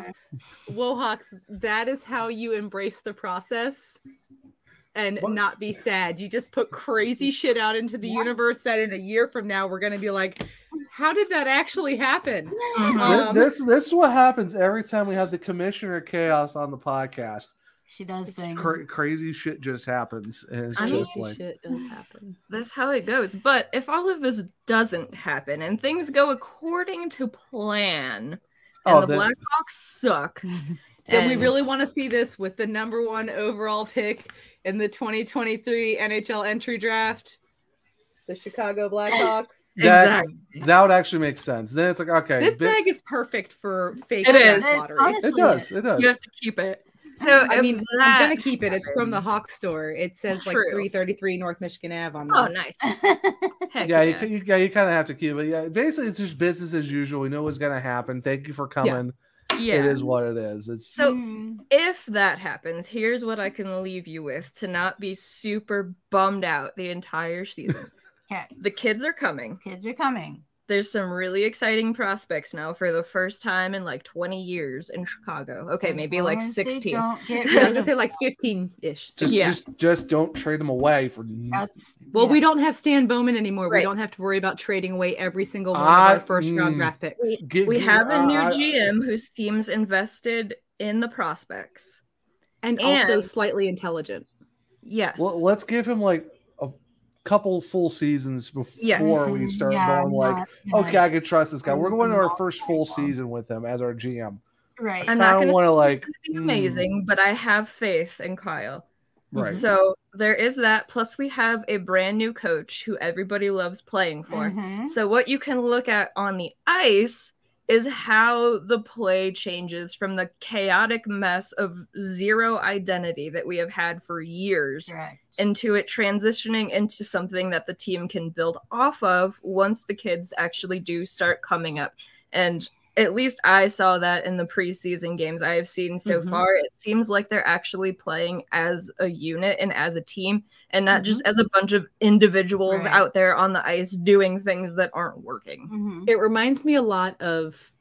wohawks that is how you embrace the process and not be sad you just put crazy shit out into the universe that in a year from now we're gonna be like how did that actually happen Mm-hmm. Um, this this is what happens every time we have the commissioner chaos on the podcast. She does things. Cra- crazy shit just happens, and it's I mean, just like shit does happen. That's how it goes. But if all of this doesn't happen and things go according to plan, and Oh, the then- Blackhawks suck, that we and- really want to see this with the number one overall pick in the 2023 NHL entry draft, the Chicago Blackhawks. that that would actually make sense. Then it's like okay, This big- bag is perfect for fake It draft is. It lottery. honestly It does, is. it does. You have to keep it. So I if mean, that I'm gonna keep it. It's from the Hawk store. It says like True. 333 North Michigan Ave on. Oh, there. nice. yeah, you, you, yeah, you kind of have to keep it. Yeah, basically, it's just business as usual. We know what's gonna happen. Thank you for coming. it Yeah. is what it is. It's So if that happens, here's what I can leave you with to not be super bummed out the entire season. Okay. The kids are coming. Kids are coming. There's some really exciting prospects now for the first time in like 20 years in Chicago. Okay, As maybe long like as they 16. don't <laughs> get rid I'm gonna say, like 15 ish. just, yeah. just just don't trade them away for. n- Well, we don't have Stan Bowman anymore. Right. We don't have to worry about trading away every single one I- of our first round mm. draft picks. we, Get- we get- have a new I- I- GM who seems invested in the prospects. and also slightly intelligent. yes. Well, let's give him like a couple full seasons before Yes. we start Yeah, going not- like, yeah. okay, I can trust this guy. We're He's going to our first full season with him as our GM. Right. I'm not I gonna don't want to say like hmm. be amazing, but I have faith in Kyle. Right. So there is that. Plus, we have a brand new coach who everybody loves playing for. Mhm. So, what you can look at on the ice is how the play changes from the chaotic mess of zero identity that we have had for years into it transitioning into something that the team can build off of once the kids actually do start coming up. And at least I saw that in the preseason games I have seen so Mhm. far. It seems like they're actually playing as a unit and as a team and not just as a bunch of individuals Right. out there on the ice doing things that aren't working. It reminds me a lot of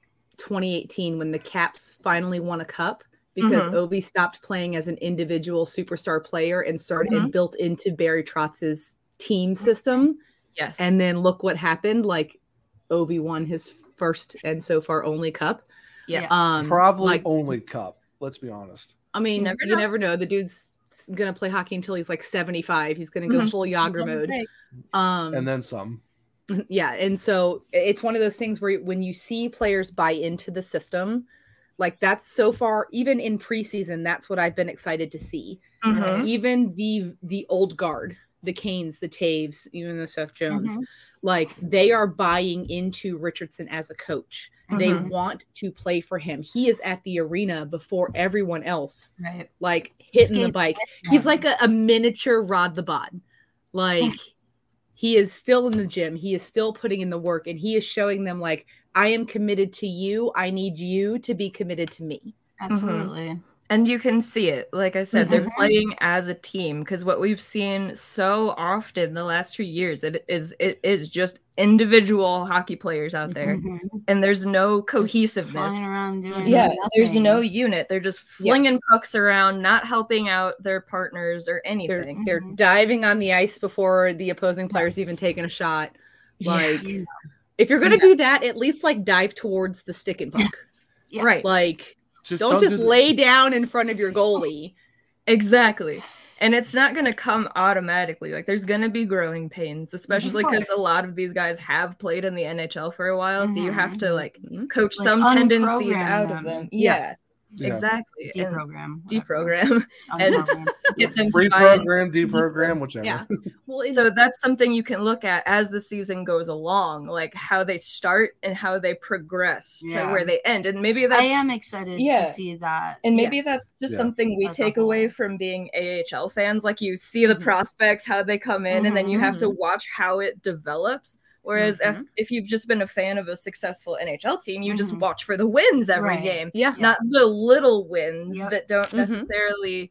2018 when the Caps finally won a cup because Mhm. Ovi stopped playing as an individual superstar player and started and Mhm. built into Barry Trotz's team system. Mm-hmm. Yes. And then look what happened. Like Ovi won his first and so far only cup. Um, probably like, only cup. Let's be honest. I mean, you never never, know. know. The dude's s- gonna play hockey until he's like 75. He's gonna go Mm-hmm. Mhm. full Yager Let him mode. play. Um, and then some. <laughs> yeah, and so i- it's one of those things where when you see players buy into the system, like that's so far, even in preseason, that's what I've been excited to see. Mm-hmm. Uh, Mhm. Even the the old guard, the Canes, the Taves, even the Seth Jones, Mm-hmm. Mhm. like they are buying into Richardson as a coach. They Mm-hmm. Mhm. want to play for him. He is at the arena before everyone else Right. like hitting the Skating bike. He's like a, a miniature Rod the Bod. Like he is still in the gym. He is still putting in the work and he is showing them like I am committed to you. I need you to be committed to me. Absolutely. Mm-hmm. And you can see it. Like I said, they're Mhm. playing as a team because what we've seen so often the last few years, it is it is just individual hockey players out there, Mhm. and there's no cohesiveness. flying around doing yeah, there's no nothing. unit. They're just flinging pucks around, not helping out their partners or They're anything. they're diving on the ice before the opposing player's even taking a shot. Yeah. Like if you're gonna do that, at least like dive towards the stick and puck. Right. Like Just don't, don't do just the- lay down in front of your goalie. Exactly. And it's not going to come automatically. Like there's going to be growing pains, especially because a course. lot of these guys have played in the NHL for a while, so you have to like coach some Mm-hmm. Like, tendencies unprogram out of them. them. Yeah. Yeah. Yeah. Exactly. And Deprogram, Deprogram and <laughs> get them to buy in. Reprogram, deprogram, whichever. Yeah. Well, so that's something you can look at as the season goes along, like how they start and how they progress Yeah. to where they end. And maybe that's I am excited Yeah. to see that. and maybe Yes. that's just Yeah. something we As a take away from being AHL fans. Like you see Mm-hmm. the prospects, how they come in, and then you have to Mhm. watch how it develops. Whereas Mm-hmm. if, if you've just been a fan of a successful NHL team, you just watch for the wins every Right. Mm-hmm. game. Yeah. Not the little wins that don't Mhm. necessarily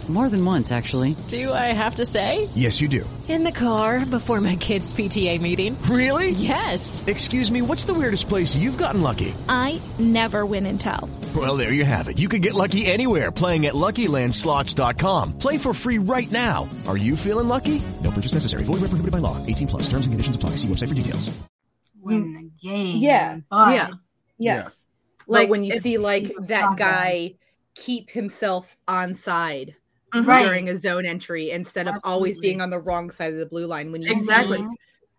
More than once, actually. Do I have to say? Yes, you do. In the car before my kids' PTA meeting. Really? Yes. Excuse me, what's the weirdest place you've gotten lucky? I never win and tell. Well, there you have it. You can get lucky anywhere playing at LuckyLandSlots.com. Play for free right now. Are you feeling lucky? No purchase necessary. Void where prohibited by law. 18 plus. Terms and conditions apply. See website for details. win the game. Yeah. But Yeah. Yes. Like Like, when you it's- see like that Progress. guy keep himself on side Mhm. Right. during a zone entry instead of always being on the wrong side of the blue line when you Exactly. see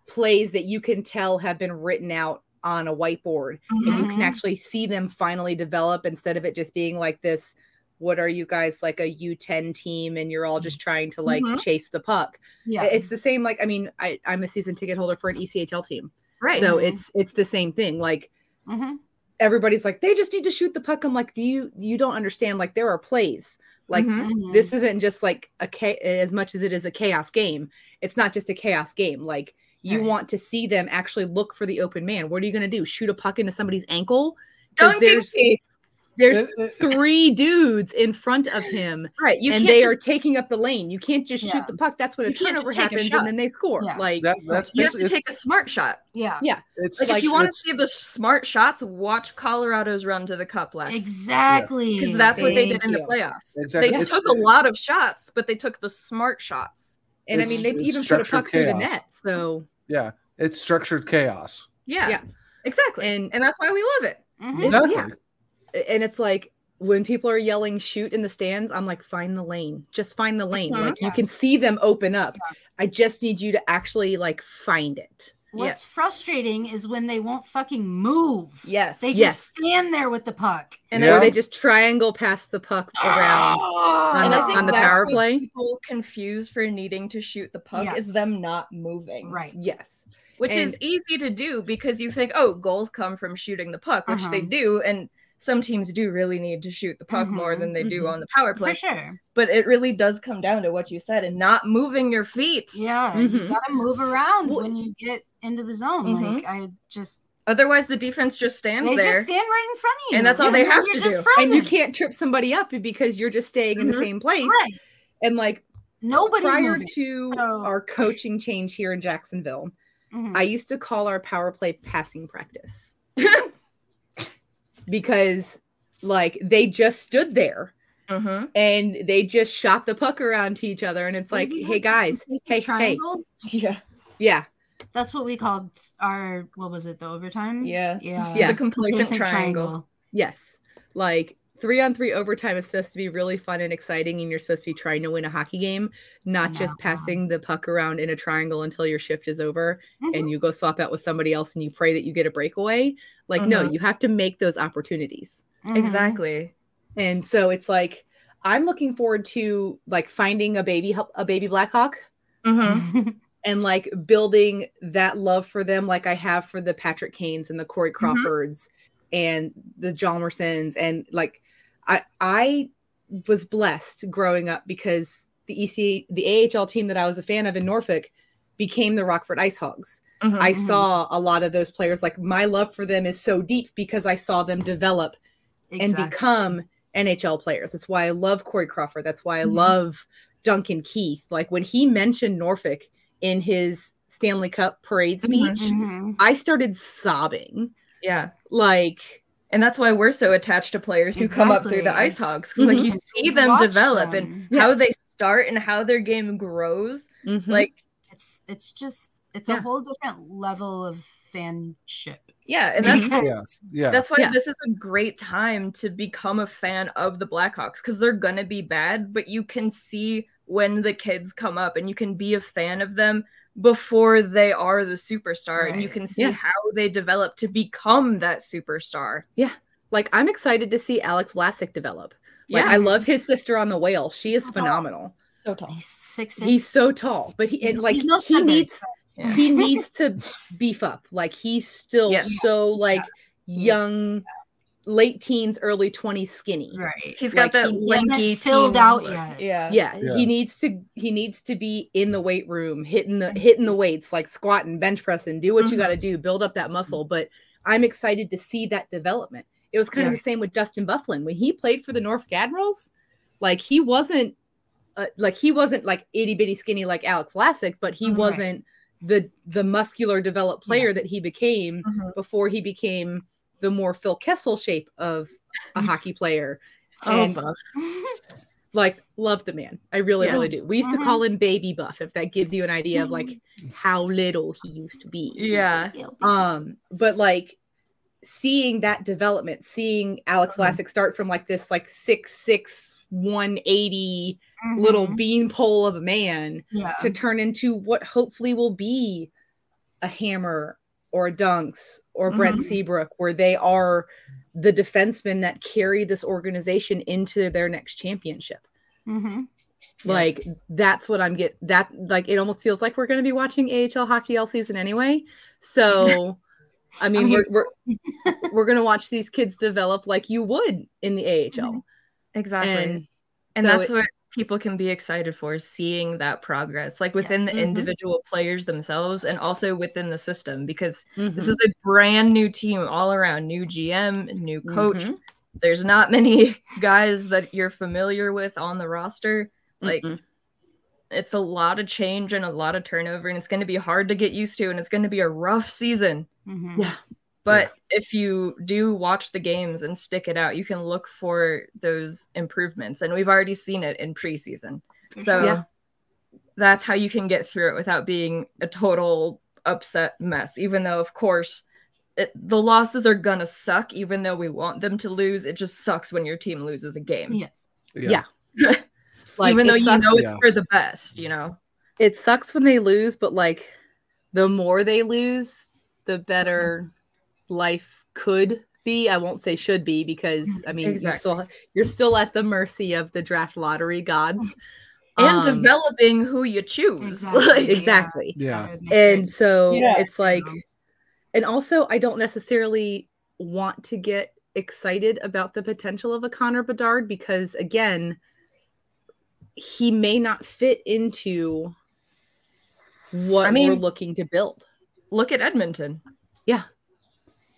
plays that you can tell have been written out on a whiteboard and you can Mhm. actually see them finally develop instead of it just being like this what are you guys like a U10 team and you're all just trying to like Mhm. chase the puck. Yeah. It's the same like I mean I I'm a season ticket holder for an E ECHL team. Right. Mm-hmm. So Mhm. it's it's the same thing like everybody's like they just need to shoot the puck i'm like do you you don't understand like there are plays like Mm-hmm. Mm-hmm. Mhm. this isn't just like a cha- as much as it is a chaos game it's not just a chaos game like you want to see them actually look for the open man what are you going to do shoot a puck into somebody's ankle 'Cause there's, there's Uh, three dudes in front of him, right? You you and can't they just- are taking up the lane. You can't just Yeah. shoot the puck. That's when a You can't just turnover take a happens, shot. and then they score. Yeah. Like That- that's you have to basically- take a smart shot. Yeah. Yeah. It's like, like- if you want to it's- see the smart shots, watch Colorado's run to the cup last. Exactly. Because that's what they did Thank in the you. playoffs. Exactly. They It's- took a lot of shots, but they took the smart shots. And I mean, they it's even put a structured puck through the chaos. net. So yeah, it's structured chaos. yeah, exactly. And, that's why we love it. Mm-hmm. Exactly. Yeah. And it's like when people are yelling shoot in the stands, I'm like, find the lane. Just find the lane. Uh-huh. Mhm. Like you can see them open up. I just need you to actually like find it. What's frustrating is when they won't fucking move. Yes. They just Yes. stand there with the puck. And or they just triangle pass the puck <gasps> around on, and the, I think on the that's power what play. people confuse for needing to shoot the puck Yes. is them not moving. Right. Yes. Which is And- easy to do because you think, oh, goals come from shooting the puck, which they Uh-huh. do, and some teams do really need to shoot the puck more than they do Mhm. on the power For play. sure. But it really does come down to what you said and not moving your feet. Yeah. You Mm-hmm. gotta move around when you get into the zone. Mhm. Like I just Otherwise, the defense just stands they there. just stand right in front of you. And that's all they have you're to just do. And you frozen. can't trip somebody up because you're just staying in the Mhm. same place. Right. And like Nobody's prior moving. to our coaching change here in Jacksonville, Mhm. I used to call our power play passing practice because like they just stood there Uh-huh. and they just shot the puck around to each other, and it's like, Maybe hey that's guys, the hey, hey, triangle? yeah, yeah, That's what we called our what was it, the overtime? Yeah. Yeah. Just the complacent triangle. Yes. Like three on three overtime is supposed to be really fun and exciting, and you're supposed to be trying to win a hockey game, not just passing the puck around in a triangle until your shift is over and you go swap out with somebody else and you pray that you get a breakaway. Like, no, Mhm. you have to make those opportunities. Exactly. And so it's like, I'm looking forward to like finding a baby, a baby Blackhawk Mm-hmm. Mm-hmm. and like building that love for them like I have for the Patrick Canes and the Corey Crawfords and the Jalmersons and like I I was blessed growing up because the EC the AHL team that I was a fan of in Norfolk became the Rockford Ice Hogs. Mhm, I mhm. saw a lot of those players like my love for them is so deep because I saw them develop Exactly. and become NHL players. That's why I love Corey Crawford. That's why I Mhm. love Duncan Keith. Like when he mentioned Norfolk in his Stanley Cup parade Mm-hmm, speech, Mhm. I started sobbing. Yeah. Like, and that's why we're so attached to players who come up through the Exactly. ice hogs. 'cause, Like Mhm. you It's see them watch develop them. and how Yes. they start and how their game grows. Mhm. Like it's it's just it's a whole different level of fanship. yeah, and Mm-hmm. that's Because- Yeah. That's why Yeah. this is a great time to become a fan of the Blackhawks because they're gonna be bad, but you can see when the kids come up and you can be a fan of them before they are the superstar and you Right. can see Yeah. how they develop to become that superstar. yeah. Like I'm excited to see Alex Vlasic develop. Like Yeah. I love his sister on the whale. She is phenomenal. So tall. Six, He's so tall, but he and like he's no he Sandberg, needs but- <laughs> he needs to beef up. Like he's still Yeah. so like young, late teens, early twenties, skinny. Right. He's got that lanky filled teen out look. yet. Yeah. yeah. Yeah. Mm-hmm. He needs to he needs to be in the weight room, hitting the hitting the weights, like squatting, bench pressing, do what you Mhm. got to do, build up that Mm-hmm. muscle. But I'm excited to see that development. It was kind of Yeah. Mm-hmm. the same with Dustin Bufflin when he played for the Norfolk Admirals. Like he wasn't, uh, like he wasn't like itty bitty skinny like Alex Lassick, but he Mhm. Right. wasn't the the muscular developed player that he became Mm-hmm. before he became the more Phil Kessel shape of <laughs> a hockey player. Oh, And- Buff. like love the man. I really, really Yes. Mm-hmm. do. We used to call him Baby Buff, if that gives you an idea <laughs> of like how little he used to be. Yeah. Um, but like seeing that development, seeing Alex Mm-hmm. Vlasic start from like this like six six one eighty Mm-hmm. little beanpole of a man Yeah. to turn into what hopefully will be a hammer or a dunks or Brent Mhm. Seabrook, where they are the defensemen that carry this organization into their next championship Mm-hmm. like that's what i'm get that like it almost feels like we're going to be watching ahl hockey all season anyway so i mean I'm we're here we're, we're going to watch these kids develop like you would in the ahl Exactly. And And, so that's it- what people can be excited for is seeing that progress, like within Yes. the Mhm. individual players themselves and also within the system, because Mhm. this is a brand new team all around, new GM, new coach. Mhm. There's not many <laughs> guys that you're familiar with on the roster. Like it's a lot of change and a lot of turnover, and it's going to be hard to get used to, and it's going to be a rough season. Yeah. But if you do watch the games and stick it out, you can look for those improvements. And we've already seen it in preseason. So Yeah. that's how you can get through it without being a total upset mess. Even though, of course, it, the losses are going to suck, even though we want them to lose. It just sucks when your team loses a game. Yes. Yeah. Like, <laughs> even though it you sucks- know it's for the best, you know? it sucks when they lose, but like the more they lose, the better life could be. I won't say should be because I mean you Exactly. still you're still at the mercy of the draft lottery gods And Um, developing who you choose. <laughs> Exactly. Like- Exactly. Yeah. and so Yeah. it's like and also i don't necessarily want to get excited about the potential of a connor bedard because again he may not fit into what I mean- we're looking to build Look at Edmonton. yeah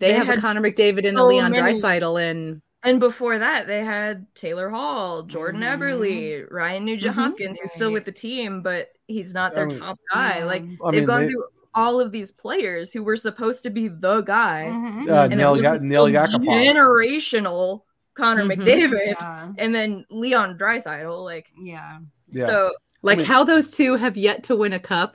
they, They have a had connor mcdavid and a so leon many- dreisidel and And before that, they had Taylor Hall, Jordan Eberle, Mm-hmm. Ryan Nugent Hopkins, who's still with the team, but he's not their I mean- top guy. Yeah. Like I they've mean, gone they- through all of these players who were supposed to be the guy. Uh, and it Neil was Ya- a <laughs> Neil Yakupov. generational Connor Mm-hmm. Mhm. McDavid, Yeah. and then Leon Dreisidel. Like yeah, Yeah. so I like mean- how those two have yet to win a cup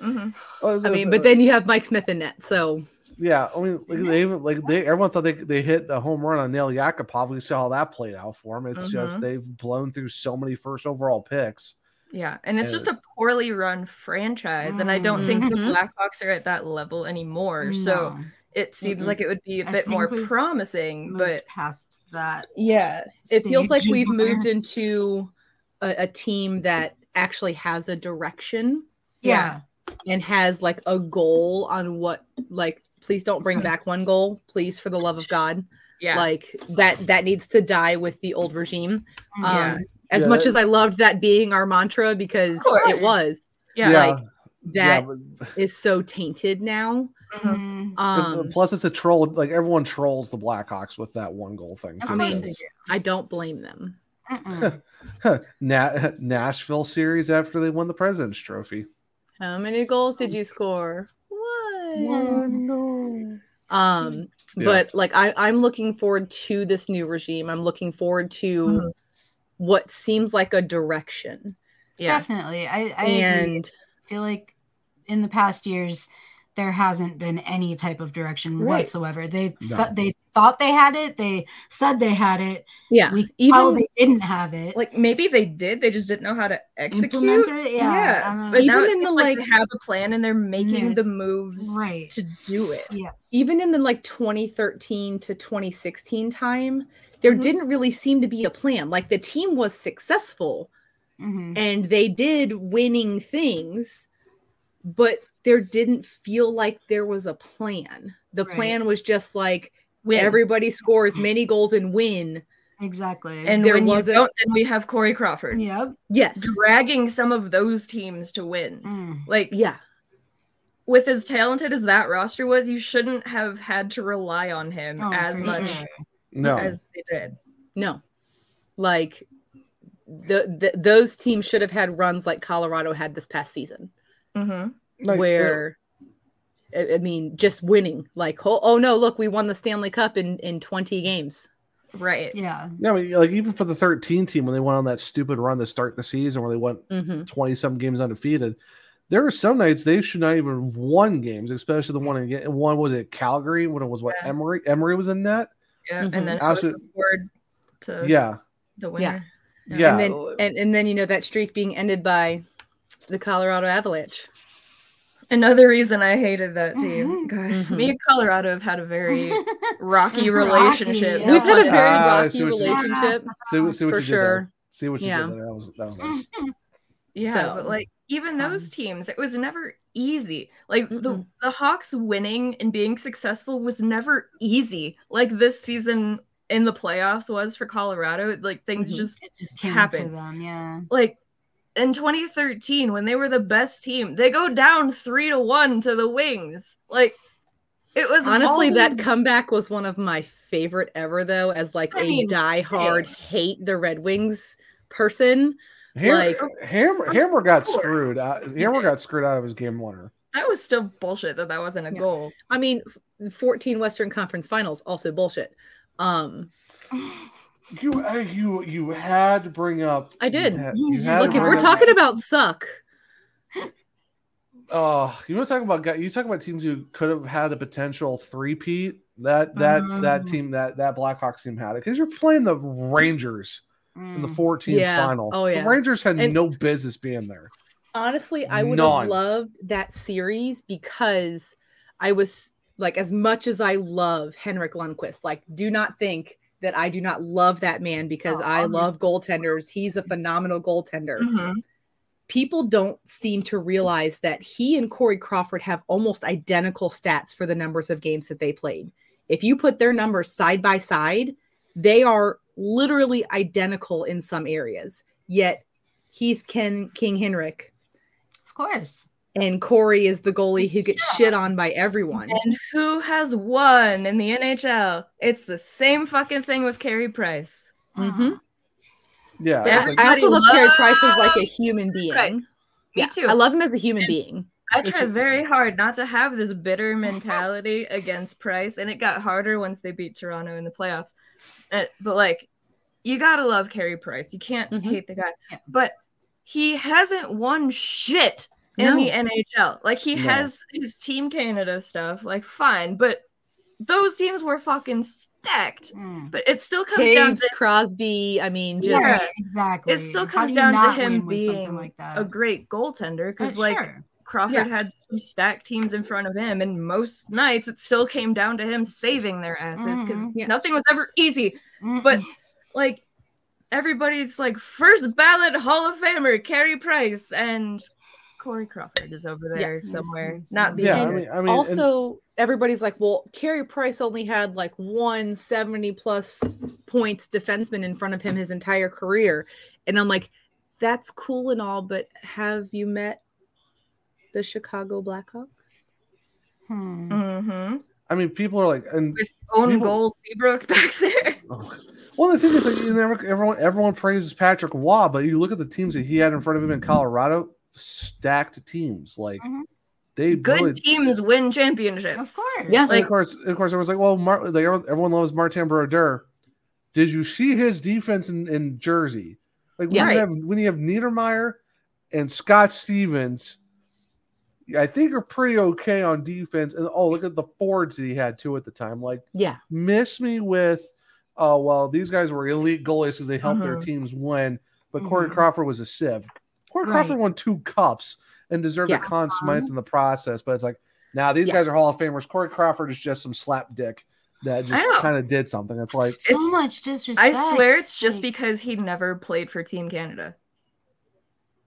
mhm. i mean but then you have mike smith and net so Yeah, I mean, like they even like they everyone thought they they hit the home run on Neil Yakupov. We saw how that played out for him. It's just Mhm. they've blown through so many first overall picks. Yeah, and it's Uh, just a poorly run franchise, and I don't think the Mhm. Blackhawks are at that level anymore. So No. it seems Mm-mm. like it would be a I bit think more we've promising, but past that. yeah, it feels like stage we've where- moved into a, a team that actually has a direction Yeah. and has like a goal on what like please don't bring back one goal please for the love of god Yeah. like that that needs to die with the old regime Mm-hmm. um Yeah. as Yeah, much that- as i loved that being our mantra because course. it was Yeah. like Yeah, that is so tainted now Mm-hmm. And- um and plus, it's a troll. Like everyone trolls the Blackhawks with that one goal thing. i too, mean because- i don't blame them <laughs> Na- Nashville series after they won the President's Trophy. How many goals did you score? One. Um, Yeah. but like I, I'm looking forward to this new regime. I'm looking forward to what seems like a direction. Definitely. I, I agree. and I feel like in the past years there hasn't been any type of direction Right. whatsoever. They No. thought they thought they had it. They said they had it. Yeah, we even- even they didn't have it. like maybe they did they just didn't know how to execute Implement it, yeah, I don't know. but now it Even in seems the, like, like- they have a plan and they're making the moves right to do it yes even in the like 2013 to 2016 time, there didn't really seem to be a plan. Like the team was successful Mm-hmm. Mm-hmm. and they did winning things, but there didn't feel like there was a plan. The Right. plan was just like Win. everybody scores many goals and win. Exactly. and there when you wasn't- don't then we have corey crawford Yep. Yes. dragging some of those teams to wins like yeah with as talented as that roster was you shouldn't have had to rely on him Oh, as for much sure. No. as they did No. Like the, the those teams should have had runs like Colorado had this past season. mm-hmm. Like, where I, I mean just winning like oh, oh no look we won the Stanley Cup in in 20 games. Right. Yeah. No, I mean, like even for the 13 team when they went on that stupid run to start the season where they went 20 Mhm. some games undefeated, there are some nights they should not even have won games, especially the one again. One was it Calgary when it was what Emory Emory was in net. yeah Mhm. and then Absolute- Absolute. scored to Yeah. the Yeah. winner Yeah. And then and, and then you know that streak being ended by the Colorado Avalanche. Another reason I hated that team. Mm-hmm. Gosh, Mm-hmm. me and Colorado have had a very <laughs> rocky relationship. We've had a very Ah, I rocky see what you did. relationship. See, what- see what for you did sure. there. See what you Yeah. did there. That was that was nice. Mm-hmm. Yeah, So- but like even those teams, it was never easy. Like the, the Hawks winning and being successful was never easy. Like this season in the playoffs was for Colorado. Like things Mhm. just, It just came to happen. them. Yeah. Like in 2013, when they were the best team, they go down three to one to the Wings. Like it was honestly that always- comeback was one of my favorite ever though as like I a mean, diehard same. hate the red wings person Hammer, like Hammer, Hammer got Sure. screwed. Out, Hammer got screwed out of his game winner. that was still bullshit that that wasn't a goal. i mean f- 14 western conference finals also bullshit um You, uh, you, you had to bring up. i did You had- you had look to if bring we're up- talking about suck Oh, you want to talk about guy- you talk about teams who could have had a potential three-peat. That that that team that that Blackhawks team had it because you're playing the Rangers in the 14th Yeah. final. Oh, yeah. The Rangers had And- no business being there. honestly i would None. have loved that series because i was like as much as i love henrik lundquist like do not think that i do not love that man because i love goaltenders he's a phenomenal goaltender Mm-hmm. people don't seem to realize that he and corey crawford have almost identical stats for the numbers of games that they played if you put their numbers side by side they are literally identical in some areas yet he's ken king henrik Of course. and Corey is the goalie who gets shit on by everyone. And who has won in the NHL? It's the same fucking thing with Carey Price. Mm-hmm. Yeah, Yeah. it's like- I also love Everybody Carey Price as like a loves human being. Price. Me Yeah, too. I love him as a human being. I tried very hard not to have this bitter mentality against Price, and it got harder once they beat Toronto in the playoffs. Uh, but like, you gotta love Carey Price. You can't hate the guy, but he hasn't won shit in No. the NHL. Like he No. has his Team Canada stuff. Like fine, but those teams were fucking stacked. But it still comes down Taves, to Crosby. I mean, just Yeah, exactly. It still How comes do you down to not him win with something being like that? a great goaltender because, Uh, like, sure. Crawford Yeah. had some stacked teams in front of him, and most nights it still came down to him saving their asses because Mhm. Yeah. nothing was ever easy. But, like, everybody's like, first ballot Hall of Famer, Carey Price, and Corey Crawford is over Yeah. there somewhere, not being Yeah, I there. mean- I mean, and- Mm-hmm. also everybody's like, well, Carey Price only had like one 70 plus points defenseman in front of him his entire career. And I'm like, that's cool and all, but have you met the Chicago Blackhawks? Mm-hmm. I mean, people are like, and Own people- goals, Seabrook back there. Well, the thing is, like, you never, everyone everyone praises Patrick Waugh, but you look at the teams that he had in front of him in Colorado, stacked teams. Like they Good really, teams win championships. Of course. And of course, of course, everyone's like, well, Mar- like, everyone everyone loves Martin Brodeur. Did you see his defense in, in Jersey? Like when, Yeah. you Right. have, when you have Niedermeyer and Scott Stevens, I think are pretty okay on defense. And oh, look at the forwards that he had too at the time. Like, Yeah. miss me with, oh well, these guys were elite goalies because they helped their Mhm. teams win. But Corey Mhm. Crawford was a sieve. Corey Right. Crawford won two cups and deserved Yeah. Uh-huh. a con Smythe in the process. But it's like, now these guys are Hall of Famers. Corey Crawford is just some slap dick that just know. kind of did something. It's like, It's- much disrespect, I swear it's just because he never played for Team Canada.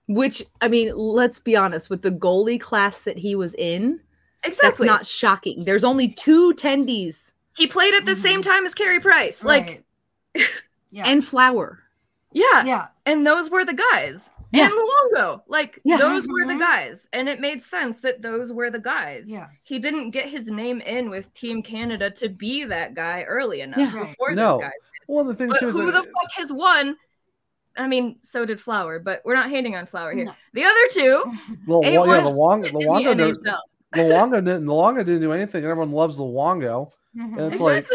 Which I mean, let's be honest, with the goalie class that he was in, Exactly. that's not shocking. There's only two tendies He played at the same Mm-hmm. time as Carey Price. Like, <laughs> and Flower. yeah. Yeah. And those were the guys. Yeah. And Luongo. Like, Yeah. those were the guys. And it made sense that those were the guys. Mm-hmm. Yeah. He didn't get his name in with Team Canada to be that guy early enough Yeah. before No. those guys. did. Well, the thing but too is who that- the fuck has won? I mean, so did Flower, but we're not hating on Flower here. No. The other two, well, ain't well, yeah, won the long, shit the in Longo, the didn't, NHL. Luongo didn't, Luongo didn't do anything. and Everyone loves the Longo, Mm-hmm. and it's like,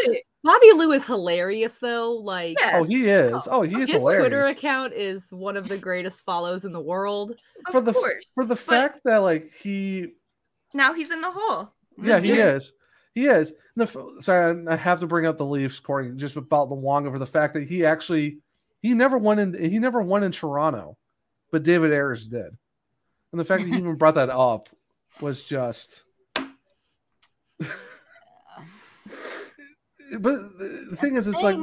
Bobby Lou is hilarious though. Like oh, he is, oh, he is his hilarious. Twitter account is one of the greatest follows in the world. for the for the fact that like he now he's in the hole. Yeah, This he year. is. He is. The f- sorry, I- I have to bring up the Leafs, Corey, just about the Wonga for the fact that he actually he never won in he never won in Toronto, but David Ayers did, and the fact that he even brought that up was just. <laughs> but the the thing is, it's like,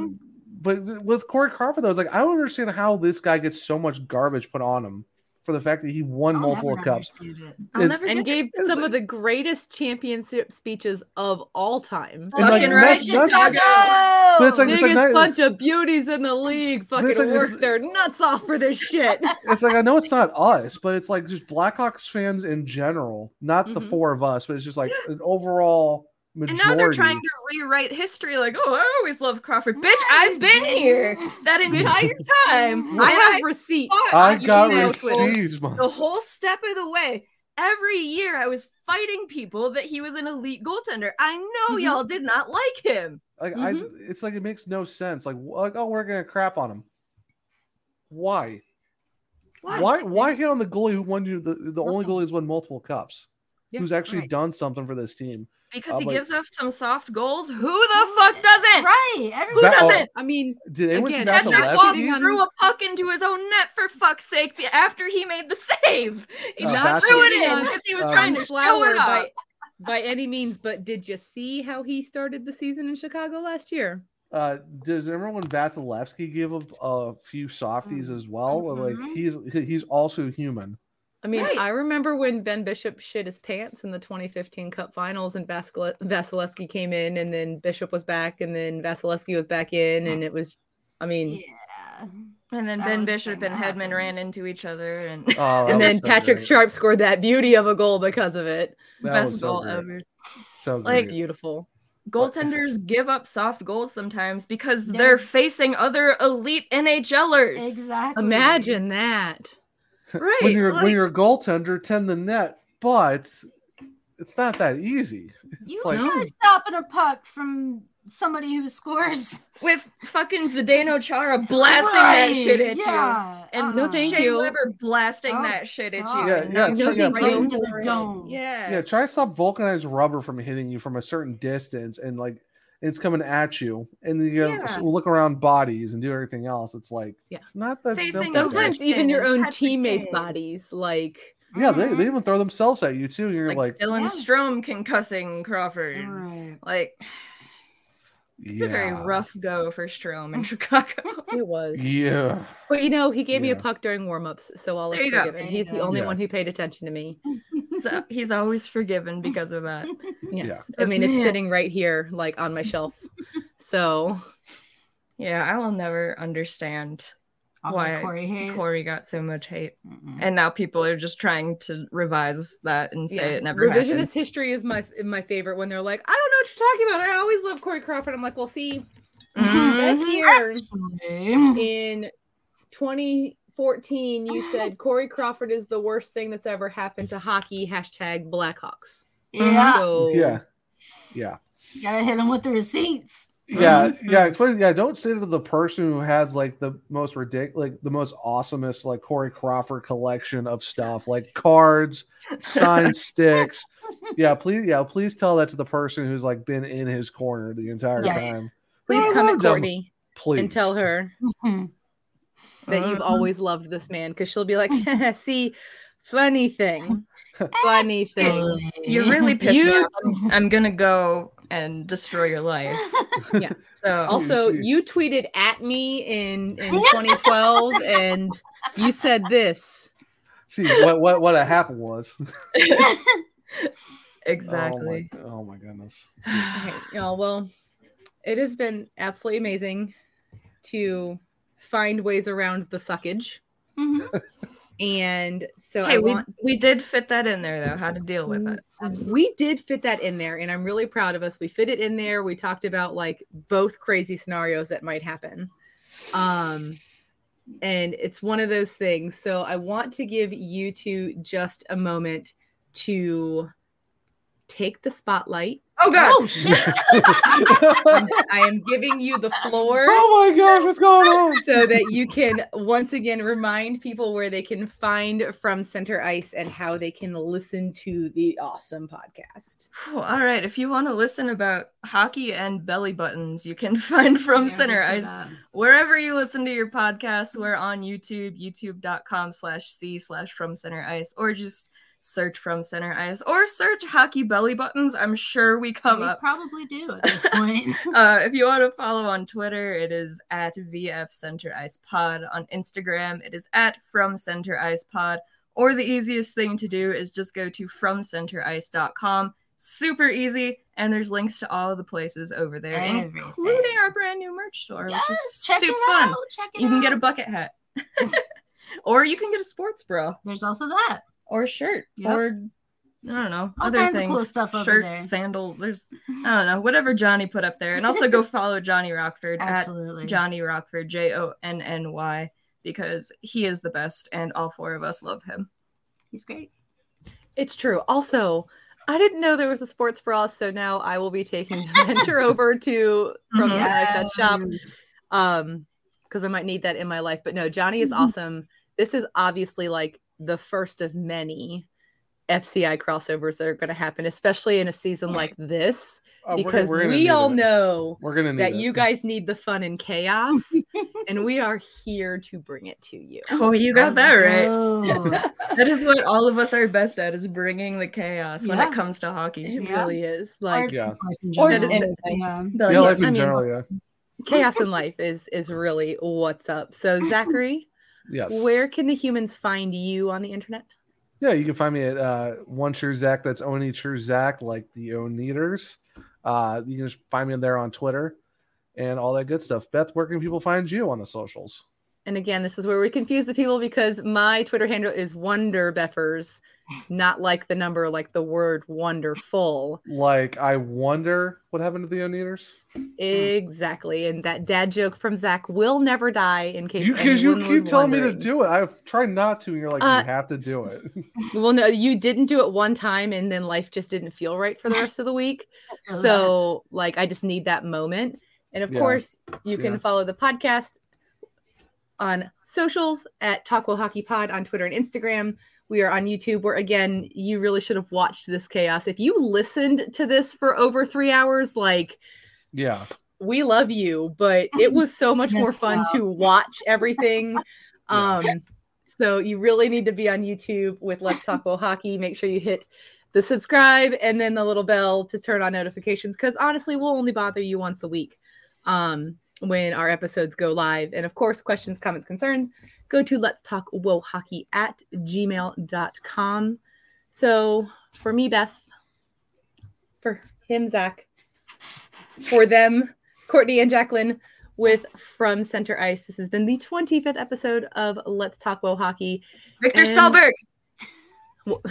but with Corey Crawford though, it's like I don't understand how this guy gets so much garbage put on him for the fact that he won multiple never cups. I'll It's- never and gave some of the greatest championship speeches of all time. And, like, Fucking right, that's- that's- Chicago! But it's like- it's like biggest not- bunch of beauties in the league But fucking it's like- work it's- their nuts off for this shit. <laughs> <laughs> it's like I know it's not us, but it's like just Blackhawks fans in general, not the Mm-hmm. Mhm. four of us, but it's just like an overall And majority. now they're trying to rewrite history like, oh, I always loved Crawford. Bitch, I've been here that entire time. <laughs> I And have receipts. fought I you got guys with receipts, mom. The whole step of the way. Every year I was fighting people that he was an elite goaltender. I Mm-hmm. know Mhm. y'all did not like him. like I, it's like it makes no sense. Like, wh- like oh, we're gonna crap on him. Why? Why? Why? Why hit on the goalie who won you the, the only goalie who's won multiple cups, Yeah, who's actually right. done something for this team? Because I'm he Uh, like, gives up some soft goals. Who the fuck doesn't? Right. Who That- oh, doesn't? I mean, Did anyone see Again, that Patrick Waugh Zalewski? threw a puck into his own net for fuck's sake the- after he made the save. He Uh, not that's- threw it in uh, because he was um, trying to show Flower it by, off. by any means, but did you see how he started the season in Chicago last year? Uh, does everyone when Vasilevsky give up a few softies as well? Or, Like Mm-hmm. Mhm. he's he- he's also human. <laughs> I mean, Right. I remember when Ben Bishop shit his pants in the 2015 Cup Finals, and Vasil- Vasilevsky came in, and then Bishop was back, and then Vasilevsky was back in, and it was, I mean, And then Ben Bishop and Hedman ran into each other, and Oh, and that then was so Patrick great. Sharp scored that beauty of a goal because of it. That best was so goal great. ever. So Like- great. Beautiful. <laughs> Goaltenders give up soft goals sometimes because they're facing other elite NHLers. Exactly. Imagine that. Right. when you're like- when you're a goaltender, tend the net, but it's not that easy. It's You like try stopping a puck from somebody who scores. with fucking Zdeno Chara blasting that Right, shit at yeah, Uh-uh. Uh-huh. you, and No, thank Shea you. Weber blasting Oh, that shit at God. you. Yeah, and yeah, not tr- looking yeah, right playing to the for it. dome. Yeah. yeah, try to stop vulcanized rubber from hitting you from a certain distance and like it's coming at you, and then you Yeah. gotta look around bodies and do everything else. It's like Yeah. it's not that Facing simple. Sometimes even your own Patrick teammates' Kane. bodies, like yeah, they, Mm-hmm. they even throw themselves at you too. And you're like, Dylan Yeah. Strom concussing Crawford. Right. Like it's a very yeah, rough go for Strom <laughs> in Chicago. it was. yeah. But you know, he gave me a Yeah. puck during warm-ups, so all is There you go. forgiven. There you He's the go. only Yeah. one who paid attention to me. so he's always forgiven because of <laughs> that. Yes. Yeah. I mean, it's Yeah. sitting right here, like on my shelf. So Yeah, I will never understand All why that Corey hate. Corey got so much hate. Mm-mm. And now people are just trying to revise that and say yeah. it never revisionist happened. history is my my favorite when they're like, I don't know what you're talking about. I always love Corey Crawford. I'm like, well, see, back Mhm. here Okay. in 2014, you said Corey Crawford is the worst thing that's ever happened to hockey. Hashtag Blackhawks. Yeah. So yeah, yeah. Gotta hit him with the receipts. Mm-hmm. yeah yeah it's funny yeah don't say to the person who has like the most ridiculous like the most awesomest like corey crawford collection of stuff like cards sign sticks yeah please yeah please tell that to the person who's like been in his corner the entire Yeah. time please I come at loved him. Courtney please and tell her Mhm. that you've Mhm. always loved this man because she'll be like, <laughs> see, funny thing, funny thing. You're <laughs> really pissed me You- off. I'm- I'm gonna go and destroy your <laughs> life. Yeah. So Also, Seriously. you tweeted at me in in 2012, and you said this. see what what what had happened <laughs> was exactly. oh my, oh my goodness Okay, y'all. Well, it has been absolutely amazing to find ways around the suckage, Mm-hmm. Mhm. and so hey, I we, want Mm-hmm. we did fit that in there though. How to deal with it? we did fit that in there, and I'm really proud of us. We fit it in there. We talked about like both crazy scenarios that might happen. Um, and it's one of those things. So I want to give you two just a moment to take the spotlight. Oh god! <laughs> Oh shit. oh I am giving you the floor my gosh what's going on so that you can once again remind people where they can find from Center Ice and how they can listen to the awesome podcast. Phew, all right. If you want to listen about hockey and belly buttons, you can <laughs> find from Yeah, Center look for Ice that. wherever you listen to your podcasts. We're on YouTube, youtube.com slash C slash from Center Ice, or just search from center ice or search hockey belly buttons. I'm sure we come We up. probably do at this point. uh, if you want to follow on Twitter, it is at VF Center Ice Pod. On Instagram, it is at From Center Ice Pod. Or the easiest thing to do is just go to FromCenterIce.com. Super easy. And there's links to all of the places over there, including our brand new merch store, which is check super it fun. out, check it you can get a out. bucket hat. <laughs> or you can get a sports bra. There's also that. Or a shirt. Yep. <laughs> Or I don't know. All other kinds of things. cool stuff over Shirts, there. sandals. There's I don't know, whatever Johnny put up there. And also <laughs> go follow Johnny Rockford Absolutely. at Johnny Rockford, J O N N Y, because he is the best and all four of us love him. He's great. It's true. Also, I didn't know there was a sports bra, so now I will be taking <laughs> Venture over to from Mm-hmm. Mhm. that shop um because I might need that in my life. But no, Johnny is Mm-hmm. Mhm. awesome. This is obviously like the first of many FCI crossovers that are going to happen, especially in a season like this, Oh, we're gonna- because we're gonna we need all it. know We're gonna need that it. you guys need the fun and <laughs> chaos, and we are here to bring it to you. Oh, you got that right. Oh. that is what all of us are best at is bringing the chaos when Yeah. it comes to hockey. It really is like Yeah. life in Or- general. and- Yeah. the- Yeah, life I in mean, general, yeah. chaos in life is is really what's <laughs> up. So Zachary, Yes. where can the humans find you on the internet? Yeah, you can find me at uh, One True Zach. That's Oni True Zach, like the Oneaters. Uh, you can just find me there on Twitter and all that good stuff. Beth, where can people find you on the socials? And again, this is where we confuse the people because my Twitter handle is Wonder Beffers, not like the number, like the word wonderful. Like, I wonder what happened to the Oneaters. Exactly. And that dad joke from Zach will never die in case You because you anyone was keep telling me to wondering. do it. I've tried not to, and you're like, Uh, you have to do it. <laughs> Well, no, you didn't do it one time and then life just didn't feel right for the rest of the week. So, like, I just need that moment. And of Yeah. course, you can Yeah. follow the podcast on socials at Talkwell Hockey Pod on Twitter and Instagram. We are on YouTube, where again, you really should have watched this chaos. If you listened to this for over three hours, like, Yeah. we love you, but it was so much more fun to watch everything. Um, so you really need to be on YouTube with Let's Talk Bowl Hockey. Make sure you hit the subscribe and then the little bell to turn on notifications because honestly, we'll only bother you once a week um, when our episodes go live. And of course, questions, comments, concerns, go to let's talk whoa hockey at gmail.com. So for me, Beth, for him, Zach, for them, Courtney and Jacqueline with From Center Ice. This has been the 25th episode of Let's Talk Whoa Hockey. Victor Stahlberg. <laughs>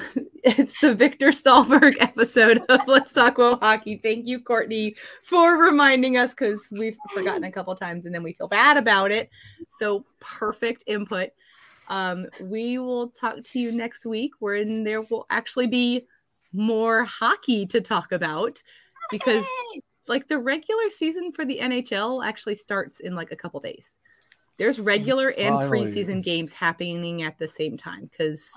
It's the Victor Stahlberg episode of Let's Talk Whoa Hockey. Thank you, Courtney, for reminding us because we've forgotten a couple times and then we feel bad about it. So perfect input. Um, we will talk to you next week, wherein there will actually be more hockey to talk about because like the regular season for the NHL actually starts in like a couple days. There's regular and Finally. preseason games happening at the same time because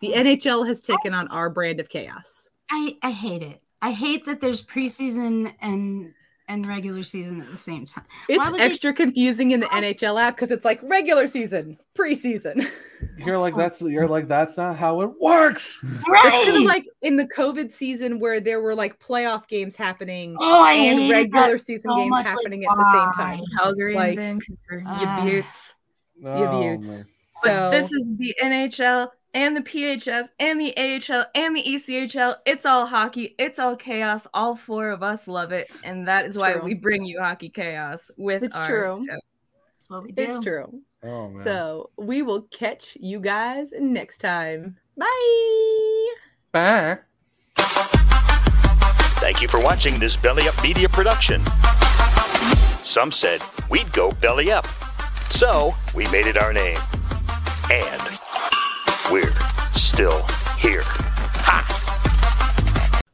the NHL has taken on our brand of chaos. I, I hate it. I hate that there's preseason and and regular season at the same time. It's would they- extra confusing in the NHL app because it's like regular season, preseason. You're like, that's you're like, that's not how it works. It's kinda like in the COVID season where there were like playoff games happening Oh, I and hated regular that season so games much, like, happening at the same why? uh, time. Calgary Like, and Vancouver, ah. you buttes. Oh, you buttes. man. But this So- is the NHL and the PHF and the AHL and the E ECHL. It's all hockey. It's all chaos. All four of us love it, and that is why True. we bring you hockey chaos with. It's our show. true. That's what we do. It's true. Oh man. So we will catch you guys next time. Bye. <laughs> Bye. Thank you for watching this Belly Up Media production. Some said we'd go belly up, so we made it our name. And we're still here. Ha!